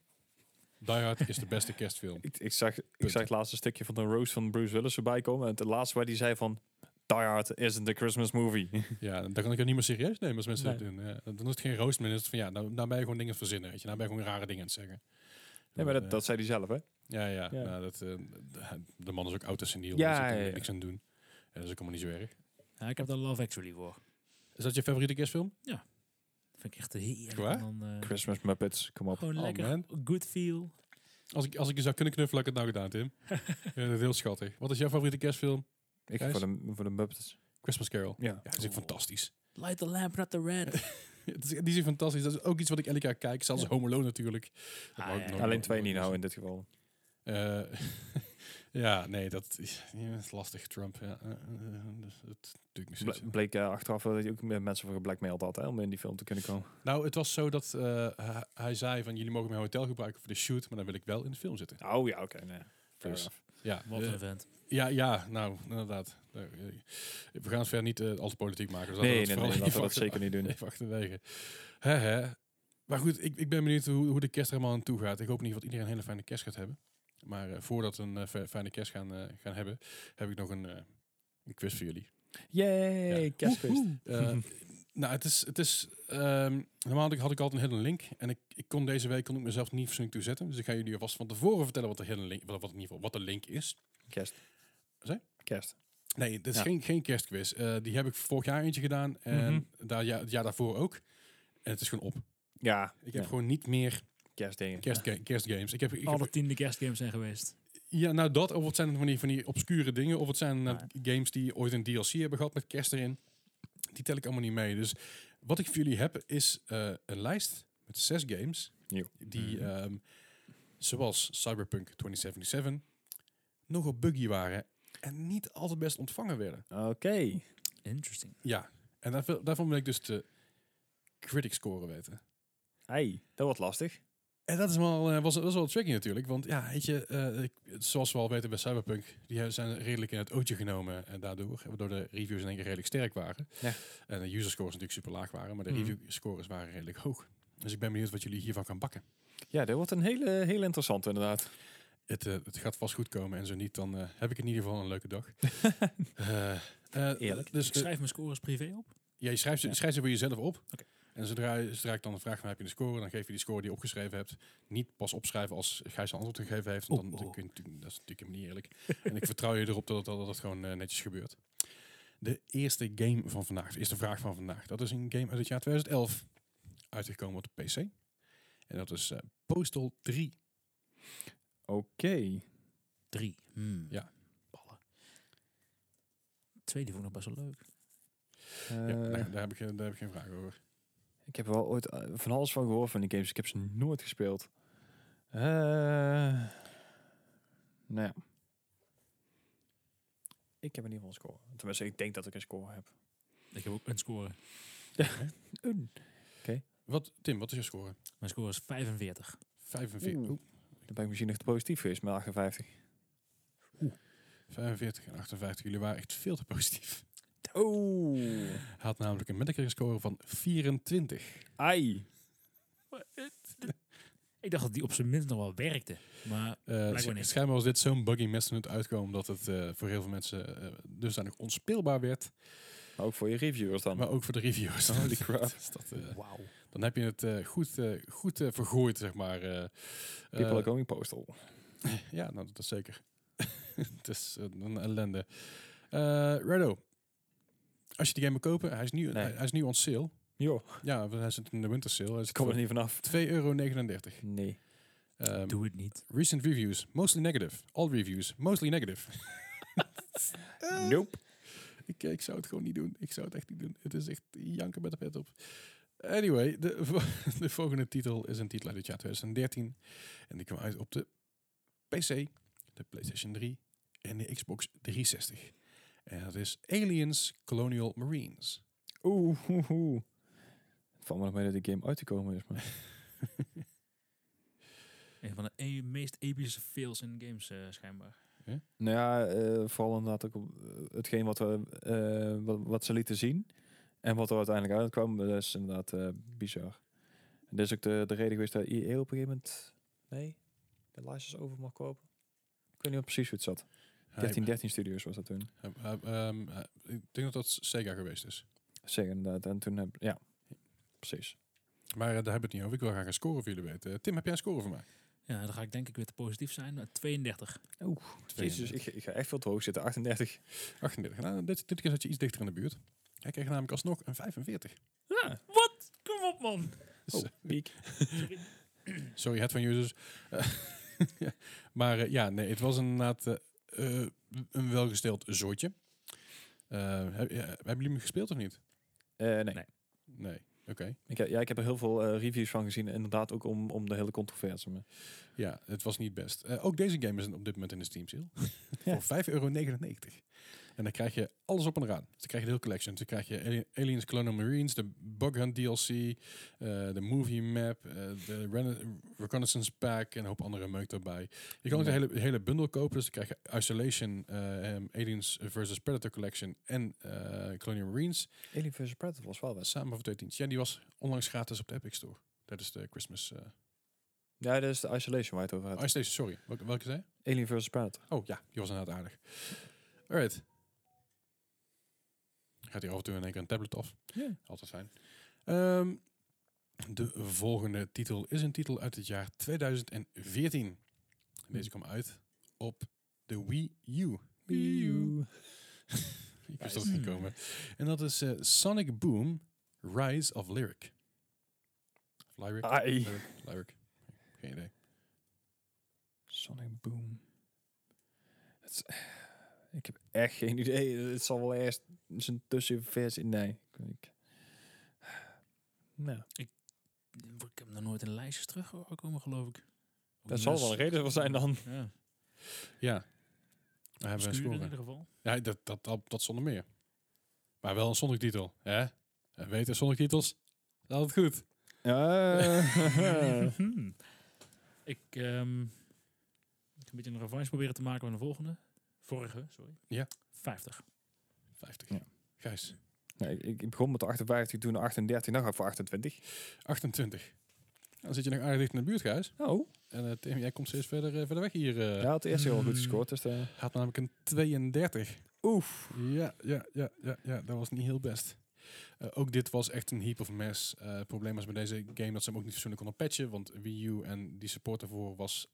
Die Hard is de beste kerstfilm.
Ik, ik, zag, ik
Punt.
zag het laatste stukje van de roast van Bruce Willis voorbij komen. En het laatste waar die zei van... Die Hard isn't a Christmas movie.
Ja, dan kan ik het niet meer serieus nemen als mensen
Nee.
dat doen. Ja, dan is het geen roost meer. Dan is het van ja, nou, nou ben je gewoon dingen aan het verzinnen. Weet je. Nou ben je gewoon rare dingen aan het zeggen.
nee, maar
eh,
dat, dat zei hij zelf, hè?
Ja, ja.
Ja.
Nou, dat, eh, de- de man is ook oud en seniel.
Ja,
Ja, daar zit
ja, ja.
er niks aan doen. En dat is ook allemaal niet zo erg.
Ja, ik heb daar Love Actually voor.
Is dat je favoriete kerstfilm?
Vind ik echt heerlijk.
Waar?
En Dan, eh,
Christmas Muppets, kom op.
gewoon
Oh,
lekker,
man.
good feel.
Als ik, als ik je zou kunnen knuffelen, had ik het nou gedaan, Tim. ja, dat is heel schattig. Wat is jouw favoriete kerstfilm?
Ik ga
Gijs?
voor de, voor de Muppets.
Christmas Carol.
Ja.
Ja, dat is ook fantastisch.
Light the lamp, not the red.
Ja, dat is- Die is echt fantastisch. Dat is ook iets wat ik elk jaar kijk. Zelfs
Ja.
Home Alone natuurlijk. Dat
Ah,
mag ik
ja.
nooit-
Alleen
nooit
twee niet
missen.
nou in dit geval.
Eh, ja, nee, dat is, ja, dat is lastig, Trump. Ja, eh, eh, dus dat doe ik nog steeds.
Ble- bleek eh, achteraf wel dat je ook met mensen voor geblackmailed had, hè, om in die film te kunnen komen.
Nou, het was zo dat eh, hij- hij zei van... jullie mogen mijn hotel gebruiken voor de shoot... maar dan wil ik wel in de film zitten.
Oh ja, oké. nee. Fair
Dus,
enough.
Ja,
Wat
eh,
een vent.
Ja, ja, nou, inderdaad. Nou, eh, We gaan het verder niet eh, als politiek maken. Dus laten we
Nee,
dat
nee, nee,
vooral
laten we
even
dat zeker niet doen.
Even achterwege. Hè, hè. Maar goed, ik, ik ben benieuwd hoe, hoe de kerst er helemaal aan toe gaat. Ik hoop in ieder geval dat iedereen een hele fijne kerst gaat hebben. Maar eh, voordat we een eh, fi- fijne kerst gaan, eh, gaan hebben, heb ik nog een, eh, een quiz voor jullie.
Yay,
Ja.
kerstfeest.
Eh, Nou, het is... Het is ehm, normaal had ik, had ik altijd een hidden link. En ik, ik kon deze week kon ik mezelf niet fatsoenlijk toezetten. Dus ik ga jullie alvast van tevoren vertellen wat de hidden link... Wat, wat, in ieder geval, wat de link is.
Kerst.
Sorry?
Kerst.
Nee, dit is
Ja.
geen, geen kerstquiz. Eh, die heb ik vorig jaar eentje gedaan. En
Mhm.
daar, ja, het jaar daarvoor ook. En het is gewoon op.
Ja.
Ik heb
ja.
gewoon niet meer
kerstdingen.
kerstga- kerstgames. Ik heb, ik heb
Alle tien de kerstgames zijn geweest.
Ja, nou dat. Of het zijn van die, van die obscure dingen. Of het zijn eh,
Ah.
games die ooit een DLC hebben gehad met kerst erin. Die tel ik allemaal niet mee. Dus wat ik voor jullie heb is eh, een lijst met zes games.
Jo.
Die,
Mhm.
ehm, zoals Cyberpunk 2077, nogal buggy waren. En niet altijd best ontvangen werden.
Oké.
Interesting.
Ja. En daarvan, daarvan wil ik dus de critic score weten.
Hey, dat wordt lastig.
En dat is wel, eh, was, was wel tricky natuurlijk. Want ja, weet je, eh, ik- zoals we al weten bij Cyberpunk, die hebben- zijn redelijk in het ootje genomen en daardoor, waardoor de reviews in één keer redelijk sterk waren.
Ja.
En de user scores natuurlijk super laag waren, maar de
Mhm.
review scores waren redelijk hoog. Dus ik ben benieuwd wat jullie hiervan gaan bakken.
Ja, dat wordt een hele, hele interessante inderdaad.
Het, eh, het gaat vast goed komen en zo niet, dan eh, heb ik in ieder geval een leuke dag. Eh, eh,
Eerlijk.
Dus,
ik
eh,
schrijf mijn scores privé op.
ja, je schrijft, ze-
Ja.
je schrijft ze voor jezelf op.
Oké.
En zodra, zodra ik dan de vraag van heb je de score, dan geef je die score die je opgeschreven hebt. Niet pas opschrijven als Gijs een antwoord gegeven heeft. Want
Oh,
dan, dan
oh.
kun je natuurlijk- dat is natuurlijk helemaal niet eerlijk. en ik vertrouw je erop dat het, dat het gewoon eh, netjes gebeurt. De eerste game van vandaag, de eerste vraag van vandaag. Dat is een game uit het jaar 2011. Uitgekomen op de PC. En dat is eh, Postal 3.
Oké.
Drie. Hmm.
Ja.
Ballen. Tweede vond ik nog best wel leuk.
Ja,
Eh,
daar, daar heb ik, geen- daar heb ik geen vraag over.
Ik heb er wel ooit eh, van alles van gehoord van die games. Ik heb ze nooit gespeeld. Eh, nou ja. Ik heb in ieder geval een score. Tenminste, ik denk dat ik een score heb.
Ik heb ook een score.
Een.
Wat, Tim, wat is je score?
Mijn score is 45.
45,
Oeh.
oeh,
Dan ben ik misschien nog te positief geweest met 58.
45 en 58. Jullie waren echt veel te positief.
Oh.
Hij had namelijk een Metacritic score van 24.
Ai.
eh, Ik dacht dat die op zijn minst nog wel werkte. Maar
Eh,
Blijkbaar
sch-
niet.
schijnbaar was dit zo'n buggy mes toen het uitkwam dat het eh, voor heel veel mensen eh dusdanig onspeelbaar werd.
Maar ook voor je reviewers dan.
Maar ook voor de reviewers.
Holy crap.
Dus dat, eh,
wauw.
dan heb je het eh, goed, eh, goed eh, vergooid, zeg maar. eh.
People
Eh,
are going postal.
ja, nou, dat is zeker. het is eh, een ellende. Eh Redo, als je die game wil kopen, hij is nu,
Nee.
hij, hij is nu on sale.
Jo,
Ja, want hij zit in de winter sale. Hij is
ik kom er
voor
niet vanaf.
2,39 euro.
Nee.
Ehm,
Doe het niet.
Recent reviews, mostly negative. All reviews, mostly negative.
Eh. Nope.
Ik, eh, ik zou het gewoon niet doen. Ik zou het echt niet doen. Het is echt janken met de pet op. Anyway, de, vo- de volgende titel is een titel uit het jaar 2013. En die kwam uit op de PC, de PlayStation 3 en de Xbox 360. En dat is Aliens Colonial Marines.
Oeh, oeh, oeh. Het valt me nog mee dat de game uit te komen is. Maar.
Een van de e- meest epische fails in games eh, schijnbaar.
nou ja, eh, vooral inderdaad ook op, eh, hetgeen wat, we, eh, wat, wat ze lieten zien. En wat er uiteindelijk uitkwam, dat is inderdaad eh, bizar. En dat is ook de, de reden geweest dat IE op een gegeven moment... Nee, de license over mag kopen. Ik weet niet wat precies hoe het zat. 1313 Studios was dat toen.
Hij- hij- ehm, hij- ik denk dat dat Sega geweest is.
Zeg inderdaad. En toen heb... Ja, precies.
Maar eh, daar hebben we het niet over. Ik wil graag een score voor jullie weten. Tim, heb jij een score voor mij?
Ja, dan ga ik denk ik weer te positief zijn. Maar 32.
Jezus, dus ik, ik ga echt veel te hoog zitten. 38.
38. Nou, dit, dit keer zat je iets dichter in de buurt. Hij kreeg namelijk alsnog een 45.
Ja, wat? Kom op man.
Dus,
Oh, piek.
eh, sorry, het van users. Eh, maar eh, ja, nee, het was inderdaad eh, eh, een welgesteld zootje. Eh, heb- ja, hebben jullie hem gespeeld of niet?
Eh, nee.
Nee. Oké.
Ik, heb- ja, ik heb er heel veel eh, reviews van gezien. Inderdaad, ook om, om de hele controverse. maar-
Ja, het was niet best. Eh, ook deze game is op dit moment in de Steam sale.
Ja.
Voor 5,99 euro. En dan krijg je alles op en eraan. Dus dan krijg je de hele collection. Dus dan krijg je Ali- Aliens Colonial Marines, de Bug Hunt DLC, eh, de Movie Map, eh, de Rena- Reconnaissance Pack en een hoop andere meuk daarbij. Je kan ook de
Ja.
hele, de hele bundel kopen. Dus dan krijg je Isolation, eh, ehm, Aliens vs. Predator Collection en eh, Colonial Marines. Eh,
Alien vs Predator was wel best.
Samen voor 13. Ja, die was onlangs gratis op de Epic Store. Dat is de Christmas... eh,
Ja, dat is de Isolation waar je het over had.
Isolation, sorry. Welke, welke zei je?
Alien vs Predator.
Oh ja, die was inderdaad aardig. Alright. gaat hij af en toe in één keer een tablet af.
Ja.
Altijd fijn. Ehm, de volgende titel is een titel uit het jaar 2014. Deze kwam uit op de Wii U. Ik wist dat het ging
Nice.
komen. En dat is eh, Sonic Boom Rise of Lyric. Of Lyric?
Ai.
Lyric? Lyric. Geen idee.
Sonic Boom. Het is- ik heb echt geen idee. Het zal wel eerst zijn tussenversie. Nee. ik weet niet. Nou,
Ik heb nog nooit in lijstjes teruggekomen, geloof ik. Ook
dat
niet
zal
eens-
wel een reden voor zijn dan.
Ja,
Ja. We hebben een
obscuur in
score.
ieder geval.
Ja, dat, dat, dat, dat zonder meer. Maar wel een Sonic titel. Hè? En weten Sonic titels? Dat is goed.
Eh,
Mhm. ik ehm, ik een beetje een revanche proberen te maken met de volgende. Vorige, sorry.
Ja.
50.
50.
Ja.
Gijs.
nee, ik, ik begon met de 58, toen de 38, nou ga ik voor 28.
28. Dan zit je nog aardig dicht in de buurt, Gijs.
Oh,
En eh, Tim, jij komt steeds verder, eh, verder weg hier. eh.
ja, het eerste heel goed
mm.
gescoord. Dus, eh,
Had namelijk een 32.
Oef.
Ja, ja, ja, ja, ja, dat was niet heel best. Eh, ook dit was echt een heap of mess. Eh, het probleem was met deze game dat ze hem ook niet fatsoenlijk konden patchen. Want Wii U en die support daarvoor was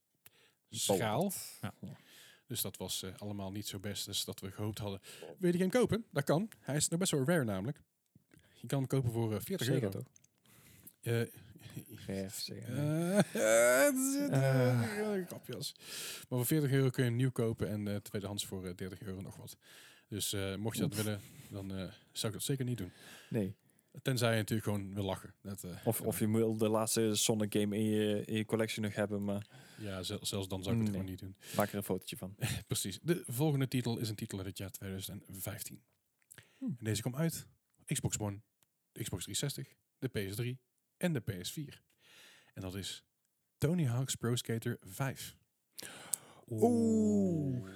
schaal.
Ja.
Dus dat was eh, allemaal niet zo best als dat we gehoopt hadden. Wil je die game kopen? Dat kan. Hij is nog best wel rare namelijk. Je kan hem kopen voor eh, 40
Zeker
euro.
toch?
Eh,
Ver, zeker.
eh, het zit, eh,
Ah.
een kapjas. Maar voor 40 euro kun je hem nieuw kopen en eh, tweedehands voor eh, 30 euro nog wat. Dus eh, mocht je dat willen, dan eh, zou ik dat zeker niet doen.
nee.
Tenzij je natuurlijk gewoon wil lachen. Dat, eh,
Of, of je wil de laatste Sonic game in je, in je collectie nog hebben, maar
ja, zel- zelfs dan zou ik het
Nee.
gewoon niet doen.
maak er een fotootje van.
Precies. De volgende titel is een titel uit het jaar 2015.
Hmm.
En deze komt uit Xbox One, de Xbox 360, de PS3 en de PS4. En dat is Tony Hawk's Pro Skater 5.
Oeh.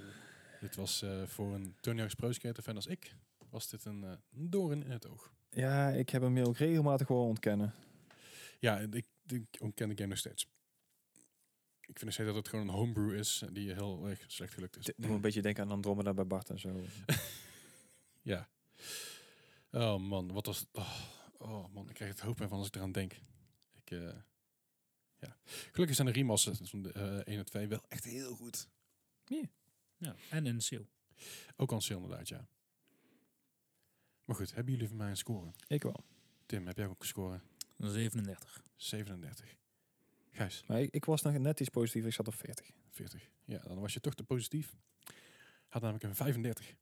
Dit was eh, voor een Tony Hawk's Pro Skater fan als ik, was dit een eh, doorn in het oog.
Ja, ik heb hem ook regelmatig gewoon ontkennen.
Ja, en ik, ik ontken de game nog steeds. Ik vind nog steeds dat het gewoon een homebrew is eh, die heel erg slecht gelukt is.
Dit Dus doet me een beetje denken aan Andromeda bij Bart en zo.
Ja. Oh man, wat was het? Oh, oh man, ik krijg het hoop van als ik eraan denk. Ik, eh, ja. Gelukkig zijn de remasters van de eh 1 en 2 wel echt heel goed.
Ja. En een seal.
Ook al sale inderdaad, ja. Maar goed, hebben jullie van mij een score?
ik wel.
Tim, heb jij ook een score?
37.
37. Gijs,
Maar ik, ik was nog net iets positiever, ik zat op 40.
40. Ja, dan was je toch te positief. Had namelijk een 35.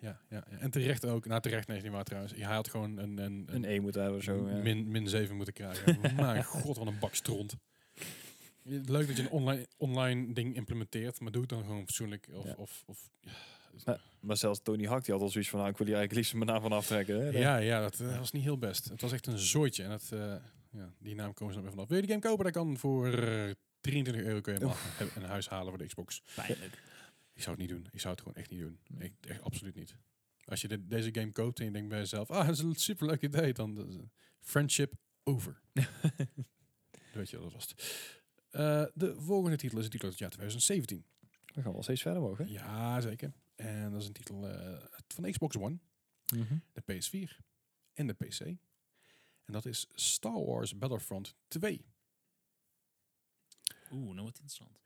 Ja, ja, ja, en terecht ook. Nou, terecht nee, is niet waar trouwens. Hij had gewoon een, een,
Een E moet hebben of zo. Ja.
min, min 7 moeten krijgen. Mijn god, wat een bak stront. Leuk dat je een online, online ding implementeert, maar doe het dan gewoon fatsoenlijk. Of,
Ja.
of, of,
Maar zelfs Tony Hak die had al zoiets van, nou, ik wil hier eigenlijk liefst mijn naam van aftrekken. Hè?
ja, ja, dat eh, was niet heel best. Het was echt een zooitje. En dat, eh, ja, die naam komen ze dan weer vanaf. Wil je de game kopen? Dat kan voor eh, 23 euro kun je hem af- in huis halen voor de Xbox.
Pijnlijk.
Ik zou het niet doen. Ik zou het gewoon echt niet doen.
Nee.
Ik, echt absoluut niet. Als je dit- deze game koopt en je denkt bij jezelf, ah, dat is een superleuk idee, dan eh, friendship over. Weet je, wel, dat was het. Eh, de volgende titel is een titel uit het jaar 2017.
We gaan wel steeds verder mogen.
Ja, zeker. En dat is een titel eh, van de Xbox One, de PS4 en de PC. En dat is Star Wars Battlefront 2.
Oeh, nou wat interessant.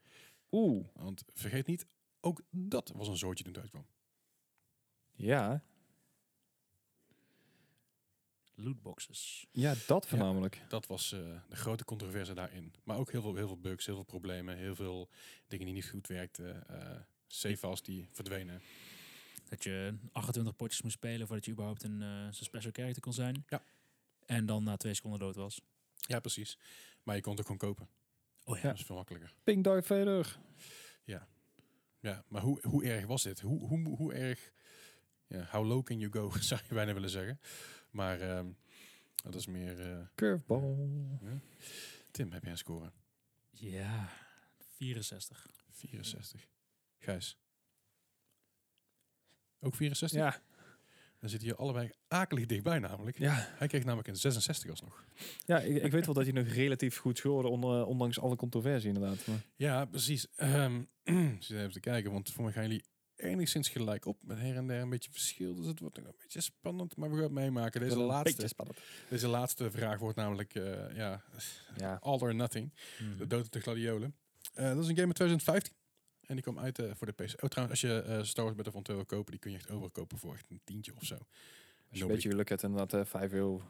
Oeh,
Want vergeet niet, ook dat was een zootje toen het uitkwam.
ja.
Lootboxes.
Ja, dat voornamelijk.
Dat was eh, de grote controverse daarin. Maar ook heel veel, heel veel bugs, heel veel problemen, heel veel dingen die niet goed werkten. eh C-files die verdwenen.
Dat je 28 potjes moest spelen voordat je überhaupt een eh, zo'n special character kon zijn.
Ja.
En dan na twee seconden dood was.
Ja, precies. Maar je kon het ook gewoon kopen.
Oh
Ja.
Dat is veel makkelijker.
Pink Dark Vader.
Ja, maar hoe, hoe erg was dit? Hoe, hoe, hoe erg... Ja, how low can you go, zou je bijna willen zeggen. Maar ehm, dat is meer... eh,
Curveball.
Tim, heb jij een score?
Ja. 64.
64. Gijs? Ook 64?
Ja.
Dan zitten hier allebei akelig dichtbij namelijk.
Ja,
Hij kreeg namelijk een 66 alsnog.
ja ik, ik weet wel dat hij nog relatief goed scoorde, on- eh, ondanks alle controversie inderdaad. Maar
Ja, precies. Ehm ik zit even te kijken, want voor mij gaan jullie enigszins gelijk op. Met her en der een beetje verschil. Dus het wordt nog een beetje spannend. Maar we gaan het meemaken. Deze, laatste,
spannend.
deze laatste vraag wordt namelijk eh, ja,
Ja.
all or nothing. De dood op de gladiolen. Eh, dat is een game uit 2015. En die kwam uit eh, voor de PC. Oh, trouwens, als je eh Star Wars Battlefront 2 wil kopen, die kun je echt overkopen voor echt een tientje of zo.
Als je een beetje geluk hebt, inderdaad eh, 5 euro.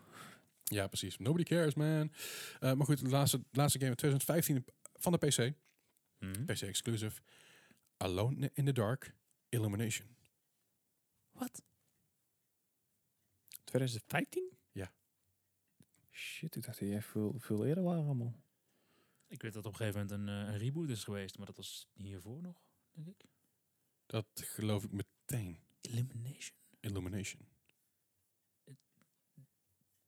Ja, precies. Nobody cares, man. Eh, maar goed, de laatste, laatste game uit 2015 van de PC. PC exclusive. Alone in the Dark, Illumination.
Wat?
2015?
Ja.
Shit, ik dacht dat jij veel, veel eerder waren allemaal.
Ik weet dat op een gegeven moment een, eh, een reboot is geweest, maar dat was hiervoor nog, denk ik.
Dat geloof ik meteen.
Elimination.
Illumination.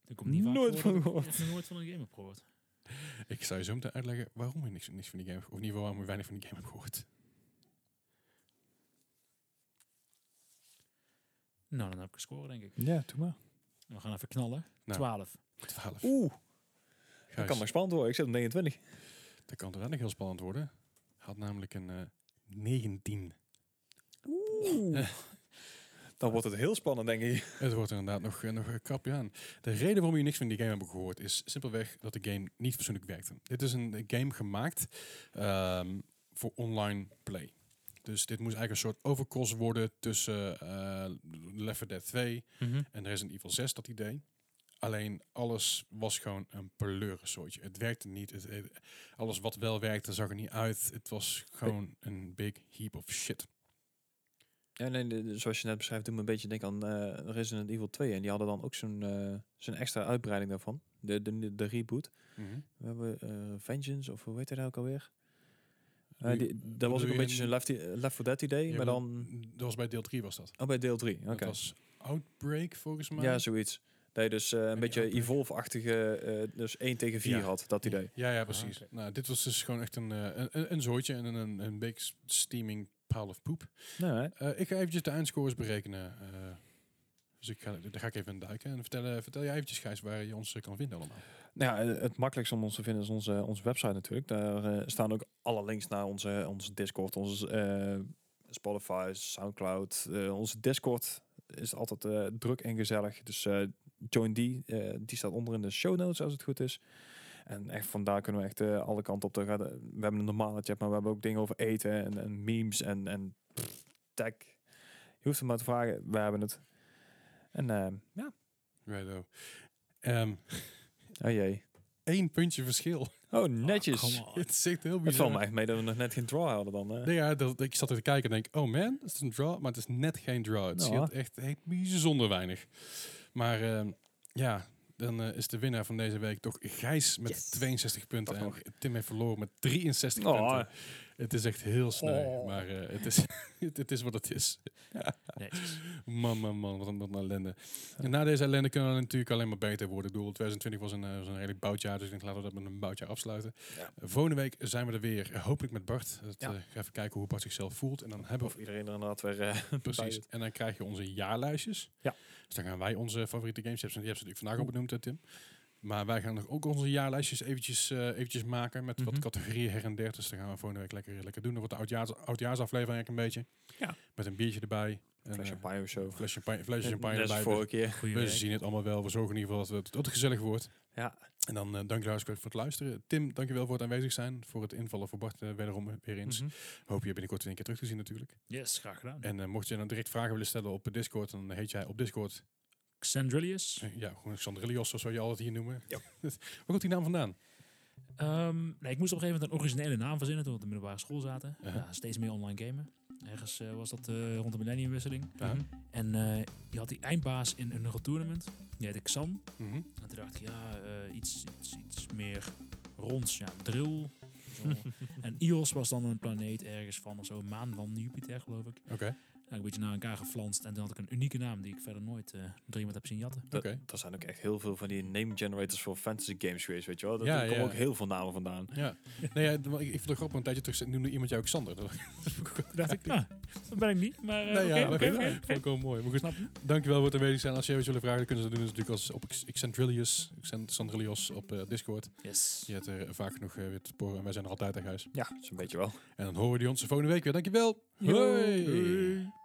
Ik kom niet vaak
Nooit van
voor dat ik
gehoord.
echt nooit van een game heb gehoord.
Ik zou je zo meteen uitleggen waarom ik niks, niks van die game heb Of in ieder geval waarom ik weinig van die game heb gehoord.
Nou, dan heb ik een score, denk ik.
Ja, doe maar.
We gaan even knallen.
Nou.
12.
12.
Oeh, dat
Gijs,
kan maar spannend worden. Ik zit op 29.
dat kan inderdaad nog heel spannend worden. Had namelijk een eh, 19.
Oeh. Dan wordt het heel spannend, denk ik.
Het wordt inderdaad nog, eh, nog een krapje aan. De reden waarom jullie niks van die game hebben gehoord is simpelweg dat de game niet fatsoenlijk werkte. Dit is een eh, game gemaakt ehm, voor online play. Dus dit moest eigenlijk een soort overcross worden tussen eh Left 4 Dead 2 en Resident Evil 6 dat idee. Alleen alles was gewoon een pleurensoortje. Het werkte niet. Het, het- alles wat wel werkte zag er niet uit. Het was gewoon een big heap of shit.
Ja, nee, de- de- zoals je net beschrijft, doet me een beetje denken aan eh, Resident Evil 2. En die hadden dan ook zo'n eh, zo'n extra uitbreiding daarvan. De, de, de reboot. We hebben eh, Vengeance, of hoe heet dat ook alweer? Eh,
Doe-
die, dat was
doe
ook een
je
beetje
een-
zo'n Left, left 4 Dead idee.
Ja,
maar
maar-
dan...
Dat was bij deel 3 was dat.
Oh, bij deel 3. Oké.
Dat was Outbreak volgens mij.
Ja, zoiets. Dat je dus eh, een
die
beetje
outbreak.
evolve-achtige, eh, dus 1 tegen 4
Ja.
had, dat idee.
Ja, ja, precies.
Ah, oké.
Nou, dit was dus gewoon echt een, eh, een, een- een zooitje en een, een, een big s- steaming pile of poep.
Nou, hè.
Eh, ik ga eventjes de eindscores berekenen. eh. dus ik ga, daar ga ik even in duiken. En vertel, eh, vertel jij eventjes, Gijs, waar je ons eh, kan vinden allemaal.
Nou ja, eh, het makkelijkste om ons te vinden is onze, onze website natuurlijk. Daar eh, staan ook alle links naar onze, onze Discord, onze eh, Spotify, Soundcloud. Eh, onze Discord is altijd eh, druk en gezellig. Dus eh, join die. Eh, die staat onder in de show notes als het goed is. En echt vandaar kunnen we echt eh, alle kanten op te gaan. We hebben een normale chat, maar we hebben ook dingen over eten en, en memes en, en pff, tech. Je hoeft hem maar te vragen, we hebben het. En eh, ja,
Righto. Ehm
oh jee.
één puntje verschil.
Oh, netjes.
Ah, Come on.
Het is echt heel
Het
bizar.
valt me echt mee dat we nog net geen draw hadden dan. Hè?
Nee, ja, dat, ik zat er te kijken en denk, oh man, het is een draw, maar het is net geen draw. Het
Nou.
scheelt echt, echt bijzonder weinig. Maar ehm, ja, dan eh, is de winnaar van deze week toch Gijs met
Yes.
62 punten.
Toch
En
nog.
Tim heeft verloren met 63
Oh.
punten. Het is echt heel snel,
Oh.
maar eh, het, is, het, het is wat het is.
Netjes.
Man, man, man, wat een, wat een ellende. En na deze ellende kunnen we natuurlijk alleen maar beter worden. Ik bedoel, 2020 was een, eh, was een redelijk boutjaar, dus ik denk laten we dat met een boutjaar afsluiten.
Ja.
Eh, Volgende week zijn we er weer, eh, hopelijk met Bart. Het,
Ja.
eh, ga even kijken hoe Bart zichzelf voelt. En dan hebben
Of
we
iedereen er inderdaad weer... eh, bij
precies.
het-
En dan krijg je onze jaarlijstjes.
Ja.
Dus dan gaan wij onze favoriete games, je hebt ze, je hebt ze natuurlijk vandaag al benoemd, hè, Tim. Maar wij gaan nog ook onze jaarlijstjes eventjes, eh, eventjes maken met
Mhm.
wat categorieën her en der. Dus dan gaan we volgende week lekker, lekker doen. Dan wordt de oudjaars, oudjaarsaflevering eigenlijk een beetje.
Ja.
Met een biertje erbij. En,
Fles
eh,
champagne of zo.
Fles champagne, flesje champagne
Net als
erbij.
vorige keer.
Goeie
We
werk.
zien het allemaal wel. We zorgen in ieder geval dat het, dat het gezellig wordt.
Ja.
En dan eh dank je hartstikke voor het luisteren. Tim, dankjewel voor het aanwezig zijn. Voor het invallen voor Bart eh, wederom weer eens.
Mhm.
Hoop je binnenkort weer een keer terug te zien natuurlijk.
Yes, graag gedaan.
En eh, mocht je nou direct vragen willen stellen op eh, Discord, dan heet jij op Discord.
Xandrillius.
eh, ja, gewoon Xandrilios, zoals we je altijd hier noemen. Waar komt die naam vandaan?
Ehm, nee, ik moest op een gegeven moment een originele naam verzinnen toen we op de middelbare school zaten.
Ja.
Ja, steeds meer online gamen. Ergens eh, was dat eh, rond de millenniumwisseling.
Ja.
En eh, je had die eindbaas in een tournament. Die heette Xan.
Mhm.
En toen dacht ik, ja, eh, iets, iets, iets meer ronds. Ja, drill. Zo. en Ios was dan een planeet ergens van of zo, een maan van Jupiter, geloof ik.
Oké,
Ja, een beetje naar elkaar geflanst. En toen had ik een unieke naam die ik verder nooit eh door iemand heb zien jatten.
oké.
Er zijn ook echt heel veel van die name generators voor fantasy games geweest, weet je wel. Daar
Ja,
komen
ja.
ook heel veel namen vandaan.
Ja. Nee, ja, d- maar ik, ik vond het grappig, een tijdje terug noemde iemand jou ook Xander. Dat
Toen dacht ik, nou, dat ben ik niet. Maar eh,
nee, ja,
oké,
dat
oké,
vind ik-
oké.
dat vond ik wel mooi. Maar goed,
Snap je?
Dankjewel voor het aanwezig zijn. Als je even willen vragen, dan kunnen ze dat doen natuurlijk als op X- Xandrilius, Xandrilius op eh, Discord.
Yes.
Je hebt er vaak genoeg eh, weer te sporen en wij zijn er altijd aan huis.
Ja, zo'n Dus beetje wel.
En dan horen jullie ons volgende week weer. Dankjewel. Hoi.